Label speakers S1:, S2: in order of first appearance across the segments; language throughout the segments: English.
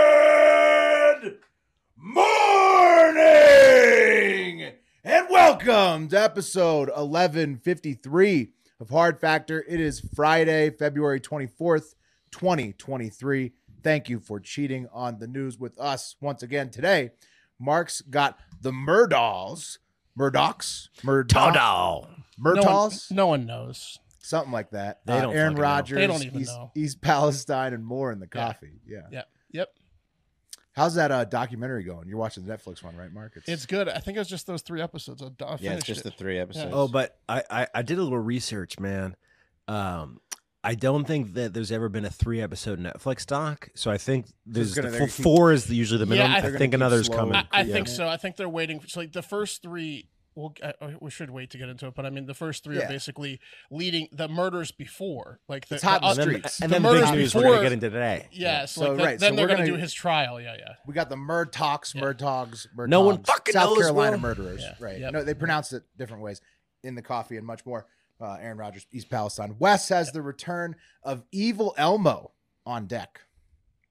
S1: Good morning and welcome to episode 1153 of Hard Factor. It is Friday, February 24th, 2023. Thank you for cheating on the news with us once again today. Mark's got the Murdals, Murdocks, Murdoch,
S2: No
S3: Todal.
S2: one,
S1: Murdals,
S2: no one knows.
S1: something like that. Uh,
S3: They don't
S1: Aaron
S3: fucking know.
S1: Rodgers,
S2: They don't even
S1: East,
S2: know.
S1: East Palestine, and more in the
S2: Yeah.
S1: coffee. yeah.
S2: Yeah. Yep.
S1: How's that uh, documentary going? You're watching the Netflix one, right, Mark?
S2: It's good. I think it was just those three episodes. I, I
S4: Yeah, it's
S2: finished
S4: just the
S2: it.
S4: three episodes. Oh,
S2: Oh,
S3: Oh, but I, I I did a little research, man. Um, I don't think that there's ever been a three episode Netflix doc. So I think there's
S1: gonna-
S3: the
S1: they're
S3: full,
S1: gonna keep-
S3: four is the, usually the
S2: Yeah,
S3: minimum.
S2: I-
S3: I,
S2: They're
S1: gonna
S3: think
S1: keep
S3: another's
S1: slow.
S3: coming.
S1: I-
S2: I
S1: Yeah.
S2: think so. I think they're waiting for so like the first three. We'll, I, I- we should wait to get into it, but I mean, the first three
S1: Yeah.
S2: are basically leading the murders before, like the,
S1: It's hot
S2: the
S1: in
S3: and
S1: the
S2: other-
S3: then,
S1: streets.
S3: and
S2: The
S3: then the big
S2: murders
S3: news we're gonna
S2: before-
S3: get into today.
S2: yeah, so
S1: So,
S2: like that-
S1: right, so
S2: then they're
S1: we're
S2: going to
S1: gonna-
S2: do his trial. Yeah, yeah.
S1: we got the Murtocks,
S2: Yeah.
S1: Murtogs, Murtogs.
S3: No one fucking
S1: South
S3: knows,
S1: Carolina
S3: bro.
S1: murderers,
S2: Yeah.
S1: right?
S2: Yep.
S1: No, they pronounce it different ways in the coffee and much more. Uh, Aaron Rodgers, East Palestine. Wes has the return of Evil Elmo on deck.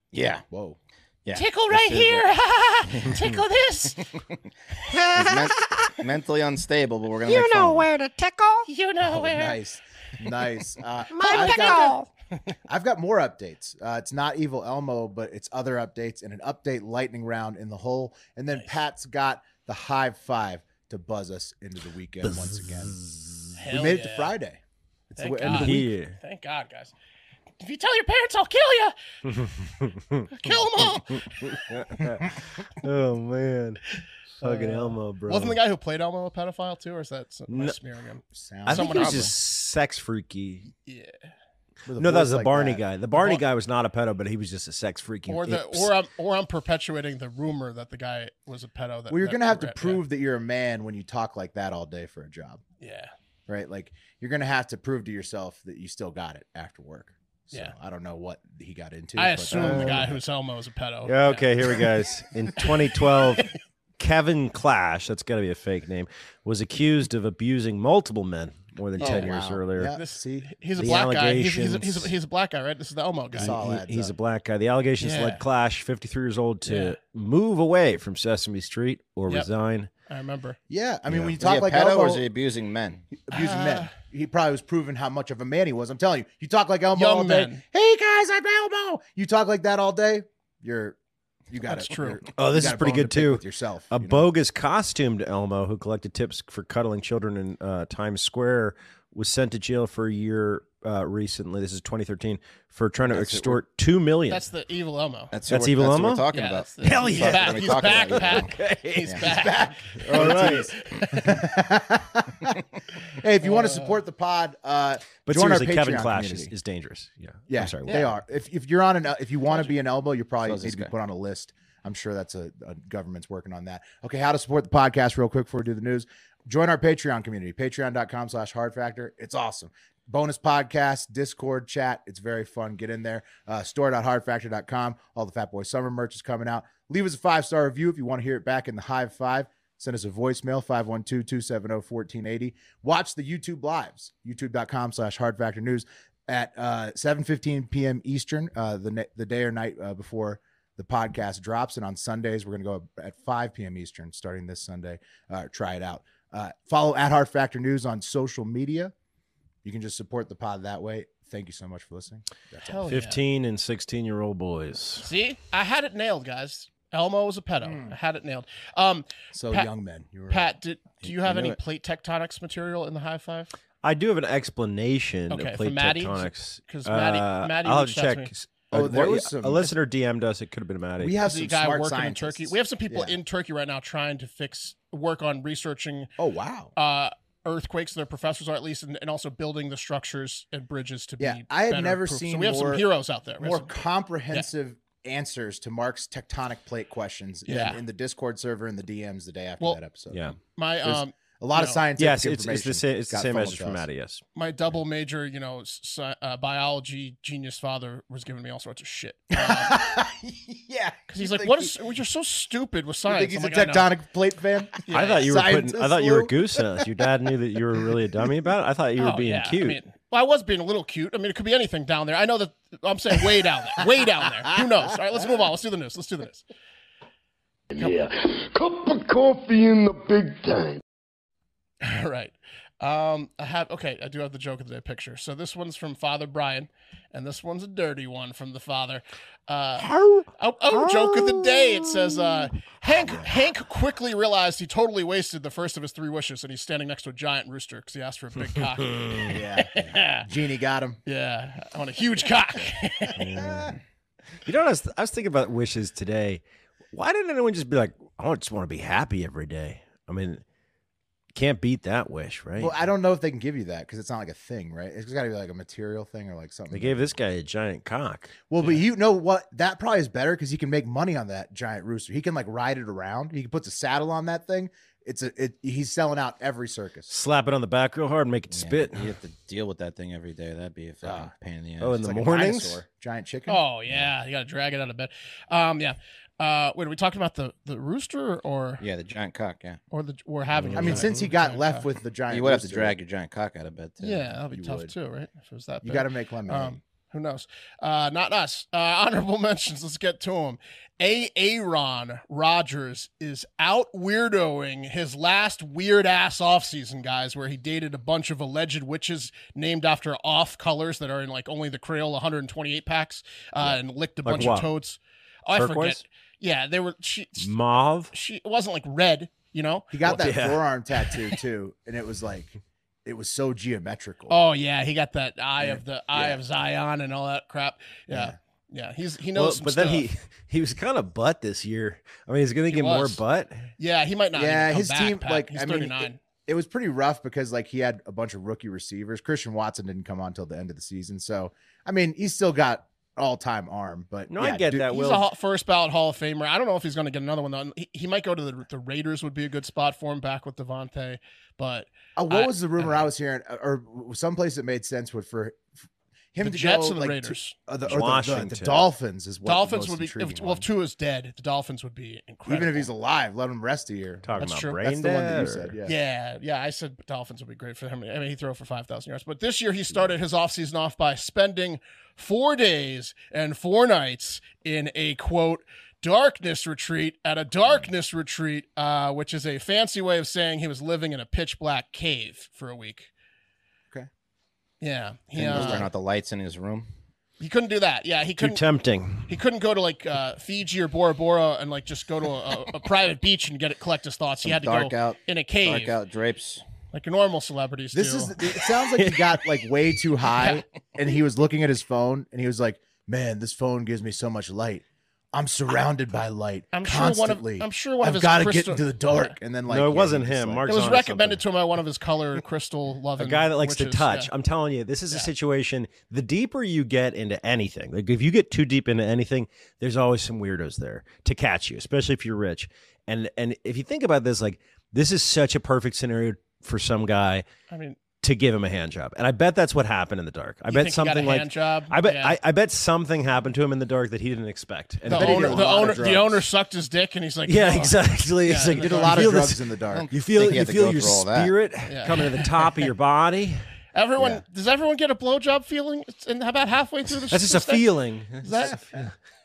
S4: yeah.
S1: Whoa,
S4: Yeah.
S2: Tickle
S4: This
S2: right
S4: is
S2: here. Tickle this.
S4: it. He's men- mentally unstable, but we're gonna. make fun of him.
S5: to tickle.
S2: You know
S1: Oh,
S2: where.
S1: nice, nice. Uh,
S5: My
S1: I've got-
S5: pickle.
S1: I've got more updates. Uh, it's not Evil Elmo, but it's other updates and an update lightning round in the hole. And then Pat's got the high five to buzz us into the weekend once again.
S2: Hell
S1: we made it to
S2: yeah.
S1: Friday. It's
S2: Thank
S1: the end of the
S2: God.
S1: week.
S3: Here.
S2: Thank God, guys. If you tell your parents, I'll kill you. Kill them all.
S3: oh man, fucking
S1: Uh,
S3: Elmo, bro.
S2: Wasn't the guy who played Elmo a pedophile too, or is that s- am I
S3: No.
S2: smearing him?
S1: Sound.
S3: I think
S2: someone
S3: he was
S2: out there.
S3: just sex freaky.
S2: Yeah.
S1: With a
S3: no, that was
S1: voice
S3: the
S1: like
S3: Barney
S1: that.
S3: guy. The Barney
S2: Bar-
S3: guy was not a pedo, but he was just a sex freaky.
S2: Or the or I'm or I'm perpetuating the rumor that the guy was a pedo. That
S1: Well, you're
S2: that
S1: gonna have to
S2: yeah,
S1: prove that you're a man when you talk like that all day for a job,
S2: Yeah.
S1: right? Like you're gonna have to prove to yourself that you still got it after work. So
S2: Yeah.
S1: I don't know what he got into.
S2: I
S1: but,
S2: assume
S1: uh,
S2: the guy who's Elmo is a pedo.
S3: Yeah, okay, here we go. In 2012, Kevin Clash, that's got to be a fake name, was accused of abusing multiple men more than
S2: Oh,
S3: 10 years
S1: wow.
S3: earlier.
S1: Yeah,
S2: This-
S1: see,
S2: He's a
S3: The
S2: black guy. He's, he's, a, he's,
S3: allegations-
S2: a, he's a black guy, right? This is the Elmo guy.
S1: It's all
S3: He-
S1: adds
S3: he's
S1: up.
S3: a black guy. The allegations
S2: Yeah.
S3: led Clash, 53 years old, to
S2: Yeah.
S3: move away from Sesame Street or
S2: Yep.
S3: resign.
S2: I remember.
S1: yeah. I mean,
S3: Yeah.
S1: when you
S4: Is he
S1: talk
S4: a
S1: like
S4: pedo
S1: Elmo,
S4: or is he abusing men?
S1: abusing men,
S2: Ah.
S1: he probably was proving how much of a man he was. I'm telling you, you talk like Elmo
S2: Young
S1: all day.
S2: men.
S1: Hey guys, I'm Elmo. You talk like that all day. You're, you got
S2: That's
S1: it.
S2: true.
S1: You're-
S3: Oh,
S1: you
S3: this
S1: got
S3: is
S1: a
S3: pretty
S1: bone to
S3: good,
S1: pick
S3: too.
S1: with yourself.
S3: A
S1: you know?
S3: bogus costumed Elmo who collected tips for cuddling children in uh, Times Square was sent to jail for a year uh, recently. This is 2013 for trying to
S4: That's it.
S3: extort two million.
S2: That's the evil Elmo.
S4: That's
S3: That's
S4: what we're,
S3: evil
S4: that's what
S3: Elmo?
S4: we're talking
S2: yeah,
S4: about.
S2: that's the-
S3: Hell
S2: he's
S3: yeah.
S2: Back.
S4: We're
S2: He's
S4: talking
S2: back,
S4: about
S2: Pat.
S4: evil.
S2: He's
S4: Yeah.
S2: back.
S3: All right.
S1: hey, if you want to support the pod, uh,
S3: But
S1: join our
S3: seriously, Kevin
S1: Patreon
S3: Clash is,
S1: community.
S3: is dangerous. Yeah.
S1: Yeah,
S3: I'm sorry.
S1: they are. If, if you're on an if you want to
S2: Roger.
S1: be an elbow, you probably
S4: So is
S1: need
S4: this
S1: to be
S4: guy.
S1: put on a list. I'm sure that's a, a government's working on that. Okay, how to support the podcast real quick before we do the news. Join our Patreon community, patreon.com slash hard factor. It's awesome. Bonus podcast, Discord chat. It's very fun. Get in there. Uh, store.hardfactor.com. All the Fat Boy Summer merch is coming out. Leave us a five star review if you want to hear it back in the Hive Five. Send us a voicemail, 512 270 1480. oh, Watch the YouTube lives, youtube.com slash hard factor news at uh, 7.15 p.m. Eastern, uh, the, ne- the day or night uh, before the podcast drops. And on Sundays, we're going to go at 5 p.m. Eastern starting this Sunday. Uh, try it out. Uh, follow at Hard Factor News on social media. You can just support the pod that way. Thank you so much for listening. That's all.
S2: Hell yeah.
S3: 15 and 16 year old boys.
S2: See, I had it nailed, guys. Elmo was a pedo. I had it nailed. Um,
S1: Hmm. So
S2: Pat-
S1: young men, you were
S2: Pat, did, do you have
S4: I knew
S2: any
S4: it.
S2: plate tectonics material in the high five?
S3: I do have an explanation
S2: Okay,
S3: of
S2: for
S3: plate
S2: Maddie?
S3: tectonics.
S2: 'Cause Maddie-
S3: Uh,
S2: Maddie
S3: I'll have to
S2: reached out to
S3: check.
S2: me.
S1: Oh,
S3: Uh,
S1: there
S3: what-
S1: was some-
S3: A listener DM'd us. It could have been Maddie.
S1: We have
S2: the
S1: some
S2: guy
S1: smart
S2: working
S1: scientists.
S2: in Turkey. We have some people
S1: Yeah.
S2: in Turkey right now trying to fix work on researching
S1: Oh wow.
S2: uh, earthquakes. Their professors are at least, and, and also building the structures and bridges to
S1: Yeah,
S2: be.
S1: I had
S2: better
S1: never
S2: proof.
S1: seen
S2: So we have
S1: more-
S2: some heroes out there. We have
S1: More
S2: some-
S1: comprehensive answers to Mark's tectonic plate questions than
S2: Yeah.
S1: in the Discord server and the DMs the day after
S2: Well-
S1: that episode.
S3: Yeah.
S2: my
S1: there's-
S2: um,
S1: A lot of
S2: No.
S1: scientific
S3: Yes, it's, it's the
S1: information
S3: same. It's the
S1: got
S3: same
S1: funneled
S3: message
S1: to
S3: from
S1: us.
S3: Maddie. Yes.
S2: my double major, you know, sci- uh, biology genius father was giving me all sorts of shit. Because
S1: yeah,
S2: he's
S1: you
S2: like,
S1: think
S2: "What
S1: he-
S2: is? well, You're so stupid with
S1: You
S2: science."
S1: think he's
S2: I'm
S1: a
S2: like, "I know."
S1: tectonic plate fan?
S3: I thought you were putting. I
S1: Scientist
S3: thought you were
S1: Lou?
S3: goosing us. Your dad knew that you were really a dummy about it. I thought you were
S2: Oh,
S3: being
S2: yeah.
S3: cute.
S2: I mean, well, I was being a little cute. I mean, it could be anything down there. I know that I'm saying way down there, way down there. Who knows? All right, let's move on. Let's do the news. Let's do the news.
S6: Yeah. Cup of coffee in the big time.
S2: All right. Um, I have okay. I do have the joke of the day picture. So this one's from Father Brian, and this one's a dirty one from the father. Uh, oh, oh, joke of the day. It says uh, Hank. Hank quickly realized he totally wasted the first of his three wishes, and he's standing next to a giant rooster because he asked for a big cock.
S1: yeah, Genie got him.
S2: yeah, I want a huge cock.
S3: You know what I was, I was thinking about wishes today. Why didn't anyone just be like, "Oh, I just want to be happy every day? I mean, can't beat that wish, right?
S1: Well, I don't know if they can give you that because it's not like a thing, right? It's got to be like a material thing or like something.
S3: they gave this guy a giant cock.
S1: well, but you know what? That probably is better because he can make money on that giant rooster. He can like ride it around. He puts a saddle on that thing. It's a. It, he's selling out every circus.
S3: Slap it on the back real hard and make it spit.
S4: You have to deal with that thing every day. That'd
S2: Ah,
S4: be a fucking pain in the ass.
S3: Oh, in
S1: It's
S3: the
S1: like a
S3: mornings?
S1: dinosaur. giant chicken.
S2: oh yeah, you got to drag it out of bed. Um, yeah. Uh, wait, are we talking about the the rooster or
S4: yeah, the giant cock. Yeah, Mm-hmm.
S2: or the we're having?
S1: I mean, since he got left with the giant,
S4: you would have to
S1: rooster,
S4: drag your giant cock out of bed too.
S2: yeah, that'll be
S1: you
S2: tough
S1: would.
S2: too, right? If it was that,
S1: You
S2: big.
S1: got to make lemonade.
S2: Um, who knows? Uh, not us. Uh, honorable mentions. Let's get to them. A. Aaron Rodgers is out weirdoing his last weird ass offseason, guys, where he dated a bunch of alleged witches named after off colors that are in like only the Creole 128 packs uh, and licked a
S3: Like
S2: bunch
S3: what?
S2: of toads. Oh, I forget.
S3: Turquoise?
S2: Yeah, they were. She,
S3: Mauve?
S2: she it wasn't like red, you know?
S1: he got that
S3: yeah.
S1: forearm tattoo too, and it was like, it was so geometrical.
S2: Oh, yeah. He got that eye
S1: Yeah.
S2: of the eye of Zion and all that crap. Yeah. Yeah. he's he knows.
S3: Well,
S2: some
S3: but
S2: stuff.
S3: then he he was kind of butt this year. I mean, he's going
S2: He
S3: to get
S2: was.
S3: more butt.
S2: Yeah, he might not.
S1: Yeah,
S2: even come
S1: his
S2: back,
S1: team,
S2: Pat.
S1: like,
S2: he's
S1: I mean,
S2: 39.
S1: it was pretty rough because like he had a bunch of rookie receivers. Christian Watson didn't come on till the end of the season, so I mean he's still got all time arm. But
S3: No,
S1: yeah,
S3: I get
S1: dude,
S3: that.
S2: he's
S3: Will
S2: a hot first ballot Hall of Famer. I don't know if he's going to get another one though. He, he might go to the the Raiders would be a good spot for him back with Devontae. But
S1: Uh, what
S2: I- uh-huh.
S1: was the rumor
S2: I-
S1: I, was hearing, uh, or someplace that made sense would for f- him
S2: the
S1: to
S2: Jets
S1: go
S2: and the
S1: like, to-
S2: Raiders,
S1: uh, the, or the- the- the,
S3: Washington.
S1: Dolphins is what the
S2: Dolphins
S1: most
S2: would be if,
S1: intriguing
S2: well if
S1: one.
S2: two is dead, the Dolphins would be incredible.
S1: even if he's alive, let him rest a year.
S3: talking
S2: That's
S3: about
S2: true.
S3: brain
S1: That's the one that you
S3: dead or-
S1: said. Yeah.
S2: Yeah, yeah, I said Dolphins would be great for him. I mean, he throw for 5,000 yards. But this year he started his offseason off by spending four days and four nights in a quote, darkness retreat at a darkness retreat, uh, which is a fancy way of saying he was living in a pitch black cave for a week.
S1: Okay.
S2: Yeah. He,
S4: yeah.
S2: uh,
S4: turn out the lights in his room.
S2: he couldn't do that. Yeah. He
S3: Too
S2: couldn't.
S3: tempting.
S2: he couldn't go to like uh, Fiji or Bora Bora and like just go to a, a, a private beach and get it collect his thoughts. he
S4: Some
S2: had to
S4: dark
S2: go
S4: out,
S2: in a
S4: dark
S2: cave
S4: out drapes.
S2: like normal celebrities
S1: This
S2: do.
S1: is it sounds like he got like way too high and he was looking at his phone and he was like, "Man, this phone gives me so much light. I'm surrounded by light
S2: I'm sure one of
S1: constantly.
S2: I'm sure one
S1: I've
S2: of his
S1: gotta get
S2: crystal-
S1: into the dark." And then like
S3: no,
S1: yeah,
S3: it
S1: he
S3: wasn't
S1: just,
S3: him.
S1: like-
S3: Mark's
S2: It was
S3: onto
S2: recommended
S3: something.
S2: to him by one of his color crystal loving
S3: a guy that likes to
S2: witches,
S3: touch.
S2: yeah.
S3: I'm telling you, this is a
S2: Yeah.
S3: situation. The deeper you get into anything, like if you get too deep into anything, there's always some weirdos there to catch you, especially if you're rich. And and if you think about this, like this is such a perfect scenario for some guy
S2: I mean,
S3: to give him a hand job. And I bet that's what happened in the dark. I
S2: you
S3: bet
S2: think he got a
S3: something like
S2: hand job?
S3: I bet
S2: Yeah.
S3: I, I bet something happened to him in the dark that he didn't expect. And
S2: the
S3: I bet he
S2: owner,
S3: did a
S2: the
S3: lot of
S2: owner,
S3: drugs.
S2: the owner sucked his dick, and he's like,
S3: Yeah,
S2: "Oh."
S3: exactly. It's
S2: Yeah,
S3: like
S2: he
S1: did a
S2: I
S1: lot
S3: you
S1: of
S3: feel this-
S1: drugs in the dark.
S3: You feel
S4: Think he
S3: you
S4: had to
S3: feel
S4: go
S3: your
S4: through all that.
S3: spirit
S2: Yeah.
S3: coming to the top of your body.
S2: Everyone, does everyone get a blowjob feeling? It's in about halfway through the.
S3: That's just a
S2: the-
S3: feeling.
S2: Is that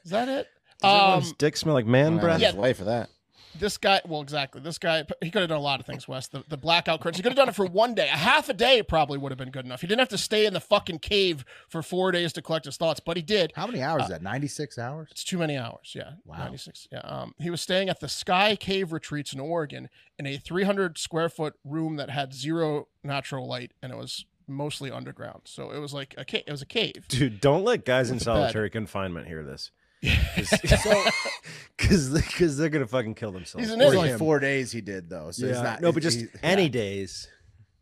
S2: is that it?
S3: Does
S2: Um,
S3: everyone's dick smell like man
S4: And
S3: breath?
S2: Yeah.
S4: his wife for that.
S2: this guy, well, exactly. This guy, he could have done a lot of things. Wes, the, the blackout curtains. He could have done it for one day, a half a day probably would have been good enough. He didn't have to stay in the fucking cave for four days to collect his thoughts, but he did. Uh,
S1: How many hours is that? 96 hours?
S2: It's too many hours. Yeah.
S1: Wow.
S2: 96. Yeah. Um, he was staying at the Sky Cave Retreats in Oregon in a 300 square foot room that had zero natural light and it was mostly underground. So it was like a cave. It was a cave.
S3: Dude, don't let guys in
S2: With the bed.
S3: solitary confinement hear this. because because they're gonna fucking kill themselves.
S2: He's an
S1: It was
S2: idiot.
S1: only
S4: him.
S1: four days he did though, so it's
S3: Yeah.
S1: not
S3: no, but just
S1: he-
S3: any days.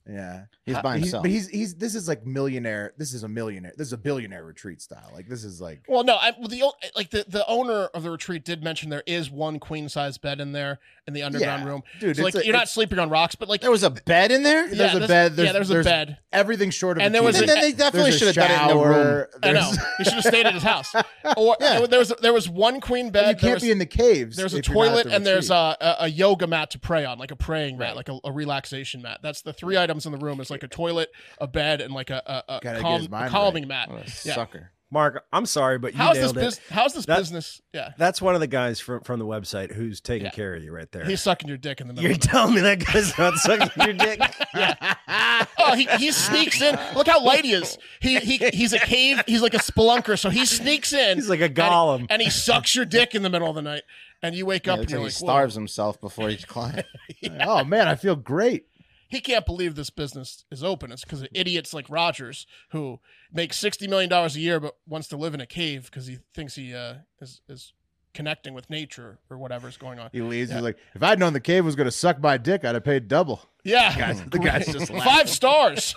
S1: yeah.
S4: He's by
S1: He's,
S4: himself.
S1: but he's he's this is like millionaire. This is a millionaire. This is a billionaire retreat style. Like this is like
S2: Well, no, I, well, the o- like the, the owner of the retreat did mention there is one queen size bed in there in the underground
S1: Yeah.
S2: room.
S1: Dude,
S2: so,
S1: it's
S2: like
S1: a-
S2: you're not
S1: it's-
S2: sleeping on rocks, but like
S4: there was a bed in there.
S2: yeah,
S1: there's a bed. There's,
S2: yeah, there's,
S1: there's
S2: a bed.
S1: everything short of
S2: And
S1: a
S2: there was
S1: TV.
S2: a-
S4: Then they definitely
S1: There's a
S4: should have done it in a room.
S1: shower.
S2: I know
S1: There's-
S2: he should have stayed at his house. Or there was there was one queen bed.
S1: You
S2: there
S1: can't
S2: was-
S1: be in the caves.
S2: There's a
S1: if you're not at
S2: toilet
S1: the
S2: and there's
S1: retreat.
S2: a, a, a yoga mat to pray on, like a praying mat, like a, a relaxation mat. That's the three items in the room. It's like a toilet, a bed, and like a,
S1: Gotta
S2: a, a,
S1: get
S2: calm,
S1: his mind
S2: a calming
S4: What
S2: mat.
S4: a
S2: Yeah.
S4: sucker.
S3: Mark, I'm sorry, but you
S2: How's this
S3: nailed it.
S2: business? How's this
S3: That-
S2: business? Yeah,
S3: That's one of the guys from from the website who's taking
S2: Yeah.
S3: care of you right there.
S2: he's sucking your dick in the middle.
S3: You're
S2: of the
S3: telling me that guy's not sucking your dick?
S2: Oh, he, he sneaks in. Look how light he is. He, he he's a cave. He's like a spelunker. So he sneaks in.
S3: He's like a
S2: and-
S3: golem.
S2: And, he sucks your dick in the middle of the night, and you wake
S4: Yeah,
S2: up and
S4: looks
S2: you're
S4: like he
S2: like, "Whoa."
S4: starves himself before he climbs.
S1: Oh man, I feel great.
S2: he can't believe this business is open. It's because of idiots like Rogers who makes sixty million dollars a year but wants to live in a cave because he thinks he uh, is is connecting with nature or whatever's going on.
S1: He leaves. He's like, if I'd known the cave was gonna suck my dick, I'd have paid double.
S2: Yeah,
S1: The guy's just laughing.
S2: five stars.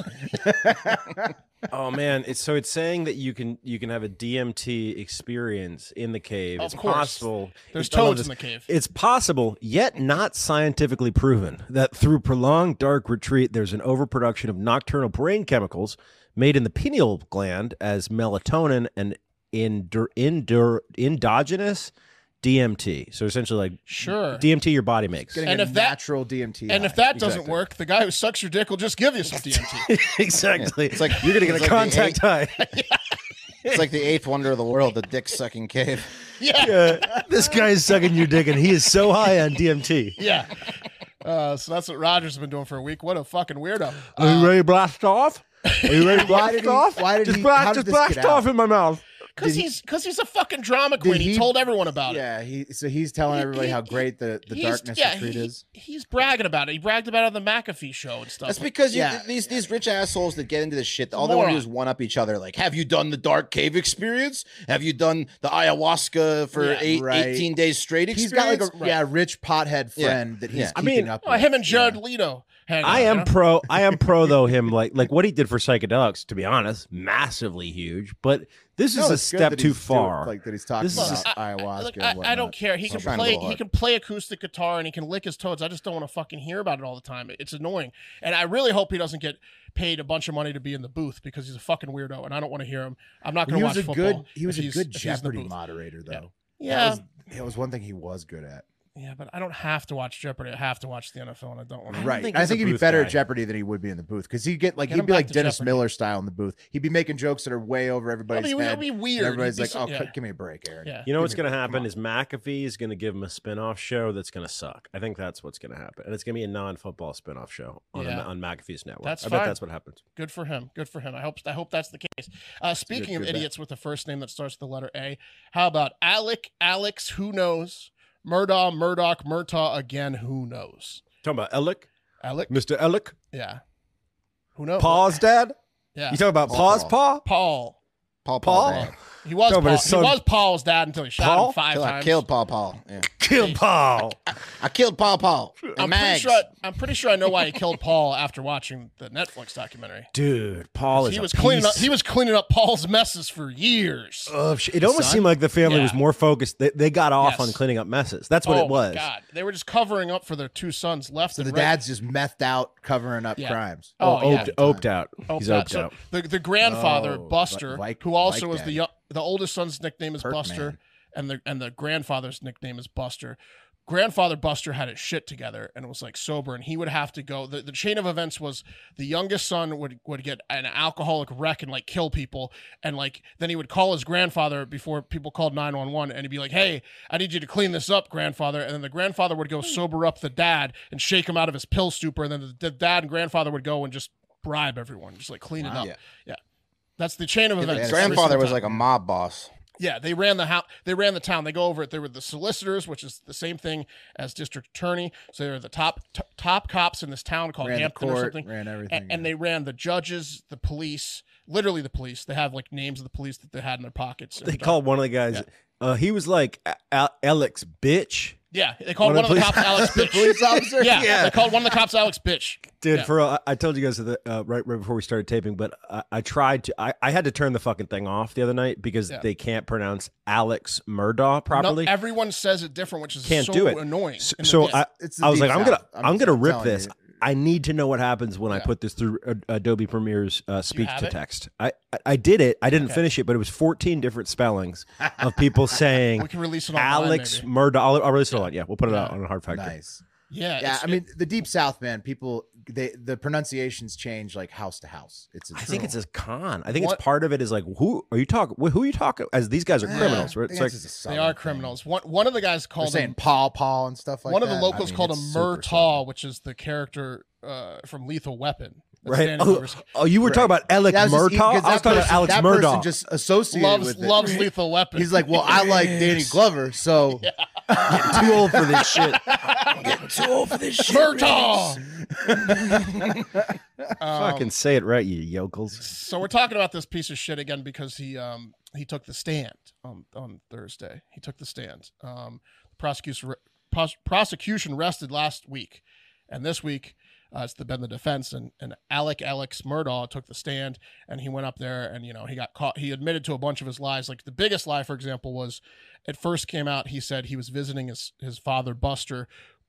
S3: oh man, it's so it's saying that you can you can have a DMT experience in the cave.
S2: Of
S3: it's
S2: course.
S3: possible.
S2: There's
S3: I love
S2: toads
S3: this.
S2: in the cave.
S3: It's possible, yet not scientifically proven, that through prolonged dark retreat, there's an overproduction of nocturnal brain chemicals made in the pineal gland as melatonin and inder, inder, endogenous DMT. So essentially, like
S2: Sure.
S3: DMT your body makes.
S1: Getting
S2: And
S1: a
S2: if that-
S1: natural DMT.
S2: and if
S1: high.
S2: that doesn't
S3: Exactly.
S2: work, the guy who sucks your dick will just give you some DMT.
S3: exactly.
S4: It's like
S3: you're gonna get
S4: it's
S3: a
S4: like the
S3: contact high.
S4: eighth- It's like the eighth wonder of the world, the dick sucking cave.
S2: yeah.
S3: Yeah. This guy is sucking your dick, and he is so high on DMT.
S2: yeah. Uh, so that's what Rogers has been doing for a week. What a fucking weirdo.
S3: Are
S2: Uh,
S3: you ready to blast off? Are you ready to
S1: Why did
S3: blast
S1: he-
S3: off?
S1: why did
S3: just
S1: he- how
S3: blast,
S1: did
S3: just
S1: this
S3: blast
S1: get
S3: off
S1: out?
S3: in my mouth.
S2: Because
S1: Did he-
S2: he's because he's a fucking drama queen. He,
S1: he-
S2: told everyone about it.
S1: yeah, he so he's telling
S2: He-
S1: everybody
S2: he-
S1: how great the, the
S2: he's-
S1: darkness
S2: yeah,
S1: retreat
S2: he-
S1: is.
S2: He's bragging about it. He bragged about it on the McAfee show and stuff.
S4: That's because you,
S1: Yeah.
S4: these these rich assholes that get into this shit, all they want to do
S2: Moron.
S4: is one up each other. Like, have you done the dark cave experience? Have you done the ayahuasca for
S2: Yeah,
S4: eight,
S1: right.
S4: 18 days straight
S1: He's
S4: experience?
S1: got like a yeah rich pothead
S4: Yeah.
S1: friend that he's
S4: Yeah.
S3: I
S1: keeping
S3: mean-
S1: up.
S2: Well,
S1: with.
S2: Oh, him and Jared Leto. Hang out,
S3: I
S2: you
S3: am
S2: know?
S3: pro. I am pro though. Him like like what he did for psychedelics. To be honest, massively huge. But this
S1: No,
S3: is a
S1: it's good
S3: step
S1: that
S3: too
S1: he's doing-
S3: far.
S1: like that he's talking
S3: This is-
S1: about ayahuasca.
S2: Look,
S1: and
S2: I, I
S1: whatnot.
S2: don't care. He
S4: I'm
S2: can
S4: trying to
S2: play.
S4: go
S2: He
S4: hard.
S2: can play acoustic guitar and he can lick his toads. I just don't want to fucking hear about it all the time. It's annoying, and I really hope he doesn't get paid a bunch of money to be in the booth because he's a fucking weirdo, and I don't want to hear him. I'm not
S1: He
S2: going to
S1: was
S2: watch
S1: a
S2: football.
S1: good. He was
S2: if
S1: a
S2: he's-
S1: good
S2: if he's in the
S1: Jeopardy
S2: booth.
S1: moderator though.
S2: Yeah,
S1: That was, that was one thing he was good at.
S2: yeah, but I don't have to watch Jeopardy. I have to watch the NFL, and I don't want to.
S1: Right.
S3: think
S1: I
S3: he's a
S1: think he'd be
S3: booth
S1: better
S3: guy.
S1: at Jeopardy than he would be in the booth because he'd get like
S2: Get him
S1: he'd be
S2: back
S1: like
S2: to
S1: Dennis
S2: Jeopardy.
S1: Miller style in the booth. He'd be making jokes that are way over
S2: That'd
S1: everybody's
S2: be,
S1: head.
S2: that'd be
S1: and
S2: weird.
S1: everybody's
S2: He'd
S1: like,
S2: be
S1: "Oh,
S2: so-
S1: c- give me a break, Aaron."
S2: yeah.
S3: You know what's
S1: Give me-
S3: going to
S1: come
S3: happen
S1: on.
S3: is McAfee is going to give him a spin-off show that's going to suck. I think that's what's going to happen. And it's going to be a non-football spin-off show on, a-
S2: Yeah.
S3: on McAfee's network.
S2: That's
S3: I bet
S2: fine.
S3: that's what happens.
S2: Good for him. Good for him. I hope I hope that's the case. Uh, speaking of
S3: good bet.
S2: idiots with a first name that starts with the letter A, how about Alec, Alex, who knows? Murdaugh, Murdoch, Murtaugh again, who knows?
S3: Talking about Alec,
S2: Alec?
S3: Mr. Alec,
S2: Yeah. Who knows?
S3: Paul's dad.
S2: Yeah.
S3: You talking about Paul's Paul?
S2: Paul.
S4: Paul
S3: Paul?
S4: Paul.
S2: He was
S3: Talking about
S2: Paul.
S3: his son-
S2: He was Paul's dad until he shot
S3: Paul?
S2: him five
S4: Till I
S2: times.
S4: killed Paul Paul. Yeah.
S3: Kill Paul.
S4: I killed Paul Paul. And
S2: I'm pretty,
S4: Mags.
S2: sure I, I'm pretty sure I know why he killed Paul after watching the Netflix documentary.
S3: Dude, Paul is
S2: He
S3: a
S2: was cleaning up
S3: piece
S2: he was cleaning up Paul's messes for years.
S3: of shit. Oh, It almost seemed like the family was
S2: Yeah.
S3: more focused. They, they got off
S2: Yes.
S3: on cleaning up messes. That's what
S2: oh
S3: it was.
S2: My God. They were just covering up for their two sons left
S1: So
S2: and
S1: the
S2: right.
S1: dad's just methed out, covering up
S2: Yeah.
S1: crimes.
S2: Oh, yeah.
S3: oped, oped out.
S2: Oh,
S3: He's
S2: God.
S3: oped
S2: So
S3: out.
S2: The, the grandfather
S1: Oh,
S2: Buster,
S1: Vi- Vi-
S2: who also
S1: Vike
S2: was the
S1: Daddy.
S2: yo- the oldest son's nickname is
S1: Perk
S2: Buster,
S1: Man.
S2: and the and the grandfather's nickname is Buster. Grandfather Buster had his shit together and was like sober, and he would have to go. The, the chain of events was the youngest son would would get an alcoholic wreck and like kill people, and like then he would call his grandfather before people called nine one one, and he'd be like, "Hey, I need you to clean this up, grandfather." And then the grandfather would go sober up the dad and shake him out of his pill stupor, and then the, the dad and grandfather would go and just bribe everyone, just like clean it
S1: Wow.
S2: up.
S4: Yeah.
S2: That's the chain of
S1: Give it
S2: events.
S1: to his
S4: Grandfather
S2: Every
S4: was
S2: single
S4: like
S2: time.
S4: a mob boss.
S2: yeah, they ran the house, they ran the town. They go over it. They were the solicitors, which is the same thing as district attorney. So they were the top t- top cops in this town called
S1: Ran the
S2: Hampton or
S1: court,
S2: something.
S1: ran
S2: A-
S1: everything.
S2: And, they ran the judges, the police, literally the police. They have like names of the police that they had in their pockets.
S3: They
S2: And, uh,
S3: called one of the guys Uh, he was like "A- Al- Alex, bitch.
S2: Yeah, they called
S3: One
S2: one,
S3: of
S2: of the
S3: the
S2: cops Alex Bitch.
S1: police officer.
S2: Yeah, they called one of the cops Alex Bitch.
S3: Dude,
S2: Yeah.
S3: for real, I, I told you guys that, uh, right right before we started taping, but I, I tried to. I, I had to turn the fucking thing off the other night because
S2: Yeah.
S3: they can't pronounce Alex Murdaugh properly.
S2: No, everyone says it different, which is
S3: Can't
S2: so
S3: do it.
S2: annoying.
S3: S-
S2: And
S3: so
S2: then-
S3: I,
S1: It's the
S3: I was
S1: deep
S3: like, I'm
S1: south.
S3: gonna, I'm,
S1: I'm
S3: gonna
S1: just
S3: rip
S1: telling you.
S3: this. I need to know what happens when I
S2: Yeah.
S3: put this through uh, Adobe Premiere's uh, speech
S2: have
S3: to
S2: it?
S3: text. I, I, I did it. I didn't
S2: Okay.
S3: finish it, but it was 14 different spellings of people saying
S2: we can release it online.
S3: Alex
S2: maybe.
S3: Murdaugh. I'll, I'll release it online. Yeah, we'll put it
S2: Yeah.
S3: out on a hard factor.
S1: Nice.
S2: Yeah,
S1: Yeah,
S2: it's-
S1: I mean the deep south, man. People, they the pronunciations change like house to house. It's
S3: I think it's a con. I think
S2: What-
S3: it's part of it is like who are you talking? Who are you talking? As these guys are
S1: Yeah,
S3: criminals, right?
S1: I
S3: It's
S1: think
S3: like
S1: it's just a
S2: they
S1: southern
S2: are
S1: thing.
S2: criminals. One one of the guys
S1: They're
S2: called
S1: saying
S2: him,
S1: paw paw and stuff like
S2: one
S1: that.
S2: of the locals
S1: I mean,
S2: called him
S1: it's super
S2: Murtaugh, which is the character uh, from Lethal Weapon. That's
S3: right.
S2: Danny
S3: Oh,
S2: Glover's-
S3: oh, you were talking about
S1: southern.
S3: Alec
S1: That was just-
S3: Murdaugh. I was
S1: because that
S3: talking about
S1: person-
S3: Alex
S1: that person
S3: Murdaugh.
S1: Just associated
S2: loves
S1: with it.
S2: loves Lethal Weapon.
S1: He's like, well, I like Danny Glover, so
S3: Too old for this shit.
S7: Too old for this shit.
S2: Murtaugh. Um,
S3: Fucking say it right, you yokels.
S2: so we're talking about this piece of shit again because he um he took the stand on on Thursday. He took the stand. Um, the prosecution pros- prosecution rested last week, and this week uh, it's the been the defense and and Alec Alex Murdaugh took the stand and he went up there and you know he got caught. He admitted to a bunch of his lies. Like the biggest lie, for example, was it first came out he said he was visiting his his father Buster,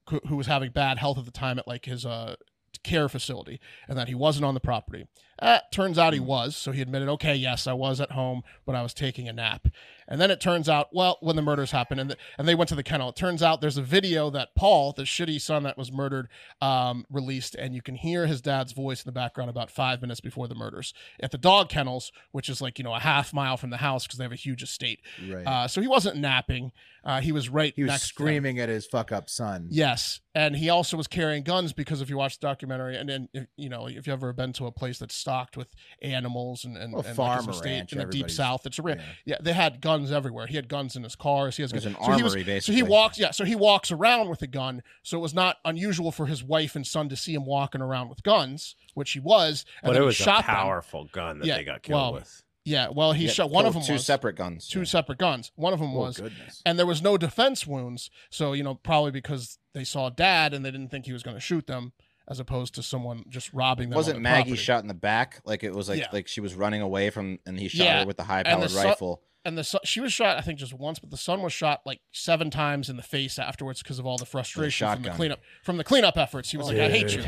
S2: who- who was having bad health at the time at like his uh care facility and that he wasn't on the property uh, turns out he
S1: Hmm.
S2: was. So he admitted, okay, yes, I was at home, but I was taking a nap. And then it turns out, well, when the murders happened and, the, and they went to the kennel, it turns out there's a video that Paul, the shitty son that was murdered, um, released. And you can hear his dad's voice in the background about five minutes before the murders at the dog kennels, which is like, you know, a half mile from the house because they have a huge estate.
S1: right.
S2: Uh, so he wasn't napping. Uh, he was right
S1: he was
S2: next to them.
S1: screaming at his fuck up son.
S2: Yes, and he also was carrying guns because if you watch the documentary, and then if- you know if you have ever been to a place that's stocked with animals and and,
S1: Well,
S2: and
S1: farm
S2: his
S1: or
S2: estate
S1: ranch,
S2: in the deep
S1: everybody's-
S2: south, it's a ranch.
S1: Yeah.
S2: Yeah. they had guns everywhere. He had guns in his cars. He has
S4: There's
S2: guns.
S4: an
S2: so he was-
S4: armory,
S2: so
S4: basically.
S2: he walks. Yeah, so he walks around with a gun. So it was not unusual for his wife and son to see him walking around with guns, which he was. And then he shot them.
S3: gun
S2: that Yeah, they got killed well, with. Yeah, well, he
S4: Yeah,
S2: shot one of them.
S4: killed two
S2: was,
S4: separate guns.
S2: two separate guns. One of them
S1: Oh
S2: was
S1: goodness.
S2: and there was no defense wounds. So you know, probably because they saw dad and they didn't think he was going to shoot them, as opposed to someone just robbing them. on
S4: Wasn't
S2: their
S4: Maggie
S2: property.
S4: shot in the back? Like it was like
S2: Yeah.
S4: like she was running away from, and he shot
S2: Yeah,
S4: her with the high
S2: and the
S4: powered
S2: so-
S4: rifle.
S2: And the son, she was shot, I think, just once, but the son was shot like seven times in the face afterwards because of all the frustration from the
S4: shotgun.
S2: cleanup from the cleanup efforts. He was like, "I hate you."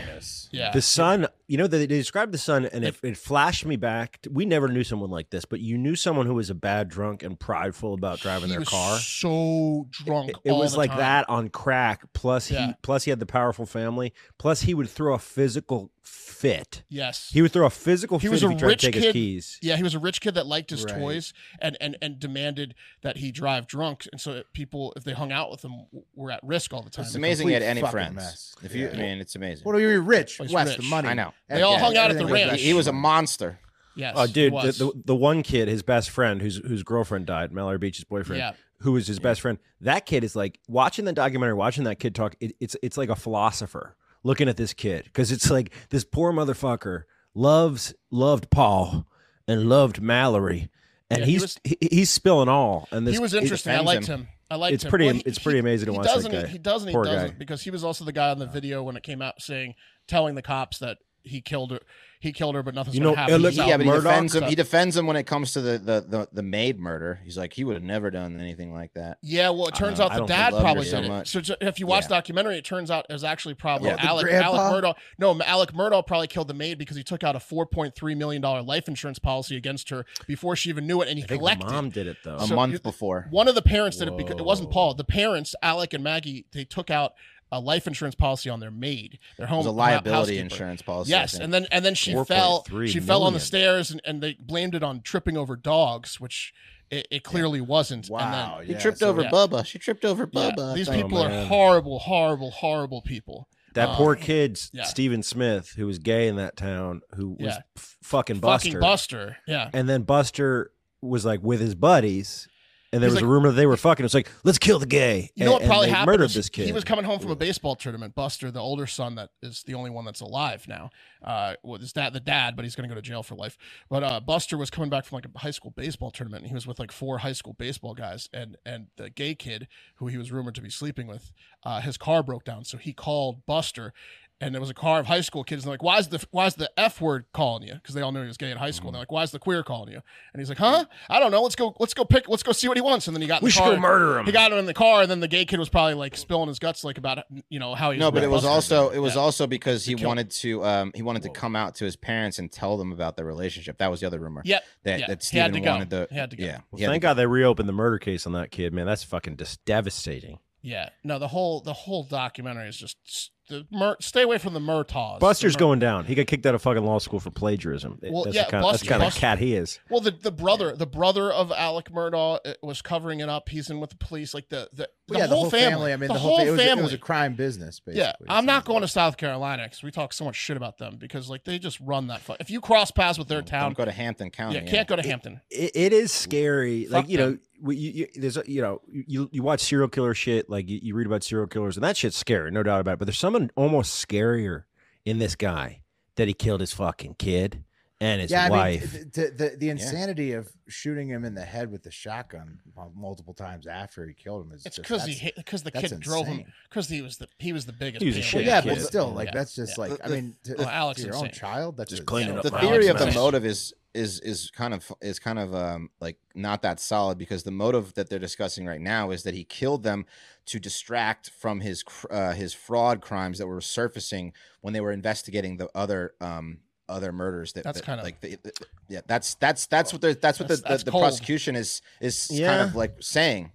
S2: Yeah,
S3: The sun, you know, they they described the sun, and it, it flashed me back. to- we never knew someone like this, but you knew someone who was a bad drunk and prideful about driving
S2: he
S3: their
S2: was
S3: car.
S2: so drunk.
S3: It, it
S2: all
S3: was
S2: the
S3: like
S2: time.
S3: that on crack. Plus,
S2: Yeah.
S3: he plus he had the powerful family. Plus, he would throw a physical fit.
S2: Yes,
S3: He would throw a physical
S2: He
S3: fit
S2: was
S3: if
S2: a
S3: he tried
S2: rich
S3: to take his
S2: kid.
S3: keys.
S2: Yeah, he was a rich kid that liked his
S1: Right.
S2: toys and, and and demanded that he drive drunk, and so that people, if they hung out with him, w- were at risk all the time.
S4: It's
S1: a
S4: amazing he had
S1: complete
S4: any
S1: fucking
S4: friends.
S1: mess.
S4: If you, I
S1: Yeah.
S4: mean, it's amazing.
S1: What are you rich?
S2: He's
S1: West,
S2: rich.
S1: the money.
S4: I know.
S2: They all hung out at the
S1: Everything
S2: ranch.
S1: goes back
S4: he was a
S1: to-
S4: monster.
S2: Yes,
S3: Oh,
S2: he
S3: dude, the,
S2: was.
S3: the the one kid, his best friend, whose whose girlfriend died, Mallory Beach's boyfriend,
S2: Yeah.
S3: who was his best friend. That kid is like watching the documentary, watching that kid talk. It, it's it's like a philosopher looking at this kid because it's like this poor motherfucker loves loved Paul and loved Mallory, and
S2: Yeah, he
S3: he's
S2: was-
S3: he, he's spilling all. And this
S2: he was interesting. I
S4: offends
S2: liked him.
S4: him.
S2: I liked
S3: It's
S2: him.
S3: pretty-
S2: he-
S3: it's pretty amazing to
S2: he
S3: watch that
S2: Doesn't, e,
S3: guy.
S2: He doesn't. He
S3: Poor
S2: doesn't
S3: guy.
S2: because he was also the guy on the video when it came out saying, telling the cops that he killed her. He killed her, but nothing's
S3: You
S2: gonna
S3: know,
S2: happen.
S3: Alec-
S2: He's out
S4: Yeah, but he
S3: Murdoch
S4: defends him.
S2: stuff.
S4: He defends him when it comes to the the the, the maid murder. He's like, he would have never done anything like that.
S2: Yeah, well, it
S3: I
S2: turns
S3: don't-
S2: out
S3: I
S2: the
S3: don't think
S2: dad
S4: love her
S2: probably
S4: so
S2: did it.
S4: much.
S2: So ju- if you watch the
S4: Yeah.
S2: documentary, it turns out it was actually probably
S1: Yeah, the
S2: Alec, Alec
S1: grandpa?
S2: Murdaugh. No, Alec Murdaugh probably killed the maid because he took out a four point three million dollar life insurance policy against her before she even knew it, and he
S3: I think the
S2: collected.
S3: mom did it though.
S4: A
S2: So
S4: month
S2: you-
S4: before.
S2: One of the parents did it because it wasn't
S3: Whoa.
S2: Paul. The parents, Alec and Maggie, they took out a life insurance policy on their maid, their
S4: It
S2: home
S4: was a
S2: home
S4: liability
S2: housekeeper.
S4: insurance policy. I
S2: Yes,
S4: think.
S2: and then and then she
S3: 4.3
S2: fell. She
S3: million.
S2: fell on the stairs, and, and they blamed it on tripping over dogs, which it, it clearly wasn't. And then-
S1: Wow.
S4: he
S1: yeah,
S4: tripped
S1: so-
S4: over
S2: yeah.
S4: Bubba. She tripped over
S2: yeah,
S4: Bubba. I
S2: these
S4: think.
S2: people are
S3: man.
S2: horrible, horrible, horrible people.
S3: that
S2: Oh,
S3: poor kid, S-
S2: Yeah.
S3: Stephen Smith, who was gay in that town, who was
S2: Yeah.
S3: f- fucking Buster.
S2: Fucking Buster. Yeah.
S3: and then Buster was like with his buddies, and there
S2: He's
S3: was a
S2: like-
S3: rumor they were fucking. It's like let's kill the gay.
S2: You know
S3: and,
S2: what probably
S3: and they
S2: happened?
S3: Murdered
S2: was
S3: this kid.
S2: He was coming home from a baseball tournament. Buster, the older son that is the only one that's alive now, uh, well, his dad, the dad, but he's going to go to jail for life. But uh, Buster was coming back from like a high school baseball tournament, and he was with like four high school baseball guys, and and the gay kid who he was rumored to be sleeping with, uh, his car broke down, so he called Buster. And there was a car of high school kids, and they're like, "Why's the why's the f word calling you?" Because they all knew he was gay in high school. And they're like, "Why's the queer calling you?" And he's like, "Huh? I don't know. Let's go. Let's go pick. Let's go see what he wants." And then he got in
S3: We
S2: the
S3: should
S2: car.
S3: go murder him.
S2: He got him in the car, and then the gay kid was probably like spilling his guts, like about you know how he.
S4: No, but it was
S2: Buster.
S4: also it was
S2: Yeah.
S4: also because he
S2: killed-
S4: wanted to um he wanted to come out to his parents and tell them about their relationship. That was the other rumor.
S2: Yep.
S4: That that
S2: yeah. He had to
S4: Steven
S2: go.
S4: wanted to
S2: He had to go.
S4: Yeah.
S3: Well,
S4: he had
S3: thank
S4: to go.
S3: God they reopened the murder case on that kid, man. That's fucking just devastating.
S2: Yeah. No, the whole the whole documentary is just the mur- stay away from the Murtaughs.
S3: Buster's
S2: The Mur-
S3: going down. He got kicked out of fucking law school for plagiarism.
S2: Well,
S3: that's
S2: yeah,
S3: the kind, that's
S2: Buster-
S3: the kind of
S2: Buster-
S3: cat he is.
S2: Well, the, the brother the brother of Alec Murdaugh uh, was covering it up. He's in with the police. Like the the, the,
S1: yeah,
S2: whole, family.
S1: I mean, the, whole, thing- it was a-
S2: family.
S1: It was, a crime business, basically.
S2: yeah, I'm not going to South Carolina because we talk so much shit about them because like they just run that. Fu- if you cross paths with their town,
S4: Don't go to Hampton County.
S2: yeah, can't go to Hampton.
S3: Oh, It, it is scary. like
S2: Fuck
S3: you know, we, you, you, there's a- you know, you you watch serial killer shit. Like you, you read about serial killers, and that shit's scary, no doubt about it. But there's someone almost scarier in this guy that he killed his fucking kid and his
S1: yeah, I
S3: wife.
S1: mean, the, the, the insanity of shooting him in the head with the shotgun multiple times after he killed him is
S2: It's
S1: just-
S2: because
S1: that's-
S2: he because the kid
S1: that's
S2: drove him
S1: insane.
S2: because he was the he was the biggest.
S3: He was a
S2: pain in
S3: shit
S1: Well,
S2: the
S1: yeah,
S2: ass.
S1: but
S3: kid.
S1: still, like
S2: Yeah.
S1: that's just
S2: Yeah.
S1: like I mean, to,
S2: Well, Oh, Alex
S1: to your
S2: is
S1: own
S2: insane.
S1: child, that's
S3: Just
S1: a-
S3: cleaning
S1: yeah,
S3: up
S4: the
S3: my
S4: theory
S3: Alex
S4: of the
S3: Mack.
S4: motive is is is kind of is kind of um like not that solid because the motive that they're discussing right now is that he killed them to distract from his cr- uh, his fraud crimes that were surfacing when they were investigating the other um other murders that
S2: That's
S4: that-
S2: kinda-
S4: like the, the- yeah that's that's that's what they're that's what
S2: That's-
S4: the,
S2: that's
S4: the, the
S2: cold.
S4: prosecution is is
S3: Yeah.
S4: kind of like saying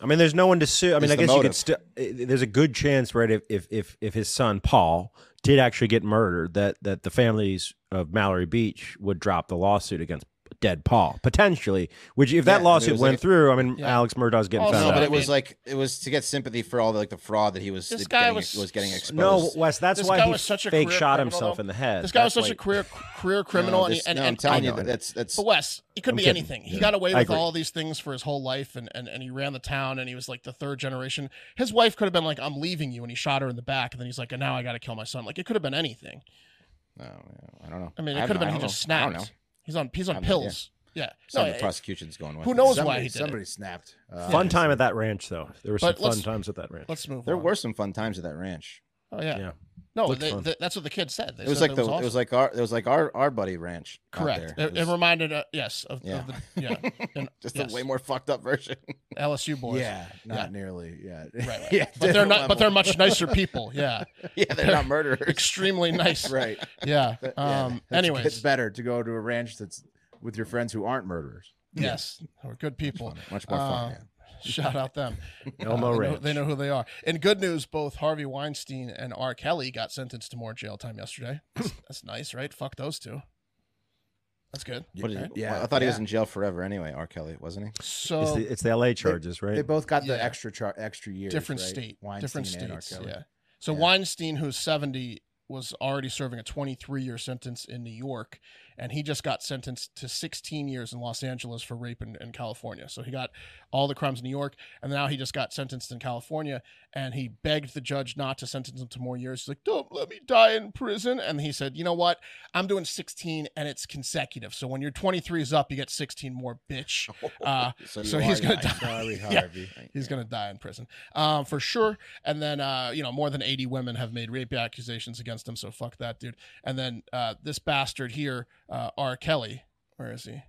S3: I mean, there's no one to sue. I mean,
S4: It's
S3: I
S4: the
S3: guess you
S4: motive.
S3: could still. There's a good chance, right? If, if if if his son Paul did actually get murdered, that that the families of Mallory Beach would drop the lawsuit against dead Paul potentially. Which, if
S4: Yeah,
S3: that
S4: if it
S3: lawsuit
S4: was
S3: went
S4: like-
S3: through, I mean,
S2: Yeah.
S3: Alex Murdaugh's getting
S2: Also,
S3: found
S4: no, but
S3: out.
S4: it was
S2: mean-
S4: like it was to get sympathy for all the like the fraud that he was
S2: This
S4: that
S2: guy
S4: getting,
S2: was-
S4: was getting
S2: No,
S4: exposed.
S3: no, Wes, that's
S2: This
S3: why
S2: guy
S3: he
S2: was such a
S3: fake
S2: career
S3: shot
S2: criminal,
S3: himself
S2: though.
S3: in the head.
S2: This guy was
S3: That's
S2: such a
S3: why-
S2: career career
S4: No,
S2: criminal, and,
S4: this-
S2: and,
S4: no,
S2: and
S4: I'm telling you
S3: I know.
S4: that that's that's
S2: But Wes, he couldn't
S3: I'm
S2: be
S3: kidding.
S2: anything. He
S3: Yeah.
S2: got away
S3: I
S2: with
S3: agree.
S2: all these things for his whole life, and, and and he ran the town, and he was like the third generation. His wife could have been like, "I'm leaving you," and he shot her in the back, and then he's like, "And now I got to kill my son." Like it could have been anything.
S4: no, yeah, I don't know.
S2: I mean,
S4: I
S2: it
S4: have
S2: could have
S4: no-
S2: been
S4: I
S2: he
S4: don't know.
S2: just
S4: I don't
S2: snapped.
S4: know.
S2: He's on he's on
S4: I have no idea.
S2: pills. Yeah,
S4: Some
S2: no,
S4: of the
S2: it-
S4: prosecution's going with.
S2: who
S4: it.
S2: knows
S1: somebody,
S2: why he did it.
S1: somebody snapped. Uh,
S3: Fun time at that ranch, though. There were some
S2: But let's-
S3: fun times at that ranch.
S2: let's move.
S4: There
S2: on.
S4: were some fun times at that ranch.
S2: Oh yeah.
S3: Yeah.
S2: No,
S3: Looked
S2: they,
S3: fun.
S2: they, that's what the kid said. They
S4: It was
S2: said
S4: like the it
S2: awesome.
S4: was like our it was like our our buddy ranch. out
S2: correct.
S4: there.
S2: It, it reminded uh, yes of,
S4: Yeah.
S2: of the yeah and-
S4: just
S2: yes.
S4: a way more fucked up version.
S2: LSU boys.
S1: yeah, not nearly. Yeah,
S2: Right, right.
S1: yeah,
S2: But they're
S1: different
S2: not. But
S1: level.
S2: they're much nicer people. Yeah,
S4: yeah, they're not murderers.
S2: extremely nice.
S1: right.
S2: Yeah.
S1: But, yeah,
S2: Um.
S1: it's- it's
S2: Anyways,
S1: better to go to a ranch that's with your friends who aren't murderers.
S2: yes, we're good people.
S4: Much more
S2: Uh,
S4: fun. yeah.
S2: Shout out them. Uh, they,
S3: Elmo
S2: know,
S3: Ranch.
S2: they know who they are. And good news, both Harvey Weinstein and R. Kelly got sentenced to more jail time yesterday. That's, that's nice, right? Fuck those two. That's good.
S4: What is-
S2: Okay.
S1: Yeah,
S4: I thought he was
S1: yeah.
S4: in jail forever anyway. R. Kelly wasn't he?
S3: It's
S2: So
S3: the, it's the LA charges, right?
S1: They both got the
S2: Yeah.
S1: extra char- extra years.
S2: different
S1: right?
S2: state,
S1: Weinstein
S2: different
S1: and R.
S2: states.
S1: Kelly.
S2: Yeah. So
S1: Yeah.
S2: Weinstein, who's seventy, was already serving a twenty-three-year sentence in New York, and he just got sentenced to sixteen years in Los Angeles for rape in, in California. So he got all the crimes in New York, and now he just got sentenced in California. And he begged the judge not to sentence him to more years. He's like, "Don't let me die in prison." And he said, "You know what? I'm doing 16, and it's consecutive. So when your 23 is up, you get 16 more, bitch." Uh, so he's gonna die.
S1: Sorry,
S2: Yeah.
S1: Harvey.
S2: He's going to die in prison um, for sure. And then, uh, you know, more than 80 women have made rape accusations against him. So fuck that dude. And then uh, this bastard here, uh, R. Kelly, where is he?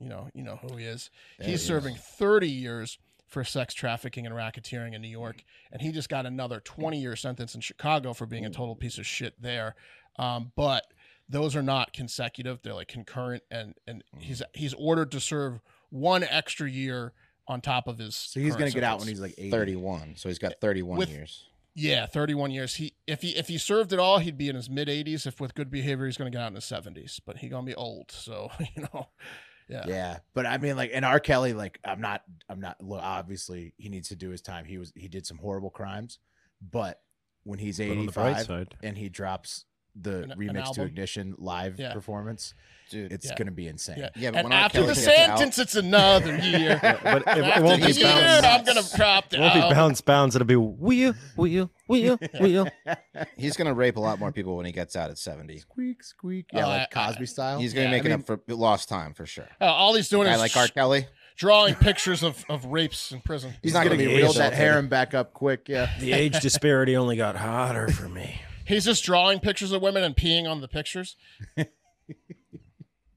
S2: You know, you know who he is.
S4: There
S2: He's
S4: he
S2: serving 30 years for sex trafficking and racketeering in New York. And he just got another 20 year sentence in Chicago for being a total piece of shit there. Um, but those are not consecutive. They're like concurrent. And, and he's, he's ordered to serve one extra year on top of his.
S1: So he's
S2: going
S1: gonna
S2: to
S1: get out when he's like 80.
S4: Thirty-one. So he's got thirty-one
S2: With-
S4: years.
S2: yeah, 31 years. He if he if he served at all, he'd be in his mid 80s. If with good behavior, he's going to get out in his 70s, but he's going to be old. So, you know. Yeah.
S1: Yeah, but I mean, like, and R. Kelly, like, I'm not, I'm not. Look, obviously, he needs to do his time. He was, he did some horrible crimes, but when he's
S3: But on the bright
S1: 85
S3: side,
S1: and he drops the
S2: An- an
S1: remix to
S2: album?
S1: ignition live
S2: Yeah.
S1: performance
S4: Dude.
S1: it's
S2: Yeah.
S1: gonna be insane
S2: Yeah.
S4: Yeah, but
S2: and
S4: when R.
S2: after the
S4: Kelly gets out-
S2: sentence, it's another year.
S3: but it, it
S2: after
S3: won't
S2: the
S3: be
S4: he's
S2: year,
S4: bounced.
S3: bounce.
S2: I'm gonna drop
S3: It
S2: the
S3: won't be
S1: Oh,
S2: album.
S3: bounce, bounce. It'll be wheel, wheel, wheel, wheel.
S4: He's gonna rape a lot more people when he gets out at seventy.
S1: squeak squeak yeah
S2: Oh,
S1: like
S2: I- I-
S1: cosby style
S4: He's gonna
S2: Yeah,
S4: make
S2: I
S4: it up for lost time for sure.
S2: Uh, all he's doing
S4: Guy
S2: is
S4: like R. Kelly,
S2: drawing pictures of, of rapes in prison.
S4: he's not gonna,
S3: gonna
S4: be
S3: get
S1: build that
S4: rehabilitated.
S1: harem back up quick yeah
S3: The age disparity only got hotter for me.
S2: He's just drawing pictures of women and peeing on the pictures.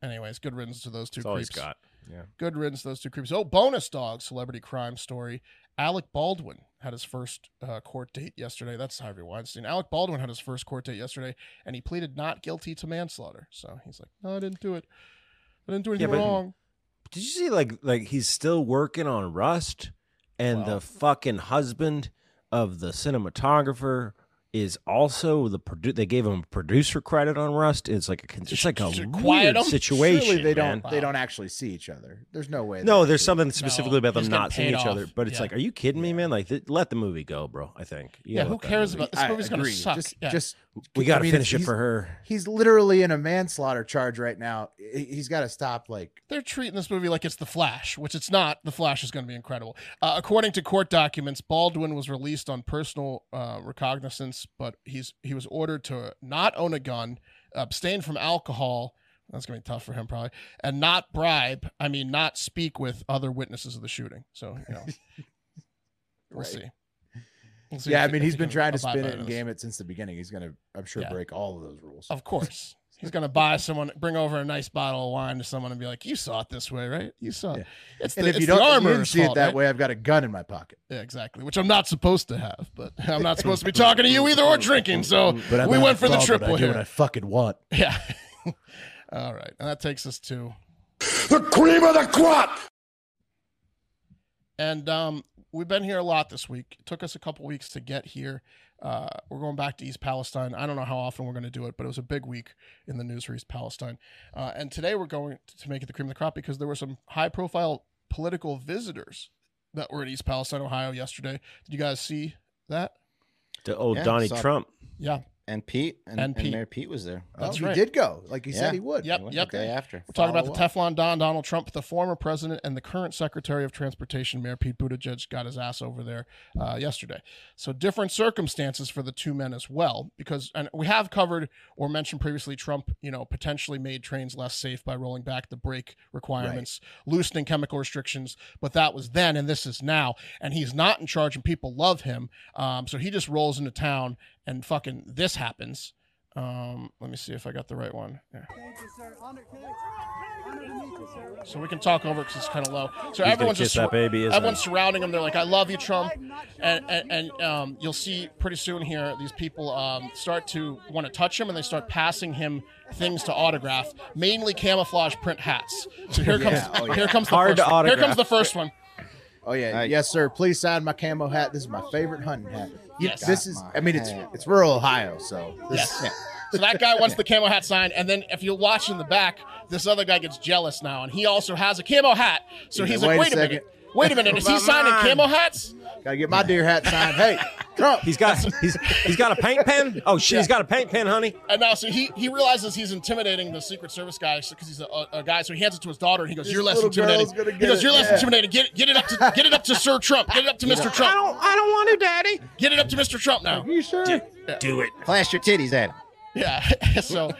S2: Anyways, good riddance to those two
S5: That's all he's
S2: creeps.
S5: got.
S2: Good riddance to those two creeps. Oh, bonus dog, celebrity crime story. Alec Baldwin had his first uh, court date yesterday. That's Harvey Weinstein. Alec Baldwin had his first court date yesterday, and he pleaded not guilty to manslaughter. So he's like, "No, I didn't do it. I didn't do anything
S3: but-
S2: wrong."
S3: Did you see like like he's still working on Rust, and
S2: Wow.
S3: the fucking husband of the cinematographer is also the produ- they gave him producer credit on Rust. It's like a it's like a
S2: Should
S3: weird
S2: quiet him?
S3: situation.
S1: Surely they
S3: man.
S1: don't they
S2: Wow.
S1: don't actually see each other there's no way
S3: No,
S1: they
S3: there's
S1: actually-
S3: something specifically about them
S2: he's getting
S3: not seeing
S2: paid
S3: each other.
S2: off.
S3: But it's
S2: Yeah.
S3: like, are you kidding me, man? Like, th- let the movie go, bro. I think. You
S2: Yeah,
S3: gotta
S2: who
S3: let that
S2: cares
S3: movie-
S2: about this
S1: I
S2: movie's gonna
S1: agree.
S2: suck?
S1: Just,
S2: yeah.
S1: just
S3: We
S1: I
S3: got to
S1: mean,
S3: finish it
S1: he's-
S3: for her.
S1: He's literally in a manslaughter charge right now. He- He's got to stop. Like,
S2: they're treating this movie like it's The Flash, which it's not. The Flash is going to be incredible. Uh, according to court documents, Baldwin was released on personal uh, recognizance, but he's he was ordered to not own a gun, abstain from alcohol. That's going to be tough for him probably, and not bribe. I mean, not speak with other witnesses of the shooting. So you know, we'll
S1: Right.
S2: see. We'll see
S1: yeah, I
S2: if he-
S1: mean,
S2: if
S1: he's
S2: he
S1: been
S2: can
S1: trying to
S2: abide
S1: spin
S2: by
S1: it and
S2: this.
S1: game it since the beginning. He's gonna, I'm sure,
S2: Yeah.
S1: break all of those rules.
S2: Of course. He's gonna buy someone, bring over a nice bottle of wine to someone, and be like, "You saw it this way, right? You saw it.
S1: Yeah.
S2: It's the,
S1: And if
S2: it's
S1: you
S2: the
S1: don't if you
S2: armorer's
S1: didn't see it
S2: fault,
S1: that
S2: right?
S1: way, I've got a gun in my pocket.
S2: Yeah, exactly. Which I'm not supposed to have, but I'm not supposed to be talking to you either or drinking. So
S1: Mm,
S2: we went for the triple
S1: What I
S2: here.
S1: fucking want.
S2: Yeah. All right, and that takes us to
S6: The cream of the crop!
S2: and um, we've been here a lot this week. It took us a couple weeks to get here. Uh, we're going back to East Palestine. I don't know how often we're going to do it, but it was a big week in the news for East Palestine. Uh, and today we're going to make it the cream of the crop because there were some high-profile political visitors that were in East Palestine, Ohio, yesterday. Did you guys see that?
S3: To old
S4: Yeah,
S3: Donnie
S4: so-
S3: Trump.
S2: Yeah,
S4: and Pete and,
S2: And
S4: and,
S2: Pete.
S4: Mayor Pete was there.
S2: That's
S1: he
S2: right.
S1: did go, like he
S4: Yeah.
S1: said he would.
S2: Yep,
S4: He went
S2: yep.
S4: The day after.
S2: We're talking about the
S1: follow
S2: Teflon Don, Donald Trump, the former president and the current Secretary of Transportation, Mayor Pete Buttigieg, got his ass over there uh, yesterday. So different circumstances for the two men as well, because and we have covered or mentioned previously Trump, you know, potentially made trains less safe by rolling back the brake requirements, loosening chemical restrictions, but that was then and this is now, and he's not in charge and people love him, um, so he just rolls into town and fucking this happens. Um, let me see if I got the right one. Yeah. So we can talk over because it's kind of low. So
S3: He's gonna
S2: everyone's
S3: kiss
S2: just
S3: that baby. Isn't
S2: everyone's
S3: he?
S2: surrounding him. They're like, "I love you, Trump," and and, and um, you'll see pretty soon here these people um, start to want to touch him, and they start passing him things to autograph, mainly camouflage print hats. So here comes
S1: Yeah, oh, yeah.
S2: here comes the
S3: Hard
S2: first,
S3: to
S2: here comes
S3: autograph.
S2: the first one.
S1: Oh yeah,
S4: Nice.
S1: yes sir. Please sign my camo hat. This is my favorite hunting hat. You-
S2: Yes.
S1: this is.
S4: Got
S1: I mean, it's
S4: my hat.
S1: it's rural Ohio, so this,
S2: Yes. So that guy wants the camo hat signed, and then if you watch in the back, this other guy gets jealous now, and he also has a camo hat. So
S1: He's
S2: he's
S1: like,
S2: like,
S1: "Wait
S2: "Wait
S1: a
S2: a minute, wait a minute, is he signing camo hats?"
S1: gotta get my deer hat signed. Hey, Trump.
S3: He's got he's he's got a paint pen. Oh shit, he's got a paint pen, honey.
S2: And now, so he he realizes he's intimidating the Secret Service guy because he's a, a, a guy. So he hands it to his daughter, and he goes,
S1: This
S2: "You're less
S1: little
S2: intimidating."
S1: girl's gonna
S2: He
S1: get
S2: goes,
S1: it,
S2: "You're less
S1: yeah."
S2: intimidating. Get get it up to get it up to Sir Trump. Get it up to Mr. Trump.
S3: don't I don't want to, Daddy.
S2: Get it up to Mr. Trump now."
S1: you sure?
S4: Flash your titties at him.
S2: Yeah. so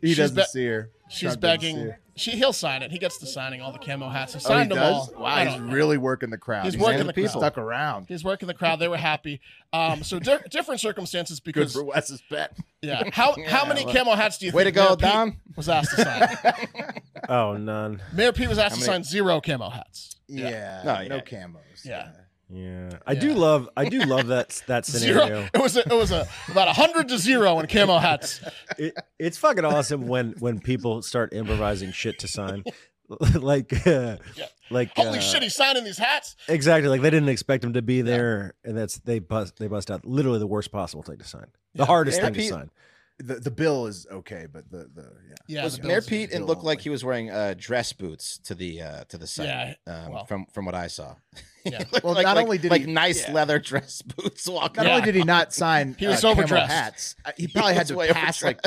S1: He
S2: She's
S1: doesn't
S2: be-
S1: see her.
S2: she's
S1: Trump doesn't see
S2: begging.
S1: her.
S2: She he'll sign it. He gets to signing all the camo hats. He
S1: Oh, he
S2: signed them
S1: does.
S2: all.
S1: Wow,
S2: I
S1: he's
S2: don't-
S1: really working the crowd.
S2: He's working
S1: in
S2: the
S1: He's
S2: crowd.
S1: Stuck around.
S2: He's working the crowd. They were happy. Um, so di- different circumstances
S1: Good
S2: because
S1: for Wes's bet.
S2: yeah. How how many camo hats do you
S4: Way to
S2: think
S4: go,
S2: Mayor Pete
S4: Dom.
S2: was asked to sign?
S3: Oh none.
S2: Mayor Pete was asked to
S4: many-
S2: sign zero camo hats.
S1: Yeah.
S4: No, yeah.
S1: No camos.
S2: Yeah.
S3: Yeah, I do love I do love that that
S2: Zero.
S3: scenario.
S2: It was a, it was a, about hundred to zero in camo hats.
S3: It, it's fucking awesome when when people start improvising shit to sign, like uh,
S2: Yeah.
S3: like
S2: Holy
S3: uh,
S2: shit, he's signing these hats.
S3: Exactly. Like they didn't expect him to be there, and that's they bust they bust out literally the worst possible thing to sign, the hardest
S4: Mayor
S3: thing to
S4: Pete-
S3: sign.
S1: the, the bill is okay, but the the yeah.
S2: Yeah,
S4: was
S2: the
S4: Mayor
S2: Bills-
S4: Pete and
S1: Bill
S4: looked like
S1: only.
S4: he was wearing uh, dress boots to the uh, to the site. um,
S2: well.
S4: from from what I saw.
S2: Yeah.
S4: Like-
S1: Well,
S4: like-
S1: not
S4: like-
S1: only did
S4: like
S1: he-
S4: nice
S1: yeah.
S4: leather dress boots walking.
S1: Not
S2: Yeah.
S1: only did he not sign,
S2: He was
S1: uh, camo
S2: overdressed.
S1: Hats, uh, he probably had to pass like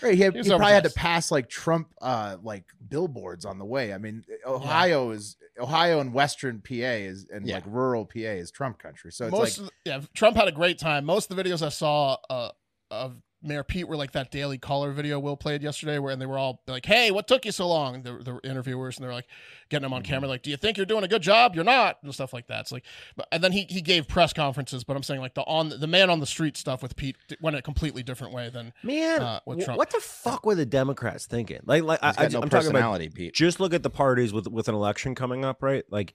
S1: right, he, had,
S2: He
S1: he,
S2: was
S1: probably had to
S2: overdressed.
S1: pass like Trump uh like billboards on the way. I mean, eh, Ohio is Ohio and Western PA is and
S4: Yeah.
S1: like rural PA is Trump country. So it's
S2: most
S1: like
S2: of the, yeah, Trump had a great time. Most of the videos I saw uh, of Mayor Pete were like that Daily Caller video Will played yesterday, where and they were all like, "Hey, what took you so long?" The, the interviewers and they're like getting him on
S1: Mm-hmm.
S2: camera, like, "Do you think you're doing a good job? You're not," and stuff like that. It's like, but and then he he gave press conferences, but I'm saying like the on the man on the street stuff with Pete d- went a completely different way than
S3: Man,
S2: Uh, with
S3: wh-
S2: Trump.
S3: what the fuck were the Democrats thinking? Like, like I,
S4: He's
S3: I,
S4: got no
S3: I'm talking about
S4: personality, Pete.
S3: just look at the parties with with an election coming up, right? Like,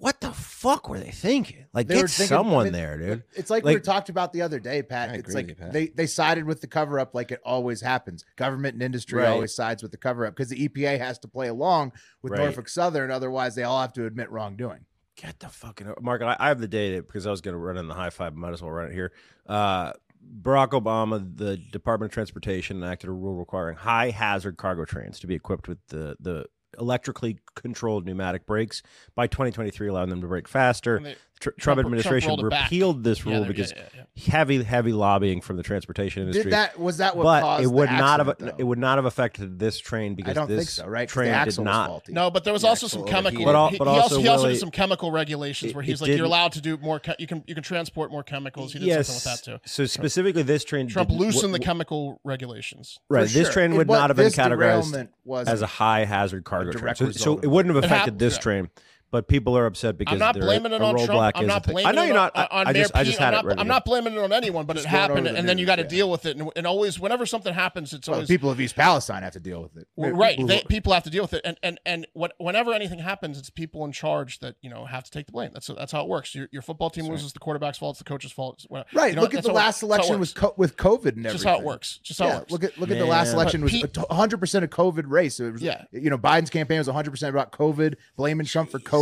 S3: what the fuck were they thinking? Like,
S1: They were
S3: get
S1: thinking-
S3: someone
S1: I mean,
S3: there, dude.
S1: It's like, we
S3: Like-
S1: talked about the other day, Pat.
S4: I
S1: it's
S4: agree
S1: like
S4: with you, Pat.
S1: they they sided with the cover up, like it always happens. Government and industry
S3: Right.
S1: always sides with the cover up because the EPA has to play along with
S3: Right.
S1: Norfolk Southern, otherwise they all have to admit wrongdoing.
S3: Get the fucking Mark. I, I have the data because I was going to run in the high five. Might as well run it here. Uh, Barack Obama, the Department of Transportation, enacted a rule requiring high hazard cargo trains to be equipped with the the electrically controlled pneumatic brakes by 2023, allowing them to brake faster.
S2: and they-
S3: Tr- Trump,
S2: Trump- Trump
S3: administration
S2: rolled it back.
S3: repealed this
S2: yeah,
S3: rule
S2: they-
S3: because
S2: yeah, yeah, yeah.
S3: heavy heavy lobbying from the transportation industry.
S1: Did that was that what
S3: but
S1: caused
S3: it
S1: the
S3: would not have
S1: accident,
S3: it
S1: though?
S3: would not have affected this train because
S1: I don't
S3: this
S1: think so, right? 'Cause the
S3: train did
S1: axle was
S3: not.
S1: faulty.
S2: No, but there was
S4: Yeah,
S2: also some
S4: actual overheating.
S2: chemical.
S3: But al-
S2: he,
S3: but
S2: he also,
S3: also,
S2: he also
S3: Willie,
S2: did some chemical regulations
S3: it-
S2: where he's
S3: it
S2: like, you're
S3: didn't-
S2: allowed to do more. Ke- you can you can transport more chemicals. He did
S3: yes.
S2: something with that too.
S3: So specifically, this train
S2: Trump
S3: didn't-
S2: loosened the
S3: w-
S2: chemical regulations.
S3: right.
S1: For
S3: This
S1: sure.
S3: train
S1: It
S3: would
S1: wa-
S3: not have been
S1: this
S3: categorized
S1: derailment was
S3: as a high hazard cargo train.
S1: direct
S3: So,
S1: result
S3: so
S1: of
S3: it wouldn't have
S2: It
S3: affected
S2: happened,
S3: this
S2: yeah.
S3: train, but people are upset because
S2: I'm not
S3: there-
S2: blaming it
S3: a
S2: on
S3: roadblock
S2: Trump. I'm
S3: is a
S2: not
S3: thing.
S2: blaming
S3: I know
S2: it
S3: you're
S2: on,
S3: not. I,
S2: on
S3: I
S2: Mayor
S3: just, I
S2: Pete.
S3: just had
S2: I'm,
S3: it
S2: not,
S3: written
S2: I'm
S3: here.
S2: not blaming it on anyone, but
S1: Just
S2: it
S1: going over
S2: happened,
S1: the
S2: and then you
S1: news,
S2: got to
S1: yeah.
S2: deal with it. And, and always, whenever something happens, it's
S1: Well, the
S2: always
S1: people of East Palestine have to deal with it.
S2: Well, right. They, people have to deal with it, and and and what, whenever anything happens, it's people in charge that you know have to take the blame. That's that's how it works. Your, your football team loses, the quarterback's fault, it's the coach's fault. It's what-
S1: Right.
S2: you know,
S1: look at
S2: that's
S1: the
S2: how it-
S1: last
S2: that's how it
S1: election with
S2: works.
S1: co- with COVID and everything.
S2: just how it works. Just how
S1: yeah,
S2: it works.
S1: look at look at the last
S3: Man.
S1: election was
S2: But Pete-
S1: 100 percent a COVID race. It was,
S2: Yeah.
S1: you know, Biden's campaign was 100 percent about COVID, blaming Trump for COVID.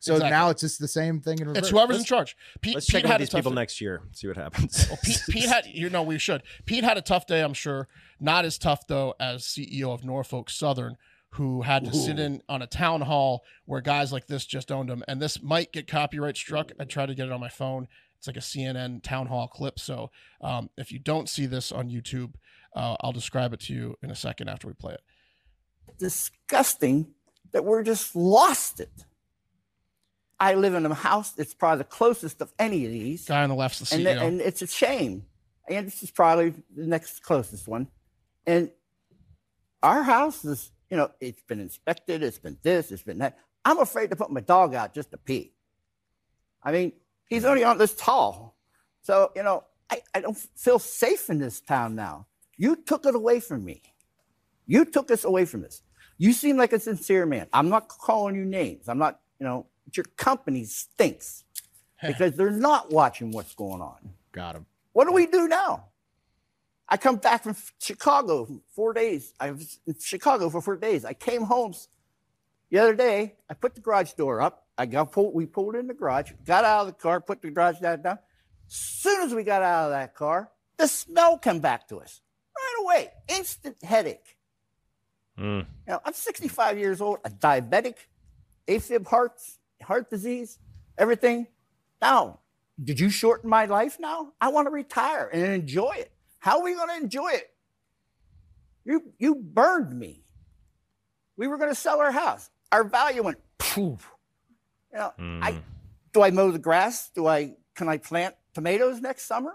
S1: So
S2: Exactly.
S1: now it's just the same thing in reverse.
S2: It's whoever's in
S3: Let's-
S2: charge. Pete,
S3: Let's
S2: Pete
S3: check in
S2: had
S3: with
S2: a
S3: these
S2: tough
S3: people
S2: day.
S3: next year. See what happens.
S2: Well, Pete, Pete had, you know, we should. Pete had a tough day, I'm sure. Not as tough though as CEO of Norfolk Southern, who had to sit in on a town hall where guys like this just owned him. And this might get copyright struck. I tried to get it on my phone. It's like a CNN town hall clip. So um, if you don't see this on YouTube, uh, I'll describe it to you in a second after we play it.
S5: disgusting that we're just lost it. I live in a house that's probably the closest of any of these,
S2: Guy on the left's the E CEO.
S5: and, th- and it's a shame. And this is probably the next closest one. And our house is, you know, it's been inspected, it's been this, it's been that. I'm afraid to put my dog out just to pee. I mean, he's only on this tall. So, you know, I, I don't feel safe in this town now. You took it away from me. You took us away from us. You seem like a sincere man. I'm not calling you names. I'm not, you know, but your company stinks because they're not watching what's going on.
S1: Got him.
S5: What do we do now? I come back from Chicago for four days. I was in Chicago for four days. I came home s- the other day. I put the garage door up. I got pulled. We pulled in the garage. Got out of the car. Put the garage door down. Soon as we got out of that car, the smell come back to us right away. Instant headache.
S3: Mm.
S5: Now I'm 65 years old. A diabetic, AFib heart, heart disease, everything. Now did you shorten my life now? I want to retire and enjoy it. How are we going to enjoy it? You you burned me. We were going to sell our house. Our value went poof. You know,
S3: Hmm.
S5: I do I mow the grass? Do I can I plant tomatoes next summer?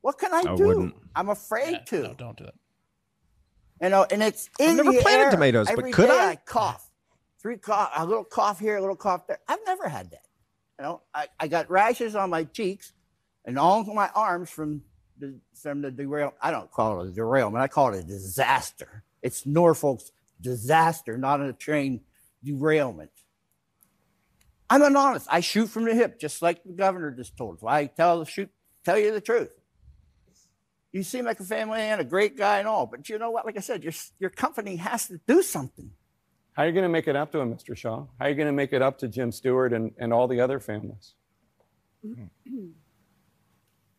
S5: What can I,
S6: Oh,
S3: I
S5: do?
S3: wouldn't.
S5: I'm afraid
S2: Yeah,
S5: to.
S2: No, don't do that.
S5: You know, and it's in
S3: never
S5: the
S3: planted
S5: air.
S3: tomatoes, but
S5: Every
S3: could
S5: day
S3: I?
S5: cough, three cough, a little cough here, a little cough there. I've never had that. You know, I, I got rashes on my cheeks and all my arms from the from the derail. I don't call it a derailment. I call it a disaster. It's Norfolk's disaster, not a train derailment. I'm an honest. I shoot from the hip, just like the governor just told us. Why I tell the shoot, tell you the truth. You seem like a family man, a great guy and all, but you know what? Like I said, your your company has to do something.
S8: How are you going to make it up to him, Mr. Shaw? How are you going to make it up to Jim Stewart and, and all the other families?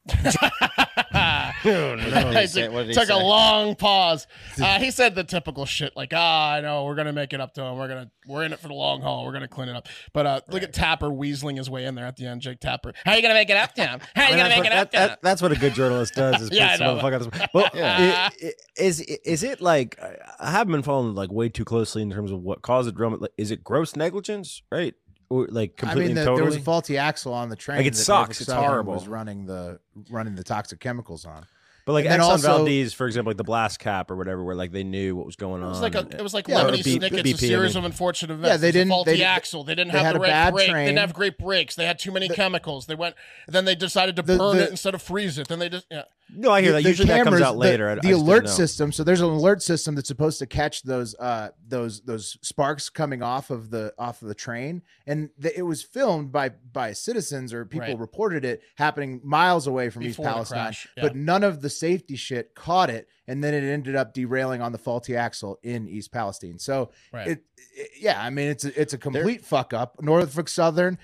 S4: he say?
S2: Isaac
S4: What did he
S2: took a
S4: say?
S2: long pause. Uh, he said the typical shit, like, "Ah, I know we're gonna make it up to him. We're gonna we're in it for the long haul. We're gonna clean it up." But uh, look at Tapper weaseling his way in there at the end. Jake Tapper, how you gonna make it up to him? How you
S3: I mean,
S2: gonna
S3: that's
S2: make it
S3: what-
S2: up to
S3: that-
S2: him?
S3: that- That's what a good journalist does. Is
S2: Yeah,
S3: yeah,
S2: I know.
S3: Well, i- i- is is it like I- I haven't been following like way too closely in terms of what caused the drama? Like, is it gross negligence, right? Or like
S1: I
S3: completely
S1: mean,
S3: and
S1: the,
S3: totally?
S1: there was a faulty axle on the train.
S3: Like,
S1: that
S3: it sucks.
S1: Norfolk
S3: It's
S1: Southern
S3: horrible.
S1: Was running the running the toxic chemicals on.
S3: but like
S1: and then
S3: Exxon
S1: also-
S3: Valdez, for example, like the blast cap or whatever, where like they knew what was going on.
S2: It was like a,
S3: and-
S2: it was like
S1: Yeah,
S2: Lemony
S3: B-
S2: Snicket's
S3: BP, I
S2: a series
S3: mean.
S2: of unfortunate events.
S1: Yeah, they
S2: There's a
S1: didn't-
S2: faulty
S1: they-
S2: axle. They didn't
S1: they
S2: have
S1: had
S2: the
S1: a
S2: right
S1: bad
S2: brake. They
S1: train.
S2: didn't have great brakes. They had too many chemicals. They went. Then they decided to
S1: The-
S2: burn
S1: the-
S2: it instead of freeze it. Then they just yeah.
S3: no, I hear
S1: The-
S3: that.
S1: the
S3: Usually that comes
S1: cameras-
S3: out later. I-
S1: The,
S3: I
S1: the
S3: just didn't
S1: alert
S3: know.
S1: system. So there's an alert system that's supposed to catch those uh those those sparks coming off of the off of the train, and the, it was filmed by by citizens or people
S2: Right.
S1: reported it happening miles away from
S2: Before
S1: East
S2: the
S1: Palestine.
S2: crash,
S1: But
S2: yeah.
S1: none of the safety shit caught it, and then it ended up derailing on the faulty axle in East Palestine. So
S2: Right.
S1: it, it- yeah, I mean it's a, it's a complete fuck up. Norfolk Southern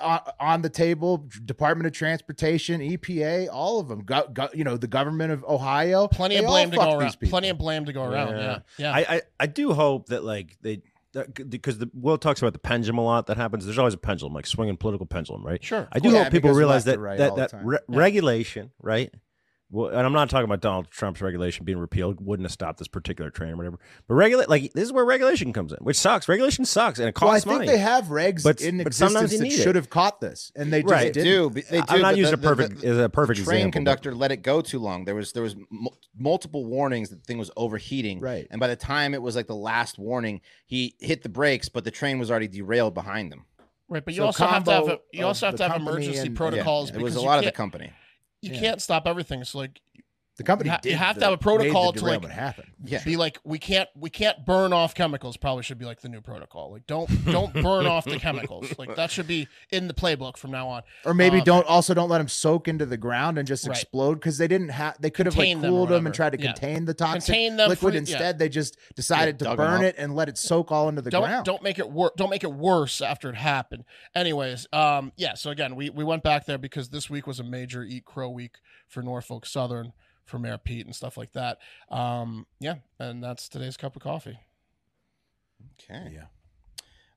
S1: uh, on the table, Department of Transportation, EPA, all of them. Go, go, you know, the government of Ohio.
S2: Plenty
S1: they
S2: of
S1: all
S2: blame to
S1: fuck
S2: go
S1: these
S2: around.
S1: people.
S2: Plenty of blame to go around.
S3: Yeah.
S2: Yeah. Yeah.
S3: I, I I do hope that like they because the Will talks about the pendulum a lot that happens. There's always a pendulum, like swinging political pendulum, right?
S2: Sure.
S3: I do
S1: Yeah,
S3: hope people
S1: because left
S3: realize that
S1: to right
S3: that,
S1: all the
S3: that
S1: time.
S3: re- regulation, right? Well, and I'm not talking about Donald Trump's regulation being repealed wouldn't have stopped this particular train or whatever. But regulate like this is where regulation comes in, which sucks. Regulation sucks and it
S1: Well, I
S3: costs
S1: think
S3: money.
S1: they have regs
S3: But-
S1: in
S3: but sometimes
S1: existence
S3: you
S1: that
S3: need it.
S1: should have caught this, and they just
S3: Right.
S4: They
S1: didn't.
S4: do. but They do.
S3: I'm not
S4: but
S3: using
S4: the-
S3: a perfect
S4: The,
S3: as
S4: the,
S3: a perfect
S4: train
S3: example. but-
S4: conductor let it go too long. There was there was mul- multiple warnings that the thing was overheating.
S1: Right.
S4: And by the time it was like the last warning, he hit the brakes, but the train was already derailed behind him.
S2: Right, but you
S1: So
S2: also have to have
S1: combo
S2: you
S1: of
S2: also have
S1: the
S2: to have
S1: company
S2: emergency
S1: and- yeah,
S2: protocols
S1: yeah.
S4: It was
S2: because
S4: a
S2: you
S4: lot of the
S2: can't-
S4: company.
S2: you
S1: yeah.
S2: can't stop everything. So like
S1: The company
S2: You ha-
S1: did
S2: you have to
S1: the-
S2: have a
S1: made the
S2: protocol to, like-
S1: derailment happen.
S4: Yeah.
S2: be like we can't we can't burn off chemicals probably should be like the new protocol. Like don't don't burn off the chemicals. Like that should be in the playbook from now on.
S1: Or maybe
S2: Um,
S1: don't also don't let them soak into the ground and just
S2: Right.
S1: explode because they didn't have they could have
S2: Contain
S1: like
S2: them or
S1: cooled them,
S2: whatever.
S1: and tried to
S2: Yeah.
S1: contain the toxic
S2: Contain them,
S1: liquid.
S2: free- yeah.
S1: Instead, they just decided to
S4: dug 'em
S1: burn
S4: up.
S1: it and let it soak all into the
S2: don't
S1: ground.
S2: don't make it work don't make it worse after it happened anyways um yeah so again we we went back there because this week was a major eat crow week for norfolk southern for mayor pete and stuff like that um yeah and that's today's cup of coffee
S4: Okay. Yeah.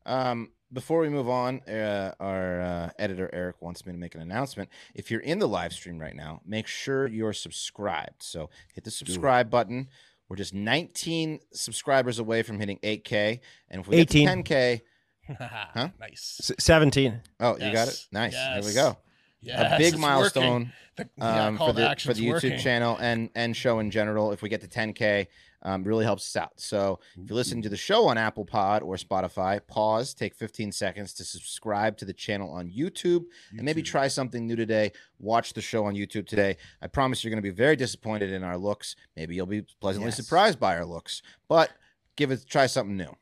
S4: Um, before we move on, uh, our uh, editor Eric wants me to make an announcement. If you're in the live stream right now, make sure you're subscribed. So hit the subscribe button. We're just 19 subscribers away from hitting 8K, and if we
S3: 18.
S4: get to 10K,
S2: nice
S3: S- Seventeen.
S4: oh, you got it,
S2: Yes.
S4: nice. There we
S2: Yes.
S4: go.
S2: Yes,
S4: a big
S2: it's
S4: milestone
S2: working. the, yeah,
S4: um,
S2: call
S4: for
S2: to
S4: the for
S2: action's
S4: the YouTube
S2: working.
S4: channel and and show in general. If we get to 10k, um, really helps us out. So if you listen to the show on Apple Pod or Spotify, pause, take 15 seconds to subscribe to the channel on YouTube, and maybe try something new today. Watch the show on YouTube today. I promise you're going to be very disappointed in our looks. Maybe you'll be pleasantly
S1: Yes.
S4: surprised by our looks, but give it try something new.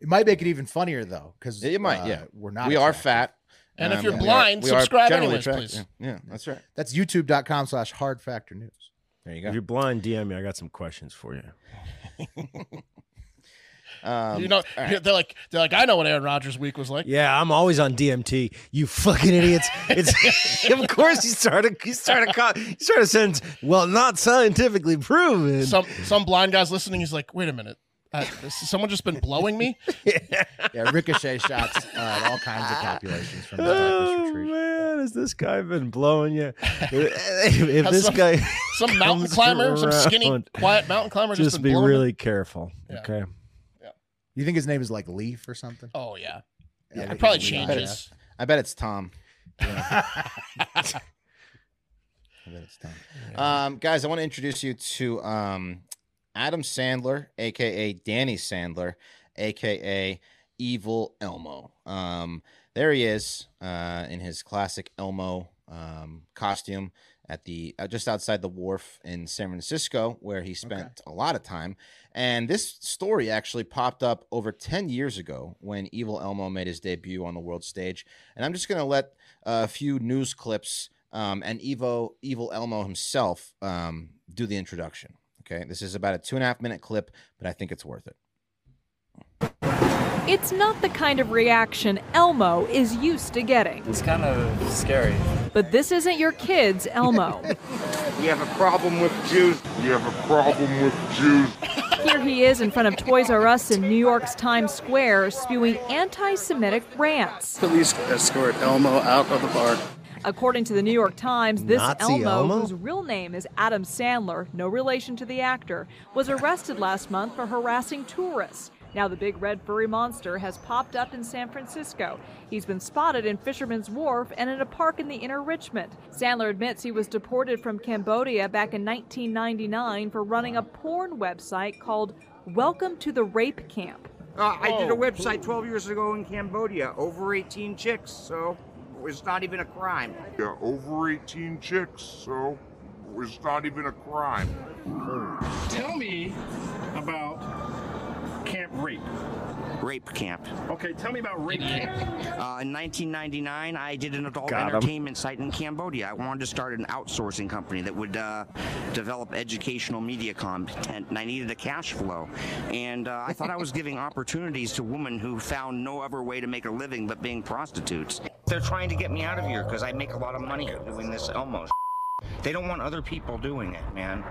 S1: It might make it even funnier though, because
S4: It might,
S2: Uh,
S4: yeah.
S1: we're not.
S4: we are
S1: attractive.
S4: fat.
S2: And if
S4: um,
S2: you're
S4: we are-
S2: blind,
S4: we are
S2: subscribe
S4: generally
S2: anyways,
S4: attractive.
S2: please.
S4: Yeah, yeah, that's right.
S1: That's youtube.com slash hard factor news.
S4: There you
S3: If
S4: go.
S3: you're blind, DM me. I got some questions for you.
S4: Um,
S2: you know they're like they're like i know what aaron Rodgers week was like
S3: Yeah, I'm always on DMT. You fucking idiots! It's of course you started. You started. You started sentence. Well, not scientifically proven.
S2: some some blind guys listening he's like wait a minute uh, has someone just been blowing me
S1: Yeah, ricochet shots uh, at all kinds of populations from the darkness
S3: Oh
S1: retreat.
S3: man, has this guy been blowing you? if if
S2: Has
S3: this
S2: some-
S3: guy
S2: some mountain
S3: comes
S2: climber some skinny
S3: around,
S2: quiet mountain climber just,
S3: just
S2: been
S3: be
S2: blowing me?
S3: really careful.
S2: Yeah.
S3: Okay.
S1: You think his name is like Leaf or something?
S2: oh yeah
S1: Yeah,
S2: it probably
S1: Leaf.
S2: changes
S4: I bet it's Tom. I bet it's Tom. Um, guys, I want to introduce you to um, Adam Sandler, aka Danny Sandler, aka Evil Elmo. Um, there he is uh, in his classic Elmo um, costume at the uh, just outside the wharf in San Francisco, where he spent a lot of time. And this story actually popped up over ten years ago when Evil Elmo made his debut on the world stage. And I'm just gonna let uh, a few news clips um, and Evo Evil Elmo himself um, do the introduction. Okay, this is about a two and a half minute clip, but I think it's worth it.
S9: It's not the kind of reaction Elmo is used to getting.
S10: It's kind of scary.
S9: But this isn't your kid's Elmo.
S10: You have a problem with Jews. You have a problem with Jews.
S9: Here he is in front of Toys R Us in New York's Times Square spewing anti Semitic rants.
S11: Police escort Elmo out of the park.
S9: According to the New York Times, this
S11: Nazi
S9: Elmo,
S11: Elmo?
S9: whose real name is Adam Sandler, no relation to the actor, was arrested last month for harassing tourists. Now the big red furry monster has popped up in San Francisco. He's been spotted in Fisherman's Wharf and in a park in the inner Richmond. Sandler admits he was deported from Cambodia back in 1999 for running a porn website called Welcome to the Rape Camp.
S10: Uh, I did a website 12 years ago in Cambodia, over 18 chicks, so it's not even a crime.
S6: Yeah, over 18 chicks, so it's not even a crime.
S11: Tell me about Camp Rape.
S10: Rape camp.
S11: Okay, tell me about Rape Camp.
S10: Uh, in 1999, I did an adult
S11: Got 'em.
S10: entertainment site in Cambodia. I wanted to start an outsourcing company that would uh, develop educational media content, and I needed a cash flow. And uh, I thought I was giving opportunities to women who found no other way to make a living but being prostitutes. They're trying to get me out of here because I make a lot of money doing this Elmo. They don't want other people doing it, man,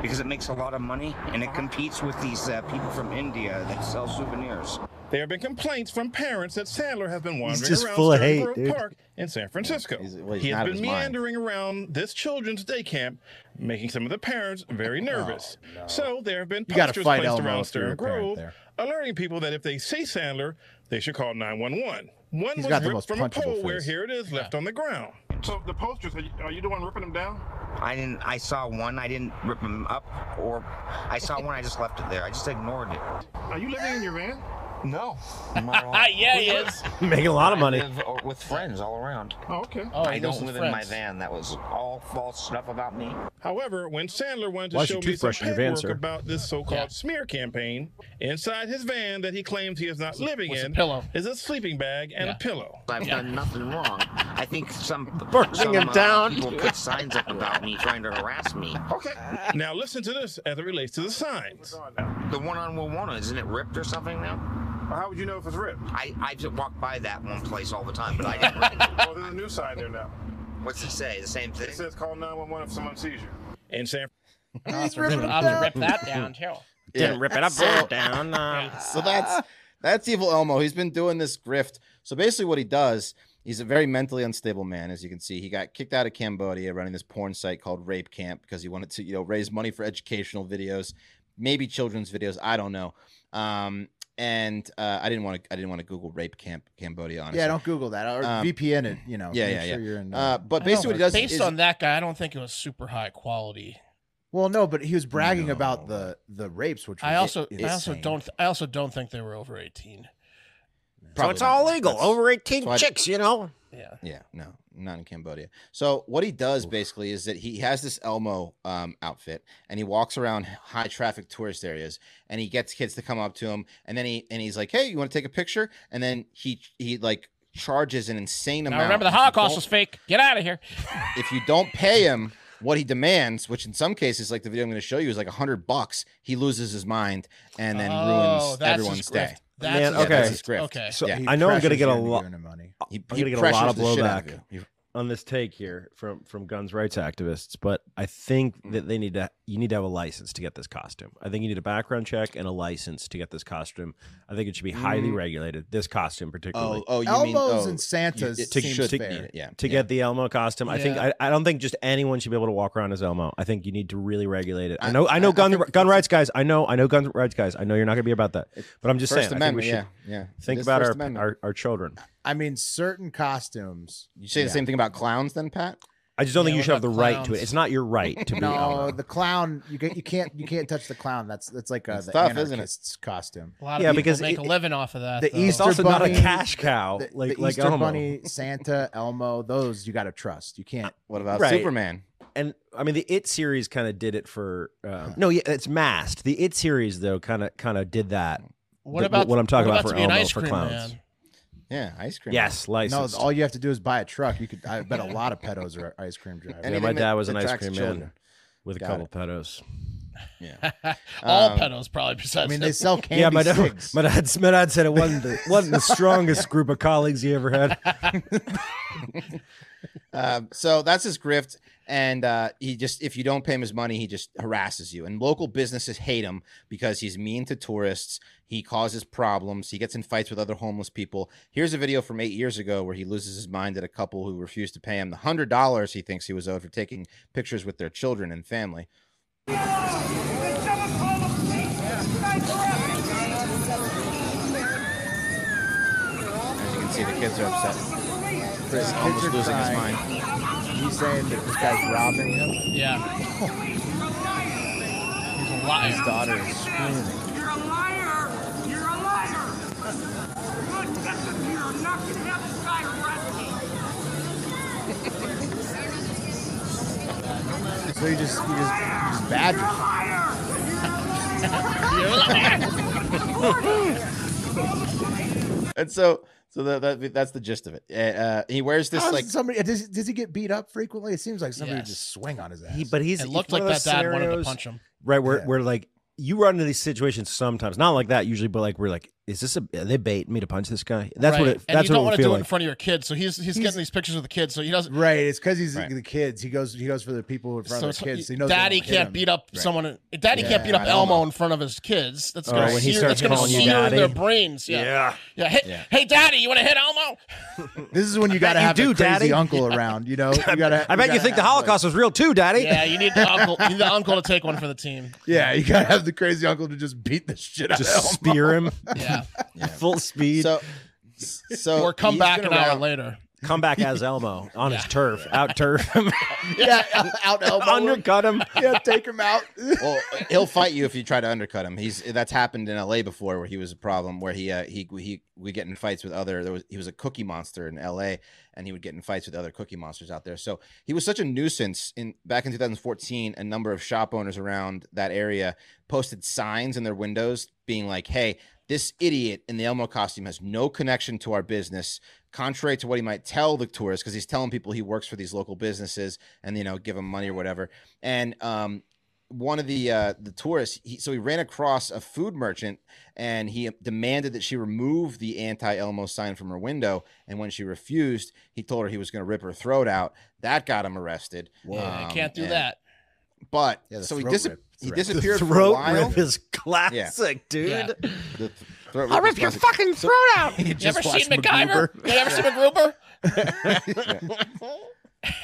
S10: because it makes a lot of money and it competes with these uh, people from India that sell souvenirs.
S12: There have been complaints from parents that Sandler has been wandering
S3: just
S12: around
S3: full of
S12: Stony
S3: hate,
S12: Grove
S3: dude.
S12: Park in San Francisco.
S4: he's
S12: he
S4: out
S12: has
S4: of
S12: been
S4: his mind.
S12: meandering around this children's day camp, making some of the parents very nervous. So there have been
S1: Oh, You gotta
S12: posters
S1: fight
S12: placed
S1: Elmo
S12: around
S1: if you're a
S12: Stern
S1: parent
S12: Grove,
S1: there.
S12: alerting people that if they see Sandler, they should call 911. One
S1: He's
S12: was
S1: got the
S12: ripped
S1: most
S12: from a
S1: punchable
S12: pole where
S1: face.
S12: here it is left on the ground. So the posters, are you, are you the one ripping them down?
S10: I didn't. I saw one. I didn't rip them up, or I saw one. I just left it there. I just ignored it.
S12: Are you living in your van?
S10: No. Ah,
S2: yeah, he is.
S3: Making a lot of
S10: I
S3: money.
S10: live o- uh, with friends all around.
S12: Oh, okay.
S10: I don't live in my van. That was all false stuff about me.
S12: However, when Sandler wanted to
S3: Why is
S12: show
S3: your
S12: me some
S3: toothbrush in your van,
S12: paperwork
S3: sir?
S12: about this so-called smear campaign, inside his van that he claims he is not living
S2: was a
S12: in
S2: pillow.
S12: is a sleeping bag and
S2: Yeah.
S12: a pillow.
S10: I've done nothing wrong. I think some
S3: Burning
S10: some,
S3: him
S10: uh,
S3: down.
S10: people put signs up about me trying to harass me.
S12: Okay. now listen to this as it relates to the signs.
S10: The one on Wawona, isn't it ripped or something now?
S12: how would you know if it's ripped?
S10: I I just walk by that one place all the time, but I didn't. rip it.
S12: Oh, there's a new sign there now.
S10: What's it say? The same thing.
S12: says call 911 if someone sees you. In San
S2: That's really I'll have to rip that down too.
S3: Didn't rip it up,
S4: So-
S3: or down. um,
S4: so that's that's evil Elmo. He's been doing this grift. So basically, what he does, he's a very mentally unstable man, as you can see. He got kicked out of Cambodia running this porn site called Rape Camp because he wanted to, you know, raise money for educational videos, maybe children's videos. I don't know. Um, and uh, I didn't want to. I didn't want to Google Rape Camp Cambodia. Honestly,
S1: Yeah, don't Google that or
S4: Um,
S1: VPN it. You know,
S4: yeah,
S1: make
S4: yeah,
S1: sure
S4: yeah.
S1: You're in,
S4: Uh, but basically, what he does
S2: Based
S4: is,
S2: on that guy, I don't think it was super high quality.
S1: well, no, but he was bragging about the the rapes, which
S2: I
S1: was
S2: also, I
S1: insane.
S2: also don't, I also don't think they were over eighteen.
S3: so
S4: Probably
S3: it's
S4: not.
S3: all legal.
S4: That's-
S3: Over 18
S4: that's why-
S3: chicks, you know?
S2: Yeah.
S4: Yeah, no, not in Cambodia. So what he does basically is that he has this Elmo um, outfit, and he walks around high traffic tourist areas, and he gets kids to come up to him, and then he and he's like, "Hey, you want to take a picture?" And then he he like charges an insane
S2: Now
S4: amount.
S2: remember, the
S4: If you
S2: Holocaust
S4: don't-
S2: was fake. Get out of here.
S4: if you don't pay him what he demands, which in some cases, like the video I'm going to show you, is like a hundred bucks. He loses his mind and then ruins
S2: Oh, that's his
S4: everyone's
S2: grift.
S4: day.
S2: That's
S3: Man,
S2: his
S4: Yeah, that's
S3: okay.
S4: his grift.
S2: Okay.
S3: So
S4: Yeah.
S1: He
S3: I know I'm going to
S1: pressures
S3: get a
S1: you into
S3: lot.
S1: giving him money.
S4: He,
S3: I'm
S4: he
S3: gonna get a lot
S4: pressures
S3: of
S4: the shit out
S3: blowback.
S4: you. He
S3: on this take here from from guns rights activists, but I think
S4: Mm.
S3: that they need to you need to have a license to get this costume. I think you need a background check and a license to get this costume. I think it should be highly regulated. This costume particularly.
S4: Mm. Oh, oh, you mean
S1: Elmos
S4: oh,
S1: and Santas
S4: you- it
S1: to-
S4: seems
S3: to-
S4: fair. Yeah,
S3: to
S4: yeah.
S3: get the Elmo costume, I think
S2: Yeah.
S3: I, I don't think just anyone should be able to walk around as Elmo. I think you need to really regulate it. I
S4: I-
S3: know I know
S4: I- I
S3: gun
S4: think
S3: gun rights guys. I know I know gun rights guys. I know you're not going to be about that, but I'm just
S4: First
S3: saying.
S4: Amendment.
S3: I think we should
S4: yeah, yeah.
S3: think
S4: It is
S3: about
S4: First
S3: our,
S4: Amendment.
S3: our our children.
S1: I mean, certain costumes.
S4: You say
S1: Yeah.
S4: the same thing about clowns, then, Pat?
S3: I just don't
S2: Yeah,
S3: think
S2: what
S3: you should have the
S2: about
S3: right to it.
S2: clowns?
S3: It's not your right to be
S1: No,
S3: Elmo.
S1: the clown. You can, you can't you can't touch the clown. That's that's like uh,
S4: It's
S1: the
S4: tough, isn't it?
S1: anarchist's costume.
S2: A lot of
S3: Yeah,
S2: people
S3: because
S2: make
S3: it-
S2: a living off of that.
S1: the
S2: though.
S3: It's
S1: Easter
S3: also not a
S1: Bunny-
S3: cash cow
S1: The,
S3: like
S1: the
S3: like
S1: Easter
S3: Elmo.
S1: Bunny, Santa, Elmo. Those you got to trust. You can't.
S4: What about
S3: Right.
S4: Superman?
S3: and I mean the It series kind of did it for um, no, yeah, it's masked. The It series though kind of kind of did that.
S2: What
S3: the-
S2: about
S3: what I'm talking
S2: what
S3: about for
S2: to be an
S3: Elmo
S2: ice
S3: for
S2: cream
S3: clowns?
S2: man?
S4: Yeah, ice cream.
S3: Yes,
S1: No,
S3: licensed.
S1: all you have to do is buy a truck. You could. I bet a lot of pedos are ice cream drivers.
S3: yeah, my
S4: anything that
S3: dad was an ice
S4: attracts
S3: cream man
S4: children.
S3: with a
S4: Got
S3: couple pedos.
S4: Yeah.
S2: All
S4: Um,
S2: pedos probably besides.
S1: I mean,
S2: him.
S1: they sell candy
S3: yeah, my dad,
S1: cigs.
S3: my dad, my dad said it wasn't the, wasn't the strongest group of colleagues he ever had.
S4: Um, so that's his grift. And uh, he just, if you don't pay him his money, he just harasses you. And local businesses hate him because he's mean to tourists. He causes problems. He gets in fights with other homeless people. Here's a video from eight years ago where he loses his mind at a couple who refused to pay him the hundred dollars he thinks he was owed for taking pictures with their children and family. As you can see, the kids are upset.
S1: The kids
S4: almost
S1: are
S4: losing his
S1: crying.
S4: mind.
S1: He's saying that this guy's robbing him.
S2: Yeah. He's a liar.
S1: His daughter is screaming. So you just, you just, you just badger.
S4: And so, so that, that that's the gist of it. Uh, Uh, he wears this
S1: How's
S4: like
S1: somebody does, does he get beat up frequently? It seems like somebody would
S2: Yes.
S1: just swing on his ass.
S3: He, but he's
S2: It looked
S3: it's one
S2: like
S3: of those
S2: that dad wanted to
S3: scenarios,
S2: punch him.
S3: Right, where
S1: Yeah.
S3: where like you run into these situations sometimes, not like that usually, but like we're like, is this a are they bait me to punch this guy? That's
S2: right.
S3: what it,
S2: and
S3: that's
S2: you don't
S3: what
S2: want to do
S3: it would feel
S2: it in
S3: like.
S2: front of your kids. So he's he's, getting these pictures of the kids. So he doesn't.
S1: Right, it's because he's
S4: Right.
S1: the kids. He goes, he goes for the people in front
S2: So
S1: of the
S2: it's-
S1: kids. He knows they
S2: Daddy
S1: won't hit
S2: can't
S1: him.
S2: beat up
S4: Right.
S2: someone. Daddy
S1: Yeah,
S2: can't beat up
S1: I don't
S2: Elmo
S1: know.
S2: in front of his kids. That's
S3: Oh,
S2: gonna
S3: when he
S2: sear,
S3: starts
S2: that's gonna
S3: calling you
S2: sear their
S3: daddy.
S2: brains. Yeah.
S3: Yeah.
S2: Yeah. Hey,
S4: Yeah.
S2: hey, Daddy, you want to hit Elmo?
S1: This is when you got to
S3: you
S1: have
S3: do,
S1: a crazy
S3: Daddy.
S1: uncle around. You know, you got to.
S3: I bet you think the Holocaust was real too, Daddy.
S2: Yeah, you need the uncle. You need the uncle to take one for the team.
S1: yeah, you got to have the crazy uncle to just beat the shit out
S3: Just
S1: of him.
S3: spear him
S2: Yeah,
S3: full speed.
S4: so. So
S2: or come
S4: he's
S2: back
S4: been
S2: an hour
S4: around-
S2: later.
S3: Come back as Elmo on his turf, out turf him,
S1: Yeah, out elbow. him.
S3: undercut him.
S1: Yeah, take him out.
S4: well, he'll fight you if you try to undercut him. He's that's happened in L.A. before, where he was a problem. Where he uh, he he we get in fights with other. There was he was a cookie monster in L.A. and he would get in fights with other cookie monsters out there. So he was such a nuisance. In back in 2014, a number of shop owners around that area posted signs in their windows being like, "Hey, this idiot in the Elmo costume has no connection to our business." Contrary to what he might tell the tourists, because he's telling people he works for these local businesses and you know give them money or whatever. And um, one of the uh, the tourists, he, so he ran across a food merchant and he demanded that she remove the anti Elmo sign from her window. And when she refused, he told her he was going to rip her throat out. That got him arrested.
S2: Yeah,
S4: Um,
S2: you can't do
S4: and-
S2: that.
S4: But
S1: Yeah, the
S4: so he,
S1: throat
S4: dis-
S1: rip
S4: he
S1: threat.
S4: disappeared for a
S3: Throat
S4: while.
S3: rip is classic, dude.
S2: Yeah.
S4: The th- throat
S10: I'll
S4: rip is
S10: rip your
S4: classic.
S10: fucking
S4: So-
S10: throat out.
S2: You ever
S3: Just watch
S2: seen MacGyver? You ever seen MacGruber?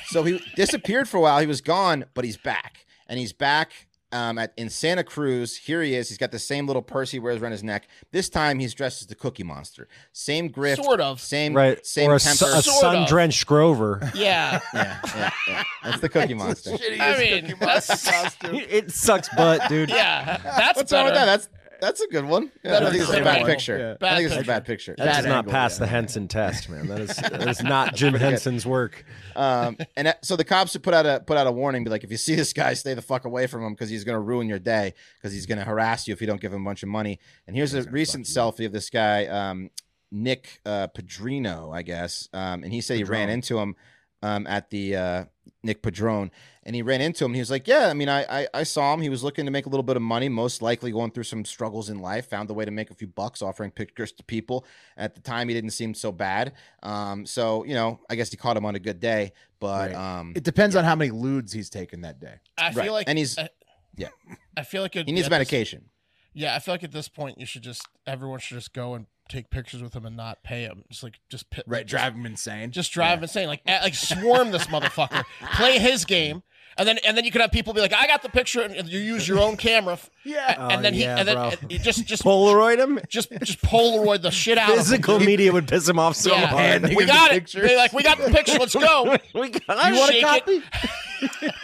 S4: so he disappeared for a while. He was gone, but he's back, and he's back um, at in Santa Cruz. Here he is. He's got the same little purse he wears around his neck. This time he's dressed as the Cookie Monster. Same grift,
S2: Sort of.
S4: Same
S3: Right,
S4: Same
S3: or a,
S4: temper.
S3: su- a
S2: Sort of.
S3: sun-drenched Grover.
S2: Yeah.
S4: yeah, yeah, yeah. That's the Cookie Monster.
S2: I mean, that's
S3: it sucks butt, dude.
S2: yeah. That's
S4: What's wrong with
S2: better.
S4: that? That's that's a good one. Yeah, I
S2: Better
S4: think this is a
S2: than
S4: bad
S2: that.
S4: picture.
S2: Yeah.
S4: I think this is a
S2: Bad
S4: bad picture.
S3: That does
S1: Bad
S3: not
S1: angle,
S3: pass
S1: yeah.
S3: the Henson test, man. That is that is not Jim
S4: pretty good.
S3: Henson's work.
S4: Um, and that- so the cops put out a put out a warning, be like, if you see this guy, stay the fuck away from him because he's gonna ruin your day because he's gonna harass you if you don't give him a bunch of money. And here's a recent selfie of this guy, um, Nick uh, Padrino, I guess, um, and he said he ran into him um, at the uh, Nick Padrone, and he ran into him. He was like, "Yeah, I mean, I, I I saw him. He was looking to make a little bit of money, most likely going through some struggles in life. Found a way to make a few bucks offering pictures to people. At the time, he didn't seem so bad. Um, so you know, I guess he caught him on a good day. But
S1: Right.
S4: um,
S1: It depends on how many lewds he's taken that day.
S2: I feel
S4: Right.
S2: like,
S4: And he's-
S2: I,
S4: yeah.
S2: I feel like it,
S4: he needs
S2: at this-
S4: medication.
S2: yeah, I feel like at this point you should just everyone should just go and take pictures with him and not pay him. Just like just pit, just,
S1: him insane.
S2: just drive him insane. Like eh, like swarm this motherfucker, play his game, and then and then you could have people be like, I got the picture, and you use your own camera.
S1: Yeah.
S3: Oh,
S2: and then
S3: yeah,
S2: he and then
S3: bro.
S2: and you just just
S3: Polaroid him.
S2: just just Polaroid the shit out
S3: Physical
S2: of him.
S3: media would piss him off so
S2: Yeah.
S3: hard.
S2: We got it. They're like, we got the picture. Let's go.
S3: We got
S2: You want a copy?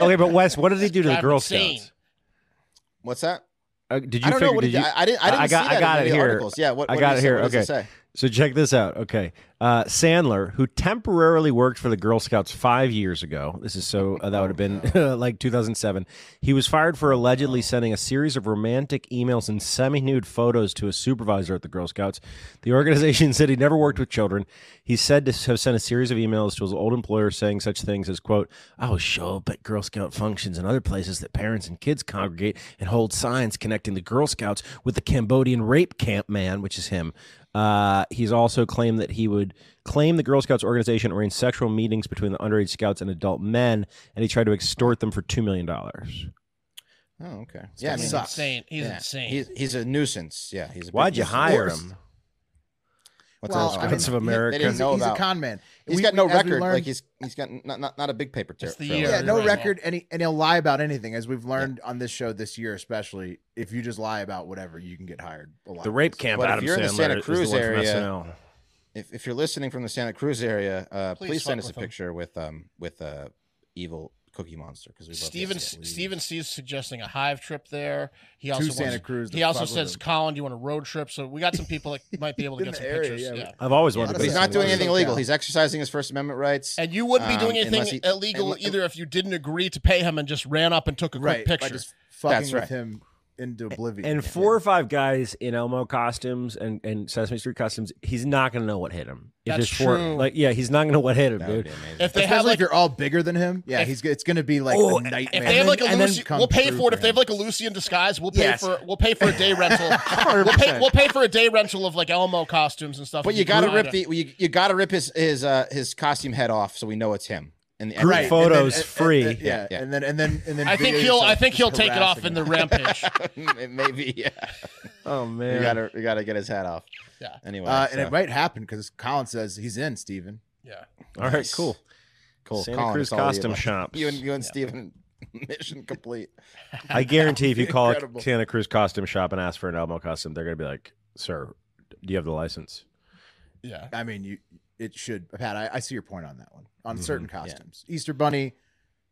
S3: Okay, but Wes, what did he do to the
S2: Drive
S3: Girl
S2: him insane.
S3: Scouts?
S4: What's that?
S3: Uh, did you
S4: I don't
S3: figure?
S4: know what
S3: Uh, did
S4: he did.
S3: you-
S4: I, I didn't. I
S3: I
S4: didn't
S3: got-
S4: see
S3: I
S4: that in
S3: got
S4: any
S3: it
S4: of the
S3: here.
S4: articles. Yeah, what,
S3: I
S4: what
S3: got
S4: did
S3: it
S4: say?
S3: here.
S4: What does
S3: Okay.
S4: it say?
S3: So check this out. Okay, uh, Sandler, who temporarily worked for the Girl Scouts five years ago. This is so uh, that would have been
S4: Oh,
S3: like 2007. He was fired for allegedly sending a series of romantic emails and semi-nude photos to a supervisor at the Girl Scouts. The organization said he never worked with children. He's said to have sent a series of emails to his old employer saying such things as "quote I will show up at Girl Scout functions and other places that parents and kids congregate and hold signs connecting the Girl Scouts with the Cambodian rape camp man, which is him." Uh, he's also claimed that he would claim the Girl Scouts organization arranged sexual meetings between the underage scouts and adult men, and he tried to extort them for $2 million.
S4: Oh, okay.
S2: This guy's insane. He's insane.
S4: He's, he's a nuisance. Yeah. He's a big
S3: Why'd you
S4: nuisance.
S3: hire him?
S4: What's
S1: Well,
S4: the
S1: I
S4: difference?
S3: mean, Of America.
S4: They didn't
S3: he's-
S4: know
S1: he's a
S4: about-
S1: con man.
S4: He's
S1: We-
S4: got no
S1: we- as we
S4: record.
S1: learned-
S4: like he's he's got not not, not a big paper tear.
S1: yeah, no record, and, he, and he'll lie about anything, as we've learned on this show this year, especially. If you just lie about whatever, you can get hired. A lot
S3: The rape camp
S4: But
S3: Adam
S4: if you're in the
S3: Sandler
S4: Santa
S3: is the one
S4: Cruz
S3: from
S4: area,
S3: SNL.
S4: if, if you're listening from the Santa Cruz area, uh,
S2: Please
S4: please,
S2: fuck
S4: send us a
S2: with him.
S4: picture with um with uh evil Cookie Monster because we love
S2: Steven
S4: this.
S2: Steven C's suggesting a hive trip there. He
S4: To
S2: also
S4: Santa
S2: wants,
S4: Cruz to
S2: He also
S4: fuck with
S2: says,
S4: him.
S2: "Colin, do you want a road trip?" So we got some people that might be able to
S4: In
S2: get
S4: the
S2: some
S4: area,
S2: pictures.
S4: yeah.
S2: Yeah.
S3: I've always wanted to go
S4: He's
S3: to
S4: not doing
S3: Santa
S4: anything
S3: Cruz.
S4: illegal. He's exercising his First Amendment rights,
S2: And you wouldn't be
S4: um,
S2: doing anything
S4: unless he-
S2: illegal
S4: unle-
S2: either if you didn't agree to pay him and just ran up and took a
S1: Right,
S2: quick
S1: by
S2: picture.
S1: just fucking with him into oblivion.
S3: And four or five guys in Elmo costumes and, and Sesame Street costumes, he's not going to know what hit him.
S1: That's
S3: there's four-
S1: true.
S3: Like, yeah, he's not going to know what hit him, dude.
S2: If they
S1: Especially
S2: have like
S1: if you're all bigger than him, yeah, he's it's gonna be like
S3: Oh,
S1: a nightmare.
S2: if they have like a
S1: And then
S2: Lucy,
S1: come
S2: we'll pay
S1: true
S2: for it. If
S1: him.
S2: they have like a Lucy in disguise, we'll pay
S1: Yes.
S2: for we'll pay for a day rental. we'll pay we'll pay for a day rental of like Elmo costumes and stuff.
S4: but
S2: if
S4: you
S2: can
S4: gotta
S2: find
S4: rip
S2: it.
S4: the you, you gotta rip his his uh his costume head off so we know it's him. And the
S3: Group
S4: and then- and-
S3: photos
S4: and-
S3: free.
S4: and- yeah, yeah.
S1: and then and then and then
S2: I think
S1: video
S2: he'll I
S1: yourself
S2: think he'll
S1: just
S2: take it off
S1: harassing
S2: in the
S1: him.
S2: rampage.
S4: maybe yeah.
S3: Oh man,
S4: you gotta you gotta get his hat off. Yeah. Anyway,
S1: Uh, and
S4: so-
S1: it might happen because Colin says he's in Steven.
S2: Yeah.
S3: All right, cool.
S4: Cool.
S3: Santa
S4: Colin,
S3: Cruz
S4: it's all you,
S3: costume
S4: bud.
S3: shops.
S4: You and you and Steven, mission complete.
S3: I guarantee if you call
S4: Incredible.
S3: a Santa Cruz costume shop and ask for an Elmo costume, they're going to be like, sir, do you have the license?
S2: Yeah.
S1: I mean, you it should Pat, I, I see your point on that one. On
S4: Mm-hmm.
S3: Mhm.
S1: certain
S3: Yeah.
S1: costumes. Easter Bunny,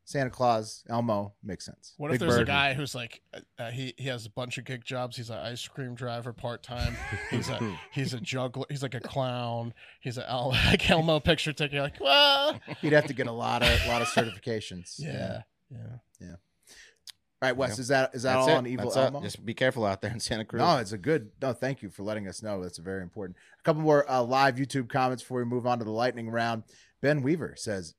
S1: Santa Claus, Elmo, makes sense.
S2: What
S1: Big
S2: if there's a
S1: Bird.
S2: guy who's like, uh, uh, he he has a bunch of gig jobs. He's an ice cream driver part time. He's a he's a juggler. He's like a clown. He's a Al- like Elmo picture taker. Like, well,
S1: He'd have to get a lot of lot of certifications.
S2: Yeah, yeah.
S1: Yeah. All right, Wes,
S4: Yeah.
S1: is that is that
S4: That's
S1: all
S4: it.
S1: on Evil
S4: That's
S1: Elmo?
S4: It. Just be careful out there in Santa Cruz.
S1: No, it's a good. No, thank you for letting us know. That's very important. A couple more uh, live YouTube comments before we move on to the lightning round. Ben Weaver says,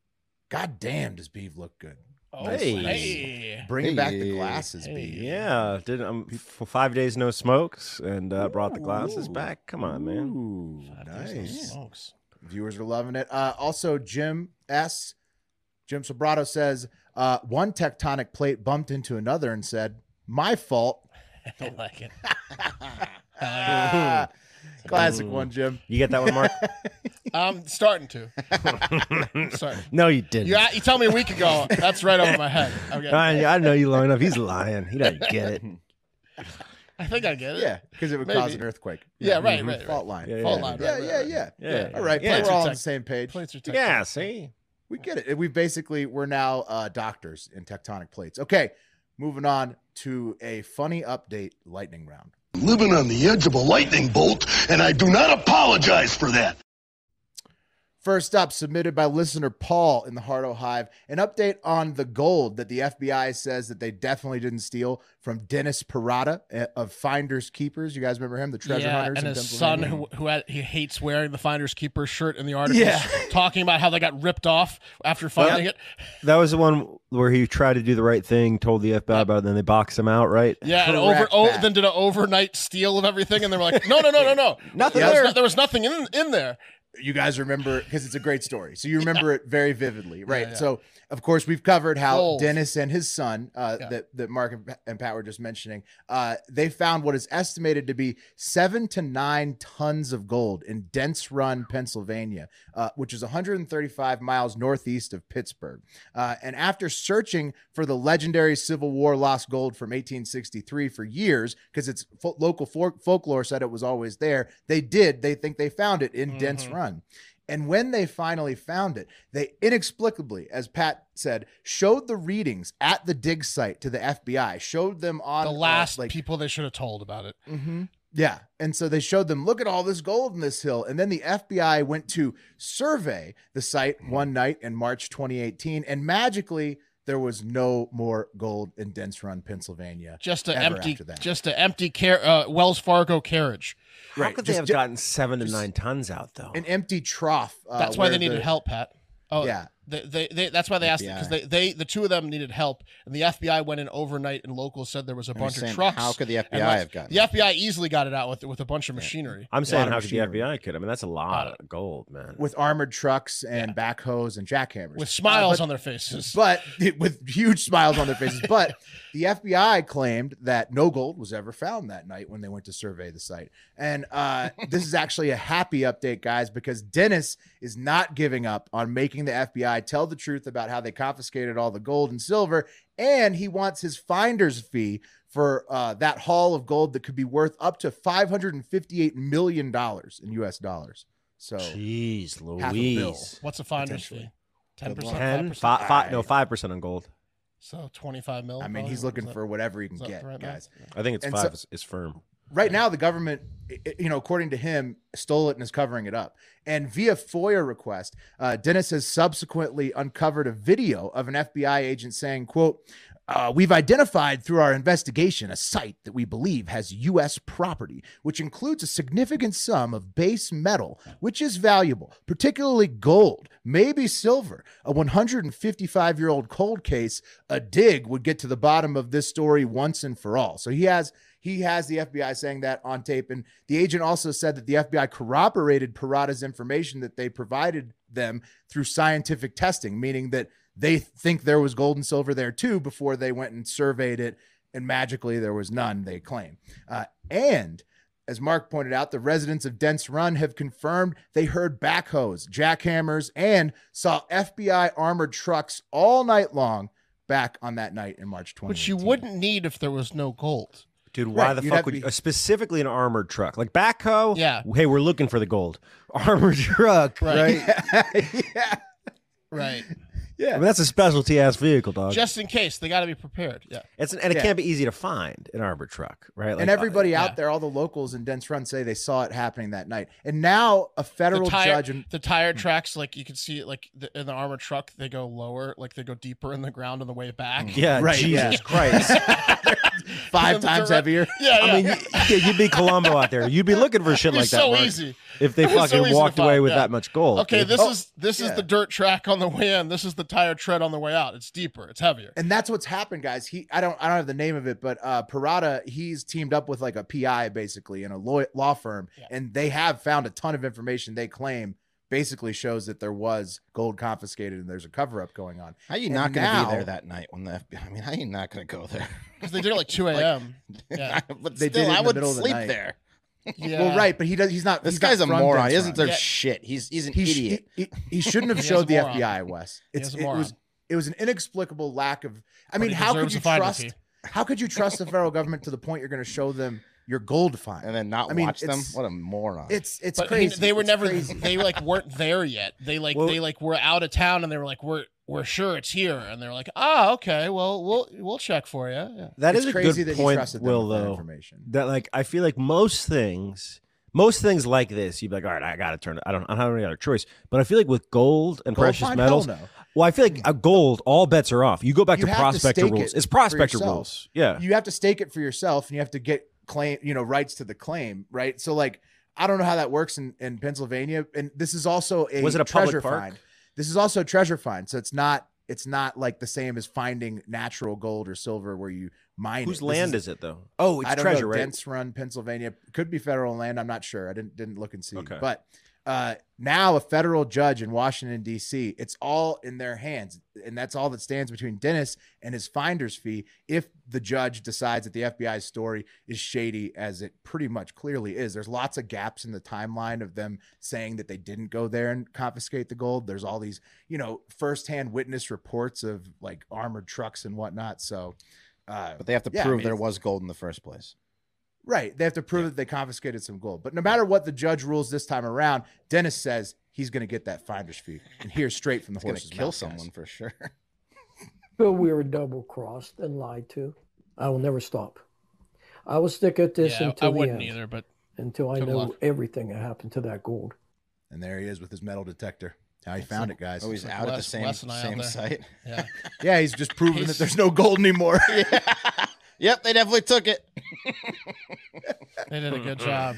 S1: "God damn, does Beeve look good?
S2: Oh,
S1: Nice
S3: hey.
S1: lens.
S2: Hey.
S1: bringing back the
S3: Hey.
S1: glasses,
S2: Hey.
S1: Beeve.
S3: Yeah, did um, f- five days no smokes and uh, brought the glasses back. Come on, man.
S1: Nice.
S2: smokes.
S1: Viewers are loving it. Uh, also, Jim S. Jim Sobrato says uh, one tectonic plate bumped into another and said, "My fault."
S2: I like it.
S1: Ah, classic one, Jim.
S3: You get that one, Mark?
S2: I'm starting to. Sorry.
S3: No, you didn't.
S2: You, a- you tell me a week ago. That's right over my head. Okay.
S3: I, I know you long enough. He's lying. He doesn't get it.
S2: I think I get it.
S1: Yeah, because it would
S2: Maybe.
S1: cause an earthquake. Mm-hmm.
S2: Yeah, right, right, right.
S1: Fault line.
S2: Yeah, Fault yeah. line,
S1: Yeah,
S2: right,
S1: yeah,
S2: right,
S1: yeah,
S2: right.
S1: yeah.
S2: Yeah,
S1: All right,
S2: yeah.
S1: play-
S2: Plates
S1: we're
S2: are
S1: all on the
S2: tech-
S1: same page.
S2: plates are
S3: Yeah, see?
S1: We get it. We basically we're now uh, doctors in tectonic plates. Okay, moving on to a funny update lightning round.
S6: I'm living on the edge of a lightning bolt, and I do not apologize for that.
S1: First up, submitted by listener Paul in the Hardo Hive, an update on the gold that the FBI says that they definitely didn't steal from Dennis Parada uh, of Finders Keepers. You guys remember him, the treasure
S2: yeah,
S1: hunters
S2: and
S1: in
S2: his son
S1: Pennsylvania?
S2: who, who had, he hates wearing the Finders Keeper shirt in the article,
S1: Yeah.
S2: talking about how they got ripped off after finding it.
S3: That was the one where he tried to do the right thing, told the FBI about it, and then they boxed him out, right?
S2: Yeah, and over oh, then did an overnight steal of everything, and they were like, no, no, no, no, no,
S3: Nothing
S2: There was,
S3: there.
S2: no- there was nothing in in there.
S1: you guys remember because it's a great story. So you remember it very vividly, right?
S2: yeah.
S1: So of course we've covered how
S2: Gold.
S1: Dennis and his son, uh,
S2: Yeah.
S1: that that Mark and Pa- and Pat were just mentioning, uh, they found what is estimated to be seven to nine tons of gold in Dense Run, Pennsylvania, uh, which is 135 miles northeast of Pittsburgh. Uh, and after searching for the legendary Civil War lost gold from 1863 for years, because its fo- local folk- folklore said it was always there, they did. They think they found it in Dense Run. And when they finally found it, they inexplicably, as Pat said, showed the readings at the dig site to the FBI, showed them on
S2: The
S1: uh,
S2: last
S1: like
S3: Mm-hmm.
S2: people they should have told about it.
S1: Mhm. Yeah. And so they showed them, look at all this gold in this hill. And then the FBI went to survey the site
S2: Mm-hmm.
S1: one night in March 2018. And magically, there was no more gold in Dense Run, Pennsylvania.
S2: Just an
S1: ever
S2: empty,
S1: after that.
S2: just an empty car- uh, Wells Fargo carriage.
S3: How could they have gotten seven to nine tons out though?
S1: An empty trough. uh,
S2: that's why
S1: where
S2: they needed
S1: the-
S2: help, Pat. Oh
S1: Yeah.
S2: yeah. They, they, they, that's why they asked because
S4: FBI.
S2: they, they the two of them needed help and the FBI went in overnight and locals said there was a
S4: I'm
S2: bunch
S4: saying,
S2: of trucks.
S4: how could the
S2: and,
S4: FBI
S2: like,
S4: have gotten
S2: The FBI easily got it out with with a bunch of machinery.
S3: I'm saying how could the
S2: machinery.
S3: FBI could? I mean, that's a lot of gold, man.
S1: With armored trucks and backhoes and jackhammers.
S2: with smiles
S1: Uh, but-
S2: on their faces.
S1: But with huge smiles on their faces. But the FBI claimed that no gold was ever found that night when they went to survey the site. And uh, this is actually a happy update, guys, because Dennis is not giving up on making the FBI tell the truth about how they confiscated all the gold and silver. And he wants his finder's fee for uh, that haul of gold that could be worth up to $558 million in US dollars. So,
S3: jeez,
S1: half a bill,
S3: Louise.
S2: What's a finder's
S1: potentially.
S2: fee? Ten percent,
S3: Ten,
S2: five
S3: five, five, no, five percent on gold.
S2: So twenty five mil.
S1: I mean,
S2: probably?
S1: he's looking
S2: Is that-
S1: for whatever he can
S2: is that
S1: get,
S2: right now?
S1: guys.
S3: I think it's
S1: And so-
S3: five. is, is firm.
S1: right now the government i- i- you know according to him stole it and is covering it up and via foia request uh, dennis has subsequently uncovered a video of an fbi agent saying quote uh, we've identified through our investigation a site that we believe has U.S. property, which includes a significant sum of base metal, which is valuable, particularly gold, maybe silver. A 155 year old cold case, a dig would get to the bottom of this story once and for all. So he has he has the FBI saying that on tape. And the agent also said that the FBI corroborated Parada's information that they provided them through scientific testing, meaning that they think there was gold and silver there too before they went and surveyed it. And magically, there was none, they claim. Uh, and as Mark pointed out, the residents of Dense Run have confirmed they heard backhoes, jackhammers, and saw FBI armored trucks all night long back on that night in March 20.
S2: which you wouldn't need if there was no gold.
S3: Dude, why
S2: Right,
S3: the
S2: you'd
S3: fuck
S2: have
S3: would
S2: to
S3: you, specifically an armored truck like backhoe?
S2: Yeah.
S3: Hey, we're looking for the gold. Armored truck, right?
S2: Right. Right.
S1: Yeah.
S3: I mean, that's a specialty ass vehicle, dog.
S2: Just in case, they got to be prepared. Yeah.
S3: it's and it
S1: Yeah.
S3: can't be easy to find an armored truck, right? Like,
S1: and everybody
S3: uh,
S1: out there, all the locals in Dense Run say they saw it happening that night. And now a federal
S2: the tire,
S1: judge in
S2: the tire tracks, like you can see, it, like the, in the armored truck, they go lower, like they go deeper in the ground on the way back.
S3: Yeah,
S1: Right,
S3: Jesus
S1: yeah.
S3: Christ.
S1: five times heavier.
S2: Yeah, yeah.
S3: I mean, you, yeah, you'd be Colombo out there. You'd be looking for
S2: It'd
S3: shit
S2: be
S3: like that.
S2: so
S3: Mark,
S2: easy.
S3: If they
S2: It'd be so
S3: fucking
S2: easy to
S3: walked away
S2: find,
S3: with
S2: yeah.
S3: that much gold.
S2: Okay,
S3: dude.
S2: this
S3: Oh,
S2: is this is
S1: yeah.
S2: the dirt track on the way in. This is the tire tread on the way out. It's deeper. It's heavier.
S1: And that's what's happened, guys. He, I don't, I don't have the name of it, but uh, Parada, he's teamed up with like a PI basically in a law, law firm, and they have found a ton of information. They claim basically shows that there was gold confiscated and there's a cover up going on.
S4: How you
S1: And
S4: not going to
S1: now-
S4: be there that night when the FBI? I mean, how you not going to go there?
S2: Because they did it like two a.m. yeah.
S4: but
S1: They
S4: still,
S1: did it in
S4: I
S1: the
S4: would
S1: middle of the
S4: sleep
S1: night.
S4: there.
S2: yeah.
S1: Well, right, but he does. He's not.
S4: This
S1: he's
S4: guy's
S1: not
S4: a
S1: from
S4: moron.
S1: Dense
S4: He isn't
S1: Run.
S4: their shit. He's he's an
S1: he, sh-
S4: idiot.
S1: He, he- he shouldn't have
S2: He is
S1: showed
S2: a
S1: the
S2: moron.
S1: FBI, Wes.
S2: He
S1: It's,
S2: is a
S1: it was
S2: moron.
S1: it was an inexplicable lack of. I
S2: But
S1: mean,
S2: he
S1: how could
S2: deserves
S1: you
S2: a fine if
S1: trust?
S2: he-
S1: How could you trust the federal government to the point you're going to show them your gold find
S4: and then not
S1: I mean,
S4: watch them.
S1: it's-
S4: What a moron!
S1: It's it's
S2: But I mean,
S1: crazy.
S2: they were
S1: It's
S2: never.
S1: crazy.
S2: They like weren't there yet. They like
S3: Well-
S2: they like were out of town, and they were like we're we're sure it's here, and they're like ah okay, well we'll we'll check for you. Yeah.
S3: That
S1: It's
S3: is a
S1: crazy
S3: good
S1: that he
S3: point,
S1: trusted them
S3: Will.
S1: with that
S3: Though
S1: information.
S3: that, like, I feel like most things, most things like this, you'd be like, all right, I gotta turn. it. I don't, I don't have any other choice. But I feel like with gold and
S1: Gold
S3: precious
S1: mine?
S3: metals,
S1: Hell no.
S3: well, I feel like uh, gold, all bets are off. You go back
S1: You
S3: to
S1: have to
S3: prospector
S1: stake
S3: rules.
S1: it
S3: It's
S1: for
S3: prospector
S1: yourself.
S3: rules. Yeah,
S1: you have to stake it for yourself, and you have to get claim, you know, rights to the claim, right? So like, I don't know how that works in in Pennsylvania, and this is also a
S3: Was it a public
S1: treasure
S3: park?
S1: find. This is also a treasure find, so it's not it's not like the same as finding natural gold or silver where you mine.
S3: whose
S1: it. This
S3: land is it though? Oh, it's
S1: I don't
S3: treasure,
S1: know.
S3: right?
S1: Dense Run, Pennsylvania. Could be federal land. I'm not sure. I didn't didn't look and see.
S3: Okay.
S1: But uh, now a federal judge in Washington D.C. It's all in their hands, and that's all that stands between Dennis and his finder's fee. If the judge decides that the FBI's story is shady, as it pretty much clearly is, there's lots of gaps in the timeline of them saying that they didn't go there and confiscate the gold. There's all these, you know, firsthand witness reports of like armored trucks and whatnot. So. Uh,
S4: but they have to
S1: yeah, I
S4: prove
S1: mean,
S4: there was gold in the first place.
S1: Right. They have to prove that they confiscated some gold. But no matter what the judge rules this time around, Dennis says he's going to get that finder's fee and hear straight from the
S4: It's going
S1: horse's
S4: to kill
S1: mouth,
S4: someone
S1: guys.
S4: for sure.
S13: feel we were double crossed and lied to. I will never stop. I will stick at this
S2: Yeah, I-
S13: until
S2: I
S13: the
S2: wouldn't
S13: end,
S2: either, but
S13: until I
S2: good
S13: know
S2: luck.
S13: everything that happened to that gold.
S1: And there he is with his metal detector. How he
S13: That's
S1: found
S13: like-
S1: it, guys.
S13: oh, he's It's like out at the Les- same-
S2: Les and I out same there. site. Yeah.
S1: yeah, he's just proving
S2: He's-
S1: that there's no gold anymore.
S4: Yep, they definitely took it.
S2: They did a good job.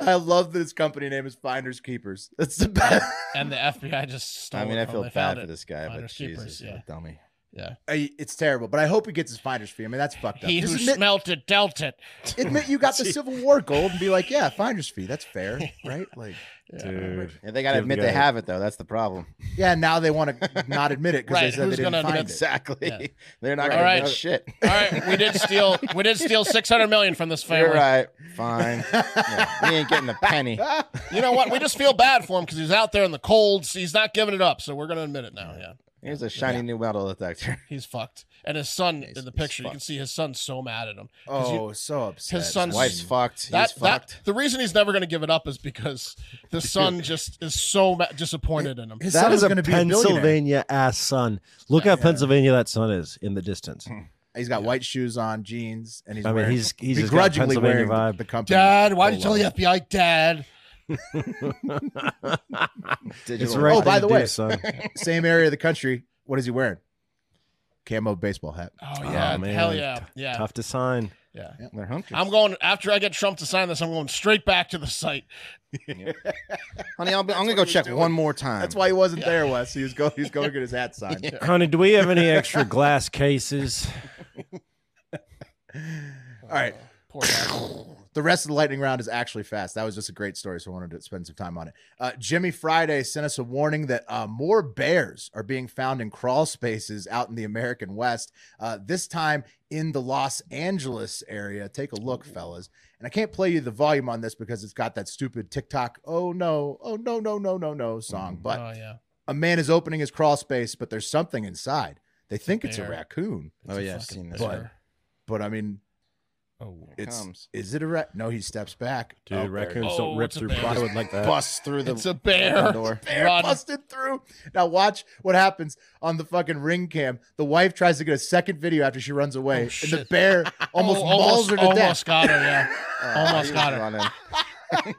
S1: I love that his company name is Finders Keepers. That's the best.
S2: and the FBI just stole
S4: I mean,
S2: it
S4: I
S2: from
S4: feel
S2: they
S4: bad
S2: found
S4: for
S2: it.
S4: this guy, but
S2: Finders keepers,
S4: Jesus, what a dummy.
S2: Yeah.
S1: I- it's terrible, but I hope he gets his finder's fee. I mean, that's fucked up.
S2: He
S1: Just
S2: who
S1: admit,
S2: smelt it dealt it.
S1: admit you got the Civil War gold and be like, yeah, finder's fee. That's fair, right? Like,
S4: Dude. Yeah, they gotta admit they have it though. That's the problem.
S1: Yeah, now they want to not admit it because they
S2: Right,
S1: said
S2: who's
S1: they didn't
S2: gonna
S1: find it.
S2: admit-
S4: Exactly.
S2: Yeah.
S4: They're not
S2: All
S4: gonna
S2: right.
S4: know shit.
S2: All right, we did steal. We did steal six hundred million from this family.
S4: You're right. Fine. Yeah, we ain't getting a penny.
S2: You know what? We just feel bad for him because he's out there in the cold. So he's not giving it up. So we're gonna admit it now. Yeah.
S4: Here's a shiny new metal detector.
S2: He's fucked. And his son in the picture, you can see his son's so mad at him. 'Cause you-
S1: Oh, so upset.
S2: his son's
S4: wife's fucked.
S2: That,
S4: He's
S2: that-
S4: fucked.
S2: the reason he's never going to give it up is because the son just is so ma- disappointed in him.
S3: that is a Pennsylvania ass son. Look how Pennsylvania that son is in the distance.
S1: Hmm. He's got white shoes on, jeans, and he's
S3: I mean,
S1: wearing,
S3: he's- he's just got a
S1: begrudgingly
S3: Pennsylvania
S1: wearing
S3: vibe.
S1: the company.
S2: Dad, why did you tell
S1: polo.
S2: the FBI, Dad?
S3: It's right
S1: oh, by the
S3: thing to do,
S1: way,
S3: son.
S1: same area of the country. What is he wearing? Camo baseball hat.
S2: Oh yeah, hell yeah, yeah.
S3: Tough to sign.
S2: Yeah.
S4: They're
S2: I'm going after I get Trump to sign this. I'm going straight back to the site.
S4: Honey, I'll be, I'm gonna go check one more time.
S1: That's why he wasn't there, Wes. He was going. He was going to get his hat signed.
S3: Honey, do we have any extra glass cases?
S1: All right. the rest of the lightning round is actually fast. That was just a great story, so I wanted to spend some time on it. Uh, Jimmy Friday sent us a warning that uh, more bears are being found in crawl spaces out in the American West. Uh, this time in the Los Angeles area. Take a look, fellas. And I can't play you the volume on this because it's got that stupid TikTok. Oh no! Oh no! No! No! No! No! Song, but
S2: Oh yeah.
S1: a man is opening his crawl space, but there's something inside. They think it's a
S2: bear.
S1: raccoon.
S4: Oh, yeah, I've seen this.
S1: But,
S4: bear.
S1: but I mean,
S2: oh,
S1: it's
S4: comes.
S1: is it a rat? No, he steps back.
S3: Dude,
S1: there it
S3: raccoons
S1: is.
S3: don't Oh, rip it's a through bear. plywood like that.
S1: Bust through the
S2: It's a bear.
S1: door.
S2: It's a
S1: Bear
S2: bear. Run.
S1: busted through. Now watch what happens on the fucking ring cam. The wife tries to get a second video after she runs away, and the bear almost
S2: Oh,
S1: mauls
S2: almost,
S1: her to
S2: almost
S1: death.
S2: got her. Yeah.
S1: Uh,
S4: Oh,
S2: almost
S4: he
S2: got
S4: was
S2: her.
S4: running.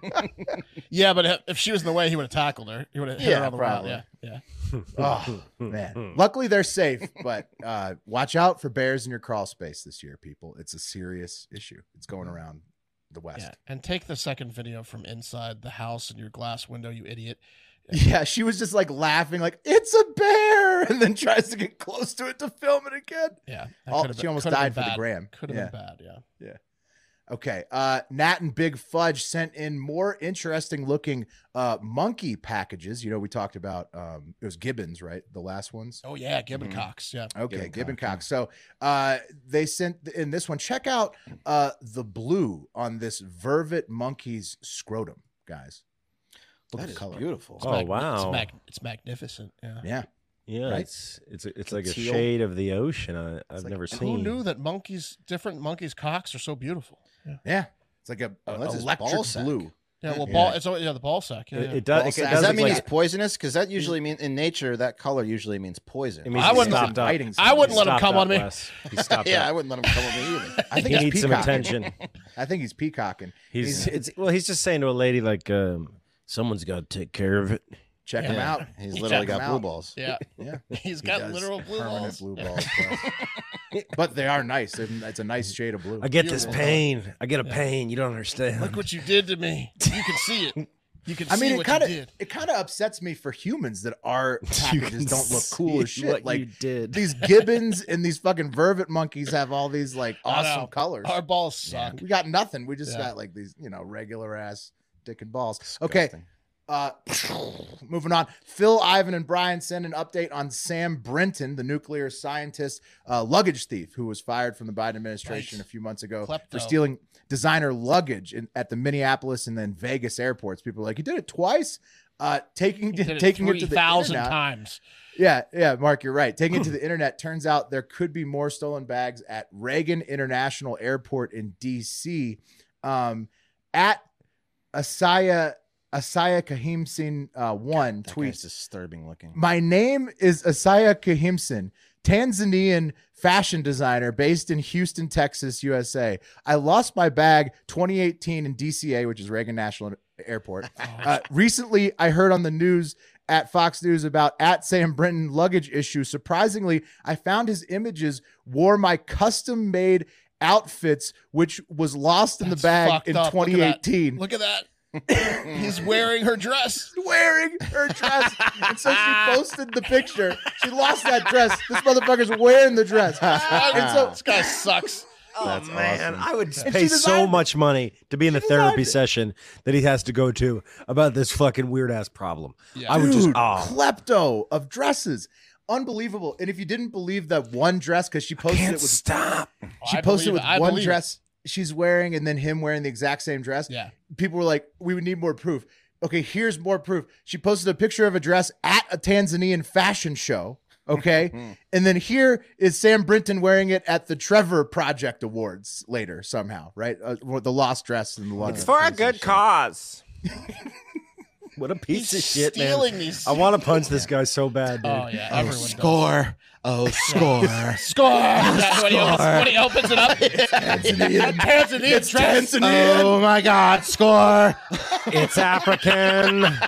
S2: Yeah, but if- if she was in the way, he would have tackled her. He would have hit
S1: Yeah,
S2: her on the
S1: probably.
S2: route. Yeah. Yeah. Uh,
S1: Oh man! Luckily, they're safe, but uh, watch out for bears in your crawl space this year, people. It's a serious issue. It's going around the West.
S2: Yeah, and take the second video from inside the house in your glass window, you idiot.
S1: Yeah, she was just like laughing, like it's a bear, and then tries to get close to it to film it again.
S2: Yeah, that
S1: Oh,
S2: could've
S1: she
S2: been-
S1: almost
S2: could've been
S1: died for the
S2: bad.
S1: gram.
S2: Could have
S1: yeah.
S2: been bad. Yeah.
S1: Yeah. Okay. Uh, Nat and Big Fudge sent in more interesting looking uh, monkey packages. You know, we talked about um, it was Gibbons, right? The last ones.
S2: Oh yeah, Gibbon
S3: Mm-hmm.
S2: Cox. Yeah.
S1: Okay, Gibbon Cox. So uh, they sent in this one. Check out uh, the blue on this vervet monkey's scrotum, guys. Look at
S4: That
S1: the
S4: is
S1: color.
S4: beautiful.
S3: Oh, wow.
S2: It's, mag- it's magnificent. Yeah.
S1: Yeah.
S3: Yeah,
S1: Right?
S3: it's it's it's like a
S1: Teal.
S3: shade of the ocean. I, I've
S1: like-
S3: never
S2: And
S3: seen.
S2: Who knew that monkeys, different monkeys' cocks are so beautiful? Yeah.
S1: Yeah. It's like a, a
S4: that's his ball
S1: electric
S4: sack.
S1: blue.
S2: Yeah. Well, ball. It's always yeah the ball sack. Yeah.
S3: It-
S2: yeah.
S3: it does-
S4: Ball
S3: it
S4: sack.
S3: does
S4: Does that
S3: look
S4: mean
S3: like-
S4: he's poisonous? Because that usually means in nature that color usually means poison.
S3: It means
S2: I
S3: he
S2: wouldn't let
S3: stopped
S2: him-
S3: up.
S2: biting I wouldn't
S3: He
S2: let him
S3: stopped
S2: come
S3: up,
S2: on me.
S3: Wes. He stopped
S4: yeah,
S3: up.
S4: I wouldn't let him come with me either.
S1: I think
S3: He
S1: he's
S3: needs some
S1: peacocking.
S3: attention.
S1: I think he's peacocking.
S3: He's it's well, he's just saying to a lady like, um, someone's got to take care of it.
S1: check him
S2: Yeah.
S1: out.
S4: He's
S2: Yeah.
S4: literally got
S1: Check 'em
S4: blue
S1: out.
S4: balls.
S2: yeah.
S1: Yeah.
S2: He's
S1: He
S2: got
S1: does
S2: literal blue
S1: permanent
S2: balls.
S1: blue
S2: Yeah.
S1: balls. yeah. but they are nice. They're- It's a nice shade of blue.
S3: I get this
S2: Beautiful.
S3: pain. I get a pain. You don't understand.
S2: Look what you did to me. You can see it. You can
S1: I
S2: see
S1: mean, it
S2: what
S1: kind
S2: you did.
S1: of it kind of upsets me for humans that our packages don't look cool as
S3: see
S1: shit.
S3: what
S1: like
S3: you did.
S1: these gibbons and these fucking vervet monkeys have all these like
S2: I know.
S1: awesome colors.
S2: Our balls suck.
S1: we got nothing. We just
S2: Yeah.
S1: got like these, you know, regular ass dick and balls. Okay. Uh, moving on. Phil, Ivan, and Brian send an update on Sam Brenton, the nuclear scientist, uh, luggage thief who was fired from the Biden administration
S2: Nice.
S1: a few months ago for
S2: Klepto.
S1: stealing designer luggage in, at the Minneapolis and then Vegas airports. People are like, he did it twice. Uh, taking
S2: He did
S1: taking
S2: it
S1: it to the
S2: thousand
S1: internet-
S2: times.
S1: yeah, yeah, Mark, you're right. Taking it to the internet, turns out there could be more stolen bags at Reagan International Airport in D.C. Um, at Asaya Asaya Kahimsin uh, one
S4: That guy's
S1: tweets,
S4: disturbing looking.
S1: "My name is Asaya Kahimsin. Tanzanian fashion designer based in Houston, Texas, USA. I lost my bag 2018 in DCA, which is Reagan National Airport.
S2: Oh,
S1: Uh, recently, I heard on the news at Fox News about at Sam Brenton luggage issue. Surprisingly, I found his images wore my custom made outfits, which was lost in the bag
S2: Fucked
S1: in
S2: up. Look at that.
S1: 2018.
S2: Look at that. He's wearing her dress.
S1: Wearing her dress. and so she posted the picture. She lost that dress. This motherfucker's wearing the dress. And so
S2: this guy sucks.
S3: That's man,
S2: awesome.
S3: I would
S2: And
S3: pay
S2: she
S3: so much money to be in a therapy session that he has to go to about this fucking weird ass problem. I would just
S1: Dude,
S3: oh.
S1: klepto of dresses. Unbelievable. And if you didn't believe that one dress, because she posted it with
S3: stop.
S1: She
S2: I
S1: posted
S2: believe
S1: with
S2: it. I
S1: one
S2: believe it.
S1: dress she's wearing and then him wearing the exact same dress.
S2: Yeah.
S1: People were like, we would need more proof. Okay, here's more proof. She posted a picture of a dress at a Tanzanian fashion show.
S4: Hmm.
S1: Okay. and then here is Sam Brinton wearing it at the Trevor Project Awards later, somehow, right? Uh, well, the lost dress and the lost.
S14: It's for a good cause.
S3: What a piece
S14: He's
S3: of shit, man.
S14: stealing these-
S3: I want to punch this guy so bad, dude.
S2: Oh, yeah, Oh, everyone does.
S14: score.
S1: Oh,
S14: score.
S2: Score. That's when, he opens, when he opens it up. Tanzanian. Tanzanian dress.
S14: Oh my God! Score. it's African.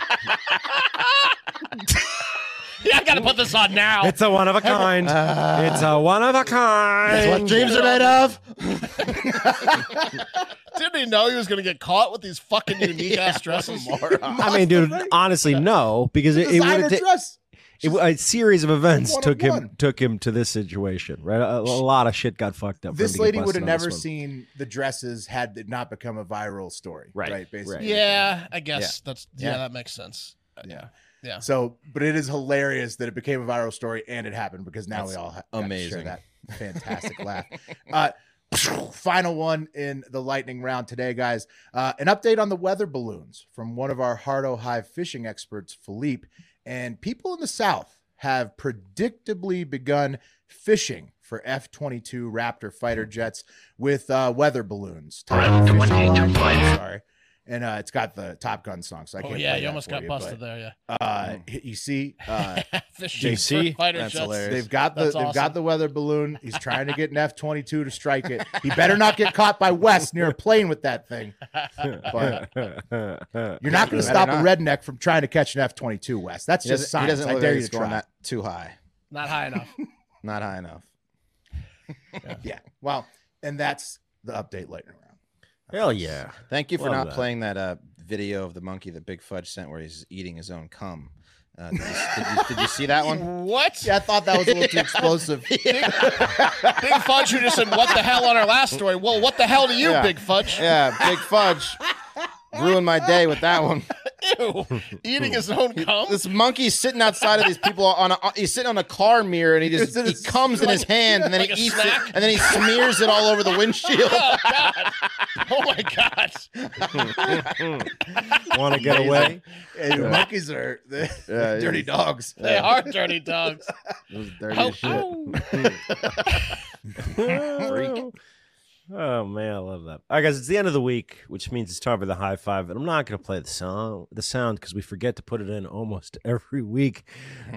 S2: Yeah, I gotta put this on now.
S14: It's a one of a kind. it's a one of a kind.
S2: That's what dreams are made
S14: of.
S2: Didn't he know he was gonna get caught with these fucking unique ass dresses?
S3: I mean, dude, honestly, no, because it, it would
S2: Designer
S3: have ta-
S1: dress.
S3: it, wa- a series of events
S1: One of
S3: took him
S1: one.
S3: took him to this situation, right? A, a lot of shit got fucked up. for him
S1: This
S3: to get
S1: lady would have
S3: busted on this
S1: never
S3: one.
S1: seen the dresses had it not become a viral story. Right. Right. Basically.
S2: Yeah, I guess
S1: Yeah.
S2: that's yeah,
S1: Yeah.
S2: that makes sense. Yeah. Yeah.
S1: So, but it is hilarious that it became a viral story and it happened because now we
S4: That's
S1: all ha- got to share
S4: amazing.
S1: that fantastic laugh. Uh, final one in the lightning round today, guys. Uh, an update on the weather balloons from one of our Hardo Hive fishing experts, Philippe. And people in the South have predictably begun fishing for F 22 Raptor fighter jets with uh, weather balloons. Sorry. And uh, it's got the Top Gun song, so I
S2: Oh
S1: can't.
S2: yeah,
S1: play
S2: you
S1: that
S2: almost
S1: for
S2: got
S1: you,
S2: busted
S1: but-
S2: there. Yeah.
S1: uh h- you see uh
S2: Fishing for fighter That's jets. hilarious.
S1: they've got the
S2: That's
S1: they've
S2: awesome.
S1: got the weather balloon he's trying to get an f-22 to strike it he better not get caught by west near a plane with that thing but you're not
S4: Better
S1: going to stop
S4: not.
S1: a redneck from trying to catch an f-22 west that's
S4: He
S1: just
S4: doesn't- he
S1: science
S4: doesn't
S1: i
S4: look
S1: dare
S4: like
S1: you
S4: he's
S1: to
S4: going
S1: try
S4: that too high
S2: Not high enough.
S4: not high enough
S1: yeah well and that's the update later round
S3: Hell yeah.
S4: Thank you for
S3: Love
S4: not
S3: that.
S4: playing that uh, video of the monkey that Big Fudge sent where he's eating his own cum. Uh, did, you, did you- did you see that one?
S2: What?
S1: Yeah, I thought that was a little too explosive.
S2: Big Fudge, who just said, "What the hell?" on our last story. Well, what the hell do you,
S4: Yeah.
S2: Big Fudge?
S4: Yeah, Big Fudge ruined my day with that one.
S2: Ew, eating his own cum.
S4: This monkey's sitting outside of these people on a he's sitting on a car mirror and he just he comes in his hand and then
S2: Like a
S4: he eats
S2: snack?
S4: it and then he smears it all over the windshield.
S2: Oh God! Oh my God!
S3: Want to get
S4: Amazing.
S3: away?
S1: and
S4: Yeah.
S1: monkeys are they're
S4: Yeah,
S1: dirty
S4: he's-
S1: dogs
S2: they
S4: Yeah.
S2: are dirty dogs.
S4: It was dirty
S2: Ow,
S4: as shit.
S3: oh man, I love that. All right, guys, it's the end of the week, which means it's time for the high five. And I'm not gonna play the song, the sound, because we forget to put it in almost every week.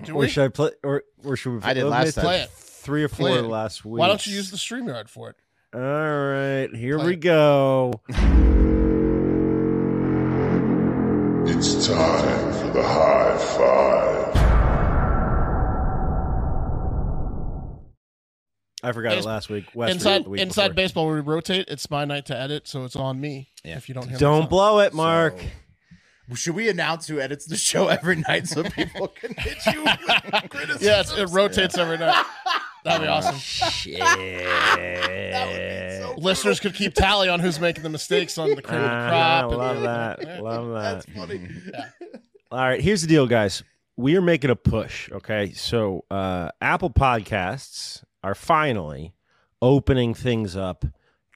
S2: Do
S3: or
S2: we?
S3: should I play? Or or should we?
S4: I did
S3: oh,
S4: last
S3: let's
S4: time.
S2: Play it.
S3: Three or four
S2: Play it.
S3: last week.
S2: Why don't you use the Streamyard for it?
S3: All right, here we go.
S6: It's time for the high five.
S3: I forgot it last week. West
S2: inside
S3: the week
S2: inside
S3: before.
S2: baseball, we rotate. It's my night to edit, so it's on me. If you don't hear,
S3: Don't blow it, Mark.
S1: should we announce who edits the show every night so people can hit you with criticism?
S2: Yes, it rotates every night. That'd be
S1: Ah,
S2: awesome.
S3: Shit.
S2: Listeners could keep tally on who's making the mistakes on the cream of the
S3: Ah,
S2: crop. and-
S3: love that. Love that.
S2: Yeah.
S3: All right, here's the deal, guys. We are making a push. Okay, so uh, Apple Podcasts are finally opening things up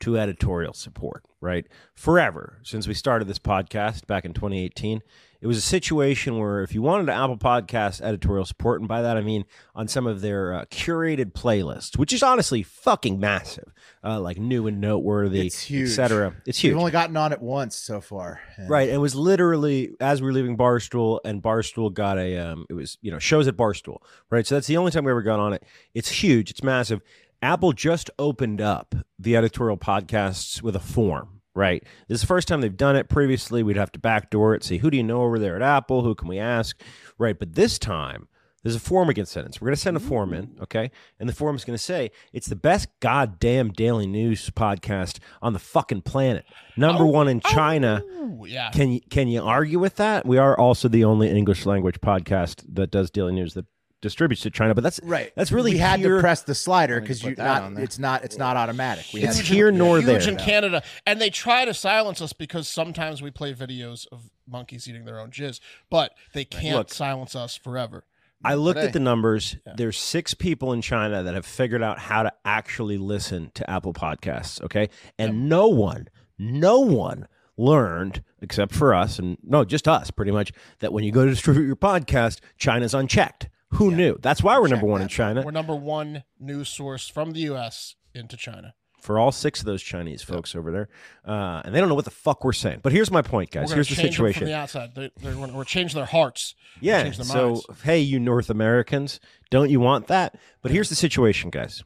S3: to editorial support. Right, forever since we started this podcast back in 2018, It was a situation where if you wanted an Apple Podcast editorial support, and by that I mean on some of their uh, curated playlists, which is honestly fucking massive, uh, like new and noteworthy,
S1: It's huge.
S3: etc. It's huge.
S1: We've only gotten on it once so far. and-
S3: Right, and it was literally as we were leaving Barstool, and Barstool got a um, it was you know shows at Barstool, right? So that's the only time we ever got on it. It's huge, it's massive. Apple just opened up the editorial podcasts with a form, right? This is the first time they've done it. Previously, we'd have to backdoor it, see who do you know over there at Apple, who can we ask, right? But this time, there's a form against sentence. We're going to send a form in, okay? And the form is going to say it's the best goddamn daily news podcast on the fucking planet. Number one in China.
S2: yeah.
S3: Can you can you argue with that? We are also the only English language podcast that does daily news that distributes to China. But that's
S1: Right.
S3: That's really
S1: we had
S3: here-
S1: to press the slider because
S3: put
S1: you
S3: that on
S1: not.
S3: there.
S1: It's not. It's not automatic. We
S3: It's
S1: had to-
S3: here nor
S2: huge
S3: there.
S2: in Canada, and they try to silence us because sometimes we play videos of monkeys eating their own jizz, but they can't
S3: Look.
S2: silence us forever.
S3: I looked
S2: Today.
S3: at the numbers. There's six people in China that have figured out how to actually listen to Apple Podcasts. Okay, and no one, no one learned except for us, and no, just us, pretty much, that when you go to distribute your podcast, China's unchecked. Who knew? That's why we're number one in China
S2: We're number one news source from the U.S. into China.
S3: for all six of those Chinese folks over there, uh, and they don't know what the fuck we're saying. But here's my point,
S2: We're
S3: guys.
S2: gonna
S3: Here's the
S2: change them
S3: situation.
S2: from the outside. They, they're, gonna- we're changing their hearts. We're
S3: Yeah.
S2: changing their
S3: So,
S2: minds.
S3: hey, you North Americans, don't you want that? But here's the situation, guys.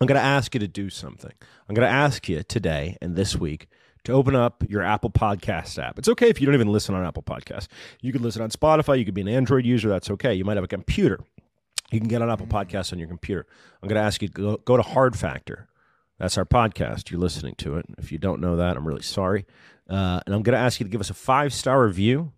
S3: I'm going to ask you to do something. I'm going to ask you today and this week to open up your Apple Podcast app. It's okay if you don't even listen on Apple Podcasts. You could listen on Spotify. You could be an Android user. That's okay. You might have a computer. You can get on Apple
S2: Mm.
S3: Podcasts on your computer. I'm going to ask you to go, go to Hard Factor. That's our podcast. You're listening to it. If you don't know that, I'm really sorry. Uh, and I'm going to ask you to give us a five star review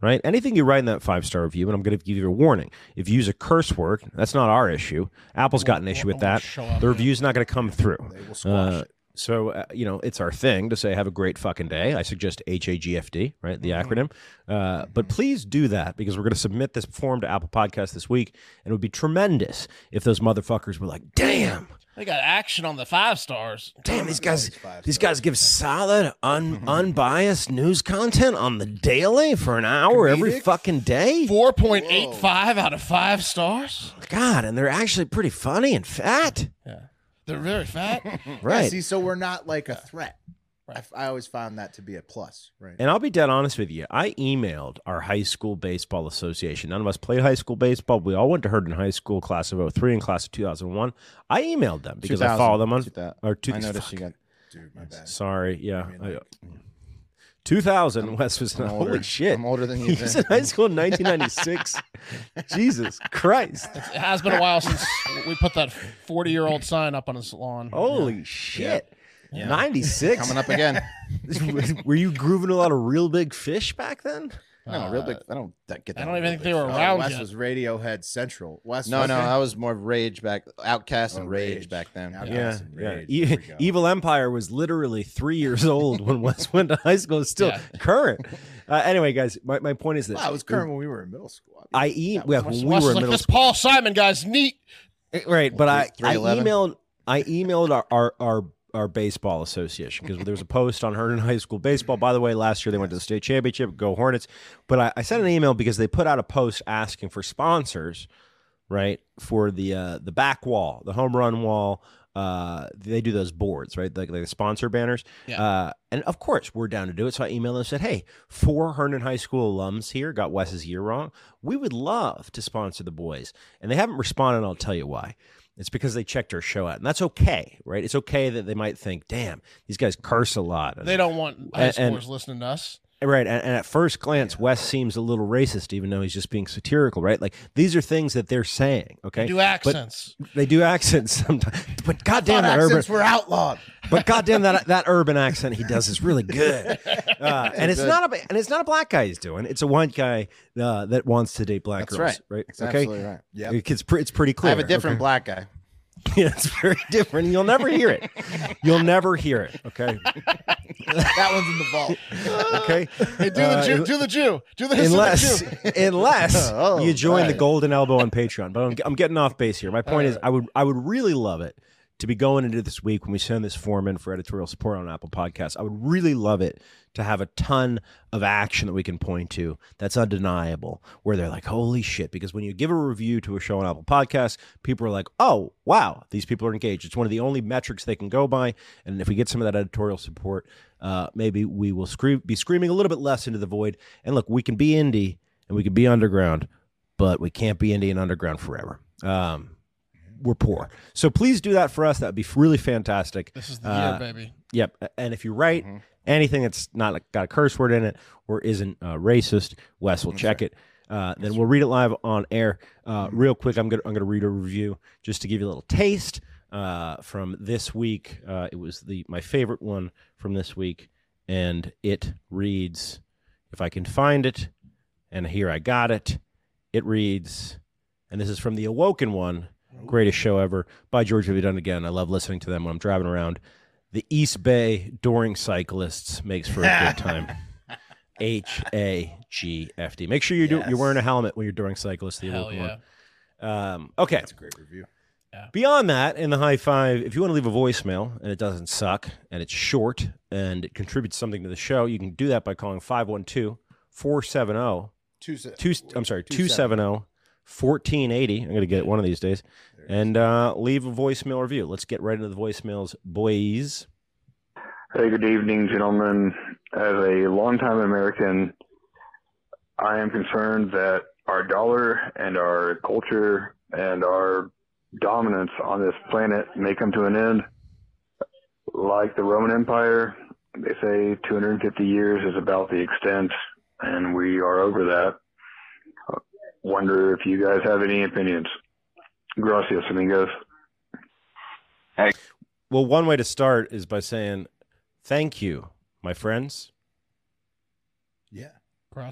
S3: right? Anything you write in that five star review, and I'm going to give you a warning. If you use a curse word, that's not our issue. Apple's got an issue with that. The review's not going to come through. Uh, so uh, you know it's our thing to say have a great fucking day. I suggest H A G F D, right? The acronym. Uh, but please do that because we're going to submit this form to Apple Podcast this week, and it would be tremendous if those motherfuckers were like, "Damn,
S2: They got action on the five stars.
S3: Damn, these guys, these guys give solid, un, unbiased news content on the daily for an hour every fucking day.
S2: Four point eight five out of five stars.
S3: God, and they're actually pretty funny and fat.
S2: They're very fat.
S3: Right.
S1: see, so we're not like a threat. I, I always found that to be a plus. Right.
S3: And I'll be dead honest with you. I emailed our high school baseball association. None of us played high school baseball. We all went to Herndon High School, class of 03 and class of 2001. I emailed them because I
S4: 2000.
S3: follow them on. Or two,
S4: I noticed you
S3: fuck.
S4: got.
S1: Dude, my bad.
S3: Sorry. Yeah. I- 2000, Wes was
S4: I'm older.
S3: holy shit.
S4: I'm older than you
S3: He was in
S4: think.
S3: high school in 1996. Jesus Christ.
S2: It has been a while since we put that 40 year old sign up on his lawn.
S3: Holy shit. 96.
S4: Coming up again.
S3: Were you grooving a lot of real big fish back then?
S4: No, real
S3: Uh,
S4: big. I don't that- get that. real big stuff.
S1: West was Radiohead Central. West.
S4: No,
S1: was
S4: no, I was more rage back, outcast and Oh, rage, back then.
S3: Yeah, yeah. E- Evil Empire was literally three years old when Wes went to high school. It's still
S1: Yeah.
S3: current. Uh, anyway, guys, my, my point is this.
S1: Wow, it was current when we were in middle school.
S3: I e- well, when we
S2: Wes
S3: were
S2: is
S3: in
S2: like
S3: middle
S2: this
S3: school.
S2: Paul Simon guy's neat.
S3: Right, but I, I
S2: 311.
S3: emailed I emailed our our our, our baseball association because there was a post on Herndon High School baseball. By the way, last year they went to the state championship. Go Hornets! But I, I sent an email because they put out a post asking for sponsors, right for the uh, the back wall, the home run wall. Uh, they do those boards, right? Like, like the sponsor banners.
S2: Yeah.
S3: Uh, and of course, we're down to do it. So I emailed them and said, Hey, four Herndon High School alums here got Wes's year wrong. We would love to sponsor the boys. And they haven't responded. and I'll tell you why. It's because they checked our show out. And that's okay, right? It's okay that they might think, Damn, these guys curse a lot.
S2: They don't want high
S3: And- and-
S2: schoolers listening to us.
S3: Right. And, and at first glance, Wes seems a little racist, even though he's just being satirical, right? Like these are things that they're saying, okay?
S2: do
S3: But
S2: accents.
S3: they do accents sometimes. But goddamn,
S1: Thought
S3: that
S1: accents
S3: urban,
S1: were outlawed.
S3: But goddamn, that, that urban accent he does is really good. Uh, and it's
S1: Good.
S3: not a and it's not a black guy he's doing. It's a white guy uh, that wants to date black
S4: That's
S3: girls,
S4: right. That's absolutely right.
S3: Yeah,
S4: Yep.
S3: it's, pre- it's pretty
S4: I
S3: clear.
S4: have a different
S3: okay?
S4: black guy.
S3: Yeah, it's very different. You'll never hear it. You'll never hear it. Okay.
S1: that one's in the vault.
S3: Okay.
S2: Hey, do the
S3: Uh,
S2: Jew.
S3: it-
S2: Do the Jew. Do the
S3: unless
S2: Do the Jew.
S3: unless
S2: Oh,
S3: you join the
S2: right.
S3: golden elbow on patreon but I'm, I'm getting off base here my point is i would i would really love it to be going into this week when we send this form in for editorial support on Apple Podcasts. I would really love it to have a ton of action that we can point to that's undeniable, where they're like, holy shit. Because when you give a review to a show on Apple Podcasts, people are like, oh, wow, these people are engaged. It's one of the only metrics they can go by. And if we get some of that editorial support, uh, maybe we will scream, be screaming a little bit less into the void. And look, we can be indie and we can be underground, but we can't be indie and underground forever. Um,
S2: Mm-hmm.
S3: we're poor. So please do that for us. That'd be really fantastic. Uh,
S2: This is the year, baby. Mm-hmm.
S3: Yep. And if you write anything that's not like, got a curse word in it or isn't uh, racist, Wes will check it. Uh, then we'll read it live on air. Uh,
S2: Mm-hmm.
S3: real quick, I'm gonna I'm gonna read a review just to give you a little taste uh, from this week. Uh, it was the my favorite one from this week, and it reads, if I can find it, and here I got it. It reads, and this is from the Awoken one, greatest show ever by George W. Done again. I love listening to them when I'm driving around. The East Bay Doring Cyclists makes for a good time. H A G F D. Make sure you do, you're wearing a helmet when you're doing cyclists. The
S2: Hell
S3: Awoken one. Um, okay.
S1: That's a great review.
S3: Beyond that, in the high five, if you want to leave a voicemail and it doesn't suck and it's short and it contributes something to the show, you can do that by calling 512 470
S1: Two se-
S3: I'm sorry,
S1: two seven.
S3: 270 1480. I'm going to get it one of these days. And uh, leave a voicemail review. Let's get right into the voicemails, boys.
S15: Hey, good evening, gentlemen. As a longtime American, I am concerned that our dollar and our culture and our dominance on this planet may come to an end. Like the Roman Empire, they say 250 years is about the extent, and we are over that. Wonder if you guys have any opinions. Gracias, amigos.
S3: Well, one way to start is by saying thank you, my friends.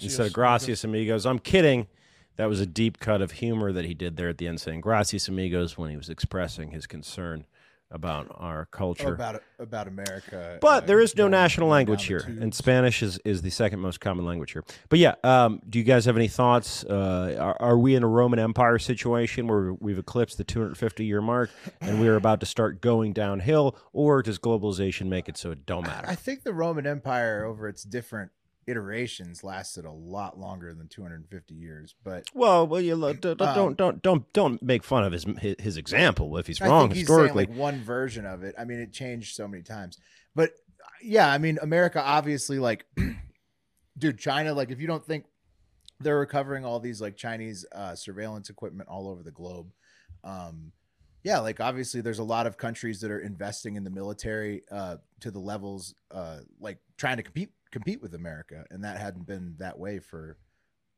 S3: Instead of gracias amigos, I'm kidding. That was a deep cut of humor that he did there at the end, saying gracias amigos when he was expressing his concern about our culture.
S1: Oh, About about America. uh,
S3: but there is no national language here, and Spanish is, is the second most common language here. But yeah, um, do you guys have any thoughts? Uh, are, are we in a Roman Empire situation where we've eclipsed the 250 year mark and we're about to start going downhill, or does globalization make it so it don't matter?
S1: I think the Roman Empire over its different iterations lasted a lot longer than 250 years, but
S3: Well, well, you look, don't,
S1: Um,
S10: Uh,
S3: don't don't don't don't make fun of his his, his example if he's
S1: I
S3: wrong
S1: think he's saying,
S3: historically.
S1: like one version of it. I mean, it changed so many times. But uh, yeah, I mean, America obviously like, dude, China. Like, if you don't think they're recovering all these like Chinese uh, surveillance equipment all over the globe, um, yeah, like obviously there's a lot of countries that are investing in the military uh, to the levels uh, like trying to compete compete with America, and that hadn't been that way for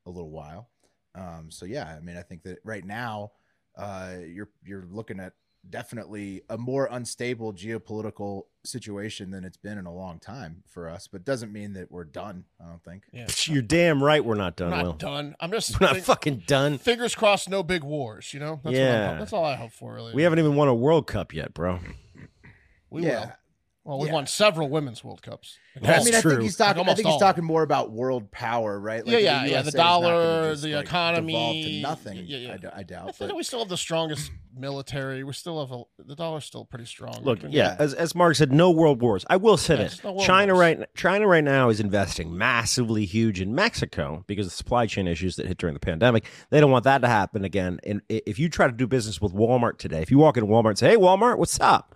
S1: a little while. Um, so yeah, I mean, I think that right now uh, you're you're looking at definitely a more unstable geopolitical situation than it's been in a long time for us, but doesn't mean that we're done. I don't think.
S2: Yeah.
S3: You're damn right. We're not
S2: I'm
S3: done.
S2: not
S3: Will.
S2: done. I'm just
S3: We're not
S2: think-
S3: fucking done.
S2: Fingers crossed, no big wars. You know, that's What I
S3: yeah,
S2: hope- that's all I hope for. Really,
S3: We haven't even won a World Cup yet, bro.
S2: We
S1: Yeah.
S2: will. Well, we have won several women's World Cups. Like
S1: I
S2: all-
S1: mean, I think he's
S2: like
S1: talking. I
S2: almost
S1: think he's
S2: all.
S1: talking more about world power, right?
S2: yeah, yeah, yeah. The
S1: USA is not gonna
S2: dollar,
S1: just,
S2: the
S1: like, devolve
S2: economy,
S1: to nothing.
S2: Yeah, yeah.
S1: I, d- I doubt.
S2: I feel like we still have the strongest military. We still have a the dollar's still pretty strong.
S3: Look,
S2: Like,
S3: yeah, as, as Mark said, no world wars. I will say
S2: Yeah,
S3: this:
S2: it's no world
S3: China right China right now is investing massively huge in Mexico because of supply chain issues that hit during the pandemic. They don't want that to happen again. And i- if you try to do business with Walmart today, if you walk into Walmart and say, "Hey, Walmart, what's up?"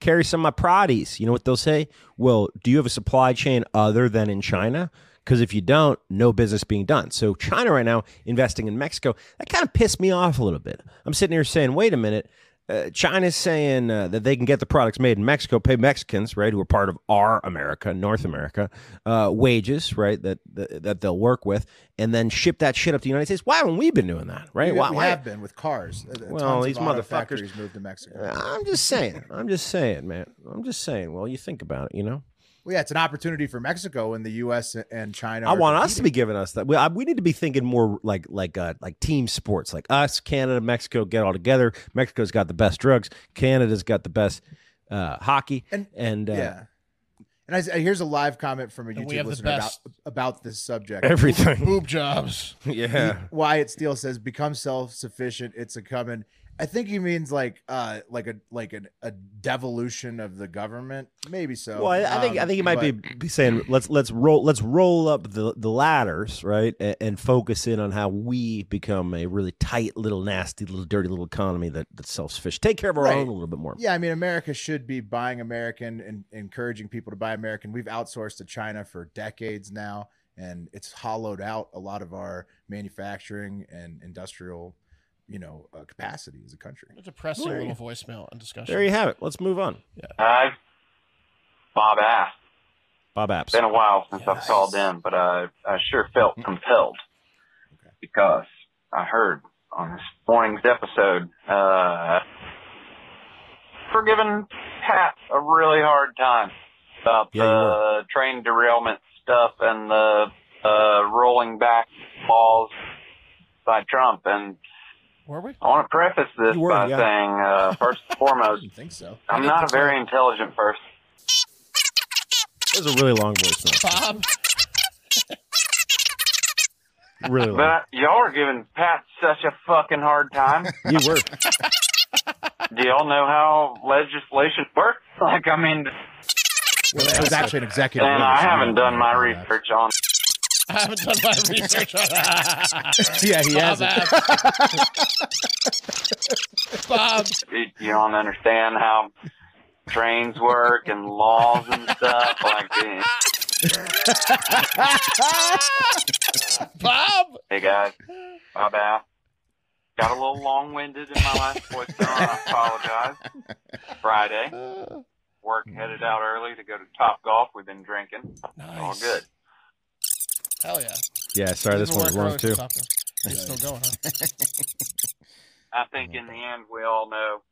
S3: Carry some of my produce. You know what they'll say? Well, do you have a supply chain other than in China? Because if you don't, no business being done. So China right now investing in Mexico. That kind of pissed me off a little bit. I'm sitting here saying, "Wait a minute." uh, China's saying uh, that they can get the products made in Mexico, pay Mexicans, right, who are part of our America, North America, uh, wages, right, that, that that they'll work with, and then ship that shit up to the United States. Why haven't we been doing that, right?
S1: We,
S3: Why,
S1: we
S3: why-
S1: have been with cars. Uh,
S3: Well,
S1: tons of
S3: these
S1: auto
S3: motherfuckers-
S1: factories moved to Mexico.
S3: I'm just saying. I'm just saying, man. I'm just saying. Well, you think about it, you know.
S1: Well, yeah, it's an opportunity for Mexico and the U.S. and China.
S3: I
S1: are
S3: want us to
S1: competing.
S3: be giving us that. We, I, we need to be thinking more like like uh, like team sports, like us, Canada, Mexico, get all together. Mexico's got the best drugs. Canada's got the best uh, hockey, and, uh,
S1: yeah. And I, I- here's a live comment from a
S2: we
S1: YouTube
S2: have the
S1: listener about,
S2: best.
S1: about this subject.
S3: Everything.
S2: Boob jobs.
S3: Yeah.
S1: Wyatt Steele says, "Become self-sufficient. It's a coming." I think he means like uh like a like an, a devolution of the government. Maybe so.
S3: Well, I, I think I
S1: Um,
S3: think he might be,
S1: but-
S3: be saying let's let's roll let's roll up the the ladders right and, and focus in on how we become a really tight little nasty little dirty little economy that that sells fish. Take care of our
S1: Right.
S3: own a little bit more.
S1: Yeah, I mean, America should be buying American and encouraging people to buy American. We've outsourced to China for decades now, and it's hollowed out a lot of our manufacturing and industrial, you know, uh, capacity as a country.
S2: It's a pressing
S1: There
S2: little
S1: you-
S2: voicemail and discussion.
S3: There you have it. Let's move on.
S16: Hi, Bob Ass.
S3: Bob
S16: It's
S3: Apps.
S16: been a while since I've called in, but I, I sure felt compelled because I heard on this morning's episode uh, for giving Pat a really hard time about
S17: Yeah, you
S16: the train derailment stuff and the uh, rolling back laws by Trump. And
S2: Were we?
S16: I want to preface this
S2: You were,
S16: by
S2: yeah.
S16: saying, uh, first and foremost,
S1: I think so.
S16: I'm not a very intelligent person.
S3: That was a really long voicemail.
S2: Bob.
S3: Really long.
S16: But y'all are giving Pat such a fucking hard time.
S3: You were.
S16: Do y'all know how legislation works? Like, I mean,
S1: Well, that was actually an executive.
S16: and
S1: order,
S16: I
S1: so you
S16: haven't
S1: don't
S16: done
S1: know
S16: my
S1: about
S16: research on.
S2: I haven't done my research on that.
S1: Yeah, he
S2: Bob
S1: hasn't.
S2: Apps. Bob.
S16: You- You don't understand how trains work and laws and stuff. Like, eh.
S2: Bob.
S16: hey guys, my bad. Got a little long-winded in my last voicemail. I apologize. Friday, work headed out early to go to Top Golf. We've been drinking. All
S2: Nice.
S16: good.
S2: Hell yeah.
S3: Yeah, sorry, this
S2: Didn't
S3: one's
S2: work
S3: long
S2: early
S3: too.
S2: for Taco. It's still going, huh?
S16: I think in the end, we all know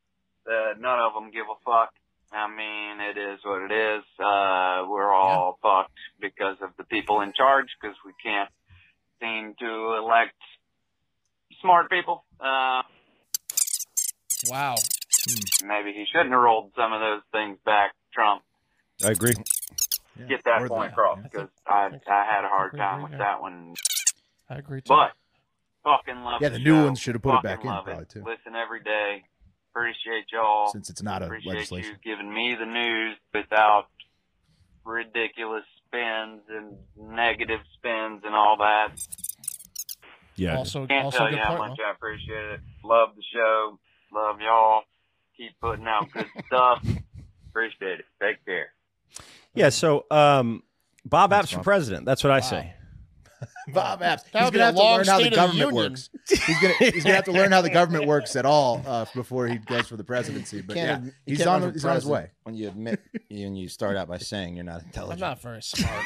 S16: that none of them give a fuck. I mean, it is what it is. Uh, we're all fucked because of the people in charge because we can't seem to elect smart people. Uh,
S2: wow.
S16: maybe he shouldn't have rolled some of those things back, Trump.
S3: I agree.
S16: Get that point across because I, I had a hard time with that one.
S2: I agree too.
S16: But fucking love.
S1: Yeah, the new
S16: show.
S1: ones should have put it
S16: Fucking
S1: back in,
S16: love
S1: probably, too.
S16: Listen every day. Appreciate y'all.
S1: Since it's not a
S16: Appreciate
S1: legislation.
S16: you giving me the news without ridiculous spins and negative spins and all that.
S3: Yeah.
S2: Also,
S16: Can't
S2: also
S16: tell
S2: good
S16: you how
S2: point.
S16: much I appreciate it. Love the show. Love y'all. Keep putting out good stuff. Appreciate it. Take care.
S3: Yeah. So, um, Bob Apps for president. That's what I say.
S1: Bob Apps.
S2: That
S1: he's
S2: would be
S1: gonna
S2: a
S1: have to
S2: long
S1: learn how the
S2: State of the
S1: government
S2: Union.
S1: works. He's gonna he's gonna have to learn how the government works at all uh, before he goes for the presidency. But yeah,
S4: Can't adm- you
S1: he's
S4: can't
S1: on
S4: run for
S1: the- he's on his way.
S4: president When you admit and you start out by saying you're not
S2: I'm
S4: intelligent.
S2: not very smart.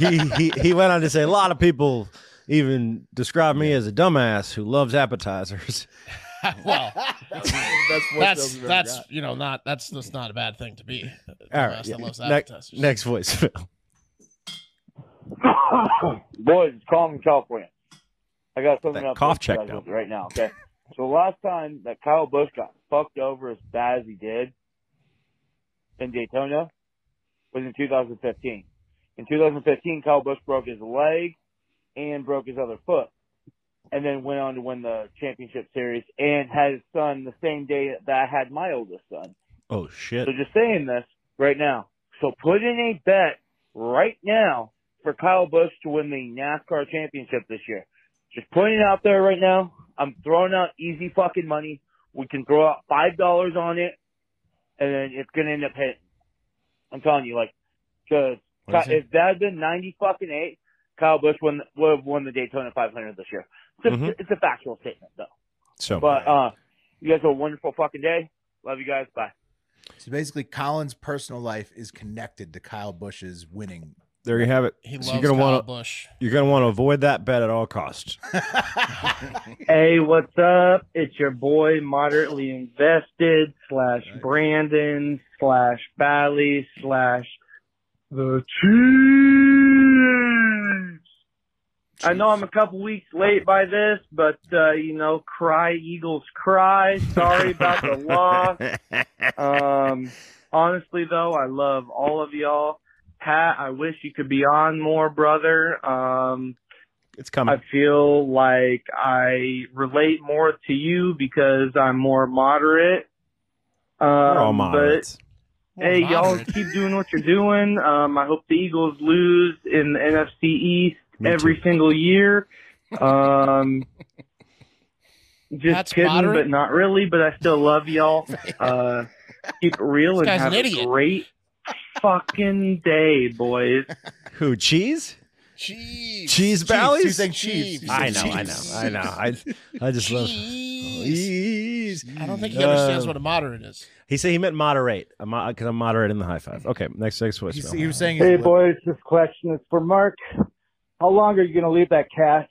S3: he, he he went on to say a lot of people even describe me as a dumbass who loves appetizers.
S2: well,
S1: voicemails
S2: that's
S1: we've ever
S2: that's
S1: got.
S2: you know not that's that's not a bad thing to be.
S3: All right.
S2: Dumbass that loves
S3: Ne-
S2: appetizers.
S3: next voice. Phil.
S18: Boys, calm and calm. I got something
S3: That
S18: up
S3: cough
S18: there
S3: check
S18: guys
S3: down.
S18: with right now. Okay. So last time that Kyle Busch got fucked over as bad as he did in Daytona was in 2015. In 2015, Kyle Busch broke his leg and broke his other foot, and then went on to win the championship series and had his son the same day that I had my oldest son.
S3: Oh shit.
S18: So just saying this right now. So put in a bet right now for Kyle Busch to win the NASCAR championship this year. Just putting it out there right now. I'm throwing out easy fucking money. We can throw out five dollars on it, and then it's gonna end up hitting. I'm telling you, like, because
S19: What is it?
S18: if that had been ninety fucking eight, Kyle Busch won, would have won the Daytona 500 this year. It's a,
S3: Mhm.
S18: it's a factual statement, though.
S3: So
S18: But uh, you guys have a wonderful fucking day. Love you guys. Bye.
S1: So basically, Colin's personal life is connected to Kyle Bush's winning.
S3: there you have it.
S1: He
S3: So
S1: loves
S3: you're gonna
S1: Kyle
S3: wanna,
S2: Busch.
S3: You're gonna want to avoid that bet at all costs.
S19: Hey, what's up? It's your boy, moderately invested slash Brandon slash Bally slash the Chiefs. I know I'm a couple weeks late by this, but uh, you know, cry Eagles cry. Sorry about the loss. Um, honestly, though, I love all of y'all. Pat, I wish you could be on more, brother. Um,
S3: It's coming.
S19: I feel like I relate more to you because I'm more moderate. Um,
S3: all
S19: but,
S3: moderates.
S19: hey, y'all keep doing what you're doing. Um, I hope the Eagles lose in the NFC East
S3: Me
S19: every single year. Um, just
S2: That's
S19: kidding,
S2: moderate.
S19: but not really. But I still love y'all. Uh, keep it real and
S2: This guy's
S19: have
S2: an
S19: a
S2: idiot.
S19: great fucking day, boys.
S3: Who cheese?
S2: Cheese.
S3: Cheese
S2: Cheese.
S3: valleys.
S2: You think cheese. You
S3: I know.
S2: think
S3: I know.
S2: cheese.
S3: I know. I I just love. Oh, Cheese.
S2: I don't think he understands what a moderate is.
S3: Uh, He said he meant moderate. I'm because I'm moderating the high five. Okay, next next voicemail.
S1: he was saying,
S18: "Hey boys, this question is for Mark. How long are you going to leave that cash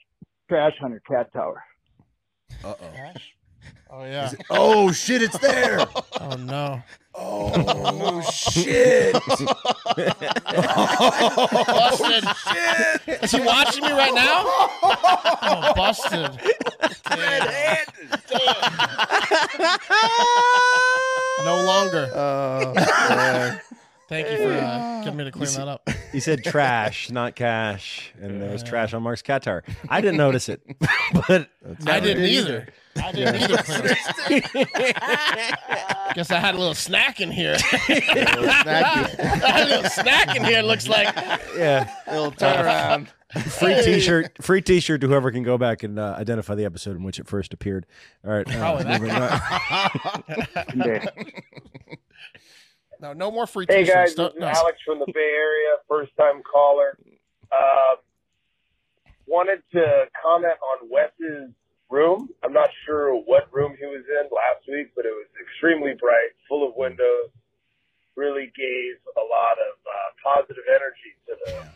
S18: trash hunter cat tower?
S1: Uh oh.
S2: Oh yeah.
S1: Oh shit! It's there.
S2: oh no.
S1: Oh shit!
S2: Busted. Is he watching me right now? Oh, busted. No longer.
S3: Oh,
S2: Thank you for uh, getting me to clean that up.
S3: He said trash, not cash, and there was trash on Mark's cat tower. I didn't notice it, but
S2: I didn't either. I didn't
S3: Yeah.
S2: either. Clear. Guess I had a little snack in here. I had a little snack in here. Looks like
S3: Yeah, Uh,
S2: little turnaround.
S3: free T-shirt, free T-shirt to whoever can go back and uh, identify the episode in which it first appeared. All right, uh,
S2: Probably that
S3: moving on.
S2: guy. no, no more free
S11: Hey
S2: t-shirts.
S11: guys, this
S2: Don't-
S11: is
S2: no.
S11: Alex from the Bay Area, first time caller. Uh, wanted to comment on Wes's room. I'm not sure what room he was in last week, but it was extremely bright, full of windows. Really gave a lot of uh, positive energy to the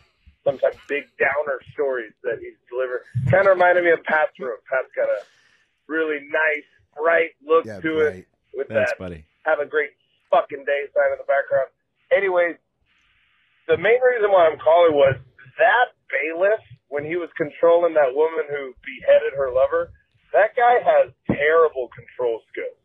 S11: sometimes big downer stories that he's delivered. Kind of reminded me of Pat's room. Pat's got a really nice, bright look
S1: Yeah,
S11: to
S1: bright.
S11: it with
S3: Thanks,
S11: that
S3: buddy.
S11: have a great fucking day sign in the background. Anyways, the main reason why I'm calling was that bailiff, when he was controlling that woman who beheaded her lover, that guy has terrible control skills.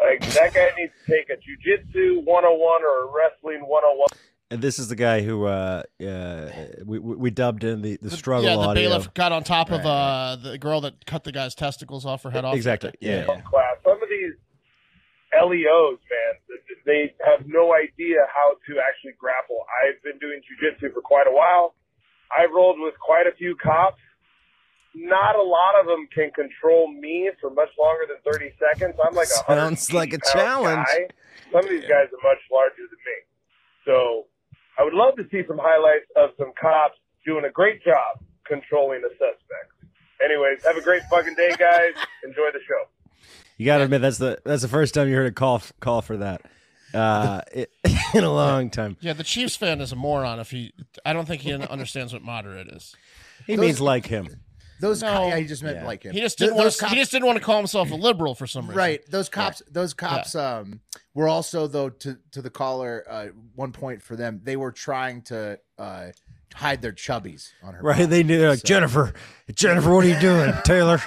S11: Like, that guy needs to take a jujitsu 101 or a wrestling 101.
S3: And this is the guy who uh, uh, we we we dubbed in the the struggle
S2: yeah, the
S3: audio.
S2: bailiff got on top of uh, the girl that cut the guy's testicles off her head off.
S3: Exactly. Yeah.
S11: class. Some of these LEOs, man, they have no idea how to actually grapple. I've been doing jujitsu for quite a while. I've rolled with quite a few cops. Not a lot of them can control me for much longer than 30 seconds. I'm like a
S3: Sounds like a
S11: 180 pound
S3: challenge.
S11: Guy. Some of these guys are much larger than me. So I would love to see some highlights of some cops doing a great job controlling a suspect. Anyways, have a great fucking day, guys. Enjoy the show.
S3: You gotta admit that's the that's the first time you heard a call call for that uh, it, in a long time.
S2: Yeah, the Chiefs fan is a moron. If he, I don't think he understands what moderate is.
S3: He means like him.
S1: Those co- yeah, he just meant like him.
S2: He just
S1: Th-
S2: didn't want
S1: those
S2: to. He just didn't want to call himself a liberal for some reason.
S1: Right. Those cops. Those cops. Um, were also though to to the caller. Uh, one point for them. They were trying to uh hide their chubbies on her.
S3: Right? They knew they're like Jennifer, Jennifer, what are you doing, Taylor?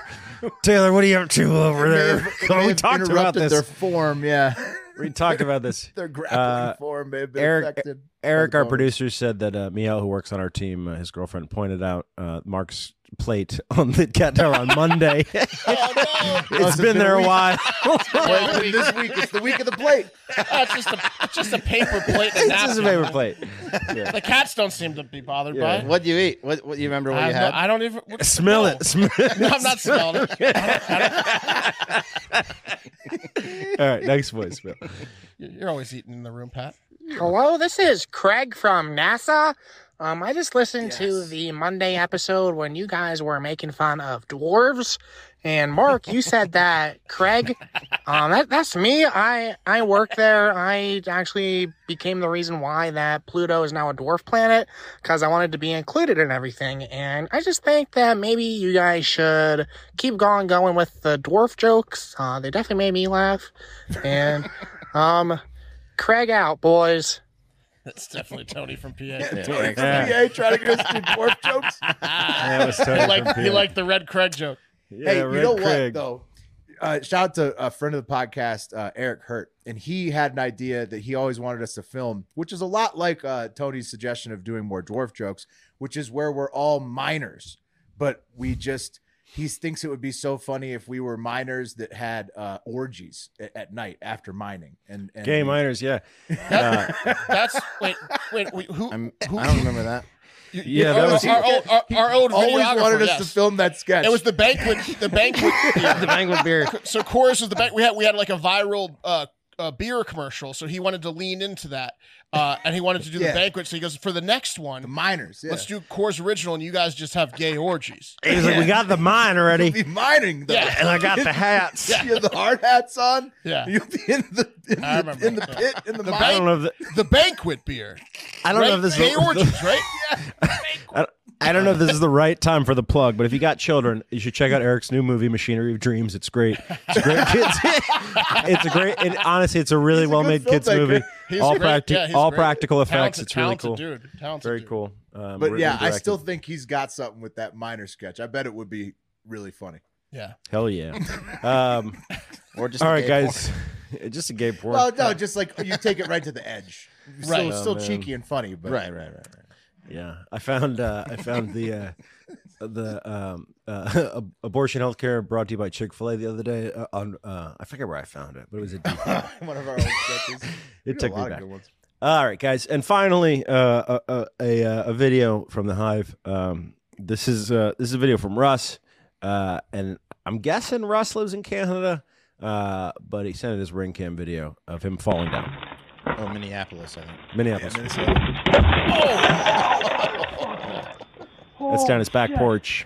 S3: Taylor, what are you up to over
S1: It may
S3: there?
S1: have- it
S3: Oh,
S1: may
S3: we
S1: have
S3: talked about
S1: interrupted
S3: this.
S1: Their form. Yeah.
S3: we talked about this.
S1: Their grappling
S3: Uh,
S1: form may have been
S3: Eric,
S1: affected. Oh,
S3: Eric, our
S1: bonus.
S3: producer, said that uh, Miel, who works on our team, uh, his girlfriend pointed out uh, Mark's plate on the cat tower on Monday.
S1: it's
S3: it's been,
S1: been a
S3: there a
S1: week.
S3: while.
S1: Wait, wait, this week it's the week of the plate.
S2: it's just a it's just a paper plate.
S3: it's just a paper plate. Yeah.
S2: The cats don't seem to be bothered by it.
S4: What do you eat? What, what you remember? What
S2: I,
S4: you
S2: have
S4: had?
S2: no- I don't even what-
S3: Smell
S2: no.
S3: it. Smell it.
S2: No, I'm not smelling it.
S3: All right, next voicemail.
S2: You're always eating in the room, Pat.
S17: Hello, this is Craig from NASA. Um, I just listened to the Monday episode when you guys were making fun of dwarves, and Mark, you said that Craig, um, that, that's me. I I work there. I actually became the reason why that Pluto is now a dwarf planet because I wanted to be included in everything, and I just think that maybe you guys should keep going going with the dwarf jokes. Uh, they definitely made me laugh, and um. Craig out, boys.
S2: That's definitely Tony from PA.
S17: Tony from Yeah. PA trying to get us to do dwarf jokes.
S2: That
S1: was Tony
S2: He liked,
S1: from
S2: he
S1: PA.
S2: liked the red Craig joke.
S1: hey, you know what though? Uh, shout out to a friend of the podcast, uh, Eric Hurt, and he had an idea that he always wanted us to film, which is a lot like uh, Tony's suggestion of doing more dwarf jokes, which is where we're all minors. but we just he thinks it would be so funny if we were miners that had uh, orgies at, at night after mining and, and
S3: Gay miners, yeah.
S1: That-
S3: Uh,
S2: That's wait, wait, wait who? who
S4: I don't remember that.
S3: yeah, that was
S2: our old, our, our old
S1: always
S2: videographer,
S1: wanted us
S2: yes.
S1: to film that sketch.
S2: It was the banquet, the banquet, beer.
S3: the banquet beer.
S2: So chorus was the bank. We had we had like a viral uh, uh, beer commercial. So he wanted to lean into that, uh, and he wanted to do
S1: Yeah.
S2: the banquet. So he goes for the next one, the
S1: miners.
S2: Let's do chorus original, and you guys just have gay orgies.
S3: He was like, "We got the mine already."
S1: Be mining, though.
S2: Yeah.
S3: and I got the hats.
S1: You have the hard hats on.
S2: Yeah.
S1: You'll be in the in, the,
S2: I remember
S1: in the
S2: that.
S1: pit in the,
S2: The
S1: mine.
S2: bank-
S3: I don't know if the,
S2: the banquet beer.
S3: I don't know
S2: Right?
S3: if this
S2: gay
S3: is
S2: orgies, right?
S3: I don't- I don't know if this is the right time for the plug, but if you got children, you should check out Eric's new movie, Machinery of Dreams. It's great. It's a great kids. it's a great. And honestly, it's a really well made kids
S1: filmmaker.
S3: movie.
S1: He's
S3: all
S1: great.
S3: practi-
S1: Yeah, he's
S3: all
S1: great.
S3: practical effects.
S2: Talented-
S3: it's really cool.
S2: talented dude. Talented
S3: Very cool. Um,
S1: but
S3: written
S1: yeah,
S3: and
S1: I
S3: directed.
S1: still think he's got something with that minor sketch. I bet it would be really funny.
S2: Yeah.
S3: hell yeah. Um,
S4: or
S1: just
S3: all
S1: a
S3: right,
S1: gay
S3: guys. just a gay porn.
S1: Well, no, just like you take it right to the edge. Still,
S3: Right. Oh,
S1: still
S3: man.
S1: cheeky and funny, but
S3: Right, right,
S1: right.
S3: Yeah, I found uh, I found the uh, the um, uh, ab- abortion healthcare brought to you by Chick Fil A the other day uh, on uh, I forget where I found it, but it was a
S1: One of our old sketches. We do
S3: it took
S1: a
S3: me
S1: lot of
S3: back.
S1: good ones.
S3: All right, guys, and finally uh, a, a a a video from the Hive. Um, this is uh, this is a video from Russ, uh, and I'm guessing Russ lives in Canada, uh, but he sent his ring cam video of him falling down.
S4: Oh, Minneapolis, I think.
S3: Minneapolis.
S4: Yeah,
S3: That's down his back porch.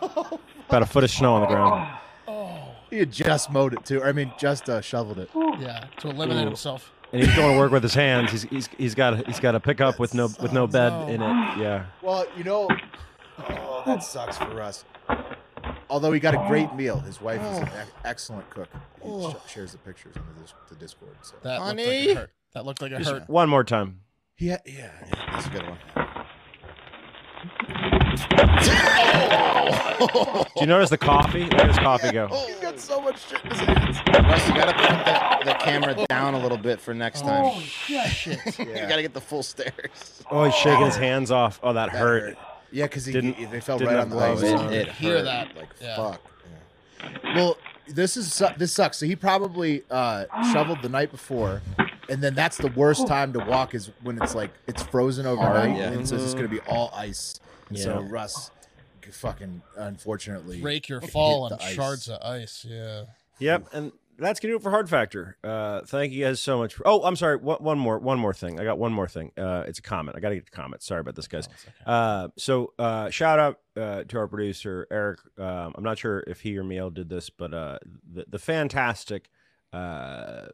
S3: About a foot of snow on the ground.
S1: He had just mowed it too. I mean, just uh, shoveled it.
S2: Yeah, to eliminate himself.
S3: and he's going to work with his hands. He's he's he's got he's got a pickup with no with no bed in it. Yeah.
S1: Well, you know, oh, that sucks for us. Although he got a great meal, his wife is
S2: Oh.
S1: an ec- excellent cook. He sh- shares the pictures on the, dis- the Discord. So.
S2: That looked like it hurt. That looked like it
S3: Just
S2: hurt.
S3: one more time.
S1: Yeah, yeah, yeah, that's a good one.
S3: Do you notice the coffee? Where does coffee go?
S1: He's got so much shit in his hands.
S4: Russ, you gotta put the, the camera down a little bit for next time.
S1: Oh, shit.
S4: you gotta get the full stairs.
S3: Oh, he's shaking his hands off. Oh, that hurt.
S1: Yeah, because he
S3: Didn't-
S1: they fell
S3: didn't
S1: right on
S3: have
S1: the
S3: gloves
S1: laser.
S3: on.
S2: Hear that.
S4: Like
S2: Yeah.
S4: fuck.
S1: Well, this is su- this sucks. So he probably uh, shoveled the night before, and then that's the worst time to walk is when it's like it's frozen overnight,
S4: yeah.
S1: and so it's just gonna be all ice. And So
S4: Yeah.
S1: Russ, g- fucking unfortunately,
S2: Break your
S1: hit
S2: fall
S1: the
S2: on
S1: ice.
S2: shards of ice. Yeah.
S3: Yep. And that's gonna do it for Hard Factor. Uh, thank you guys so much. For, oh, I'm sorry. One, one more. One more thing. I got one more thing. Uh, it's a comment. I gotta get the comment. Sorry about this, guys. Uh, so uh, shout out uh, to our producer Eric. Um, I'm not sure if he or Miel did this, but uh, the the fantastic uh,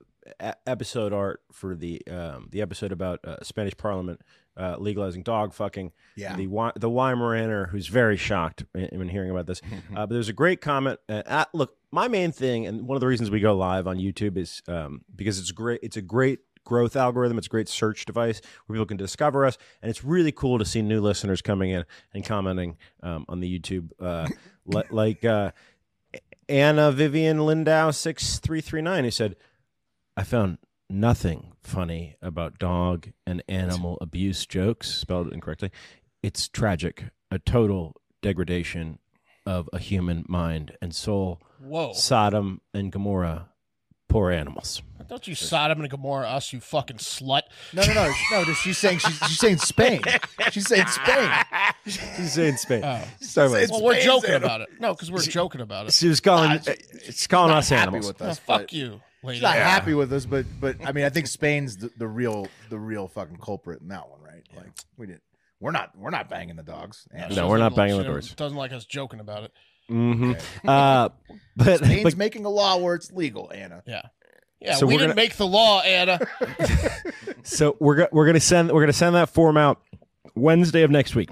S3: e- episode art for the um, the episode about uh, Spanish Parliament uh, legalizing dog fucking.
S1: Yeah.
S3: The Wy- the Weimaraner who's very shocked when- when hearing about this. uh, but there's a great comment. Uh, uh, look, my main thing and one of the reasons we go live on YouTube is um, because it's great. It's a great growth algorithm. It's a great search device where people can discover us, and it's really cool to see new listeners coming in and commenting um, on the YouTube. Uh, li- like uh, Anna Vivian Lindau six three three nine, who said, "I found nothing funny about dog and animal abuse jokes." Spelled it incorrectly. It's tragic. A total degradation of a human mind and soul.
S2: Whoa.
S3: Sodom and Gomorrah, poor animals.
S2: Don't you Sodom and Gomorrah us, you fucking slut.
S1: No, no, no, no. She's saying she's, she's saying Spain. She's saying Spain.
S3: She's saying Spain.
S2: Oh.
S3: Sorry about
S2: well,
S3: that.
S2: we're joking about it. No, because we're joking about it.
S3: She was calling. uh, she's calling
S2: not
S3: us
S2: happy
S3: animals.
S2: with us, No, fuck but- you, lady.
S1: She's not
S2: Yeah.
S1: happy with us, but but I mean, I think Spain's the, the real the real fucking culprit in that one, right? Like we didn't. We're not we're not banging the dogs.
S2: Yeah, she
S3: No, we're
S2: doesn't
S3: not
S2: like-
S3: banging
S2: she
S3: the doors.
S2: Doesn't like us joking about it.
S3: hmm
S2: Mm-hmm.
S3: Uh, but,
S1: Spain's
S3: but
S1: making a law where it's legal, Anna.
S2: Yeah. Yeah,
S3: So
S2: we
S3: we're
S2: didn't
S3: gonna-
S2: make the law, Anna.
S3: so we're go- we're gonna send we're gonna send that form out Wednesday of next week.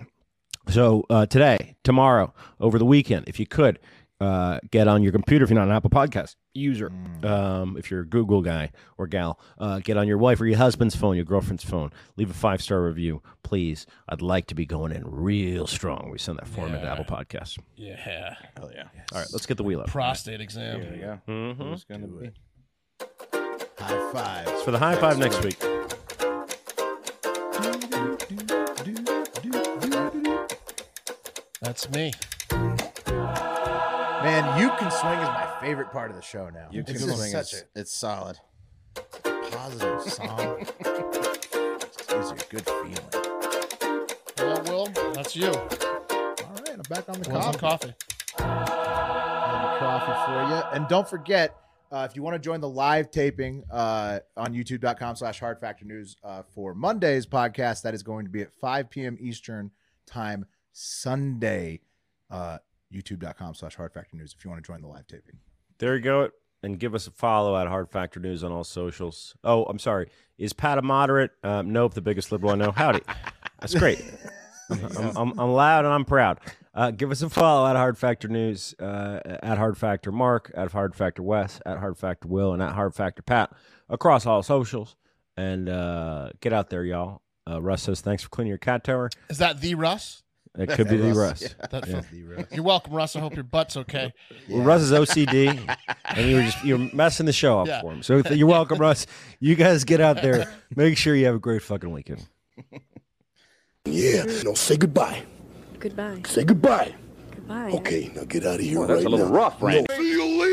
S3: So uh, today, tomorrow, over the weekend, if you could uh, get on your computer, if you're not an Apple Podcast user, um, if you're a Google guy or gal, uh, get on your wife or your husband's phone, your girlfriend's phone, leave a five star review, please. I'd like to be going in real strong. We send that form into
S2: Yeah.
S3: Apple Podcasts.
S2: yeah.
S4: Hell yeah.
S3: All right, let's get the wheel up.
S2: Prostate exam.
S4: There you go.
S3: Mhm.
S4: Who's gonna be?
S1: High five.
S3: It's for the high five next week.
S2: That's me.
S1: Man, you can swing is my favorite part of the show now.
S4: You can
S1: This is
S4: swing.
S1: such
S4: It's, it's solid.
S1: a positive song. It gives you a good feeling.
S2: Well, Will, that's you. All
S1: right, I'm back on the
S2: coffee. coffee.
S1: have a coffee for you. And don't forget, uh, if you want to join the live taping uh, on youtube.com slash hard factor news uh, for Monday's podcast, that is going to be at 5 p.m. Eastern time Sunday. Uh, youtube.com slash hard factor news if you want to join the live taping.
S3: There you go. And give us a follow at Hard Factor News on all socials. Oh, I'm sorry. Is Pat a moderate? Um, nope, the biggest liberal I know. Howdy. That's great. I'm, I'm, I'm loud and I'm proud. Uh, give us a follow at Hard Factor News, uh, at Hard Factor Mark, at Hard Factor West, at Hard Factor Will, and at Hard Factor Pat across all socials. And uh, get out there, y'all. Uh, Russ says, thanks for cleaning your cat tower.
S2: Is that the Russ?
S3: It could be the Russ.
S2: That-
S3: Yeah.
S2: You're welcome, Russ. I hope your butt's okay.
S3: Well, Russ is OCD, and you were just you're messing the show up
S2: Yeah.
S3: for him. So th- you're welcome, Russ. You guys get out there. Make sure you have a great fucking weekend.
S7: Yeah, no, say goodbye.
S20: Goodbye.
S7: Say goodbye.
S20: Goodbye.
S7: Okay, now get out of here
S6: Well, that's
S7: right
S6: a little
S7: now.
S6: rough, Randy.
S7: No, see you later.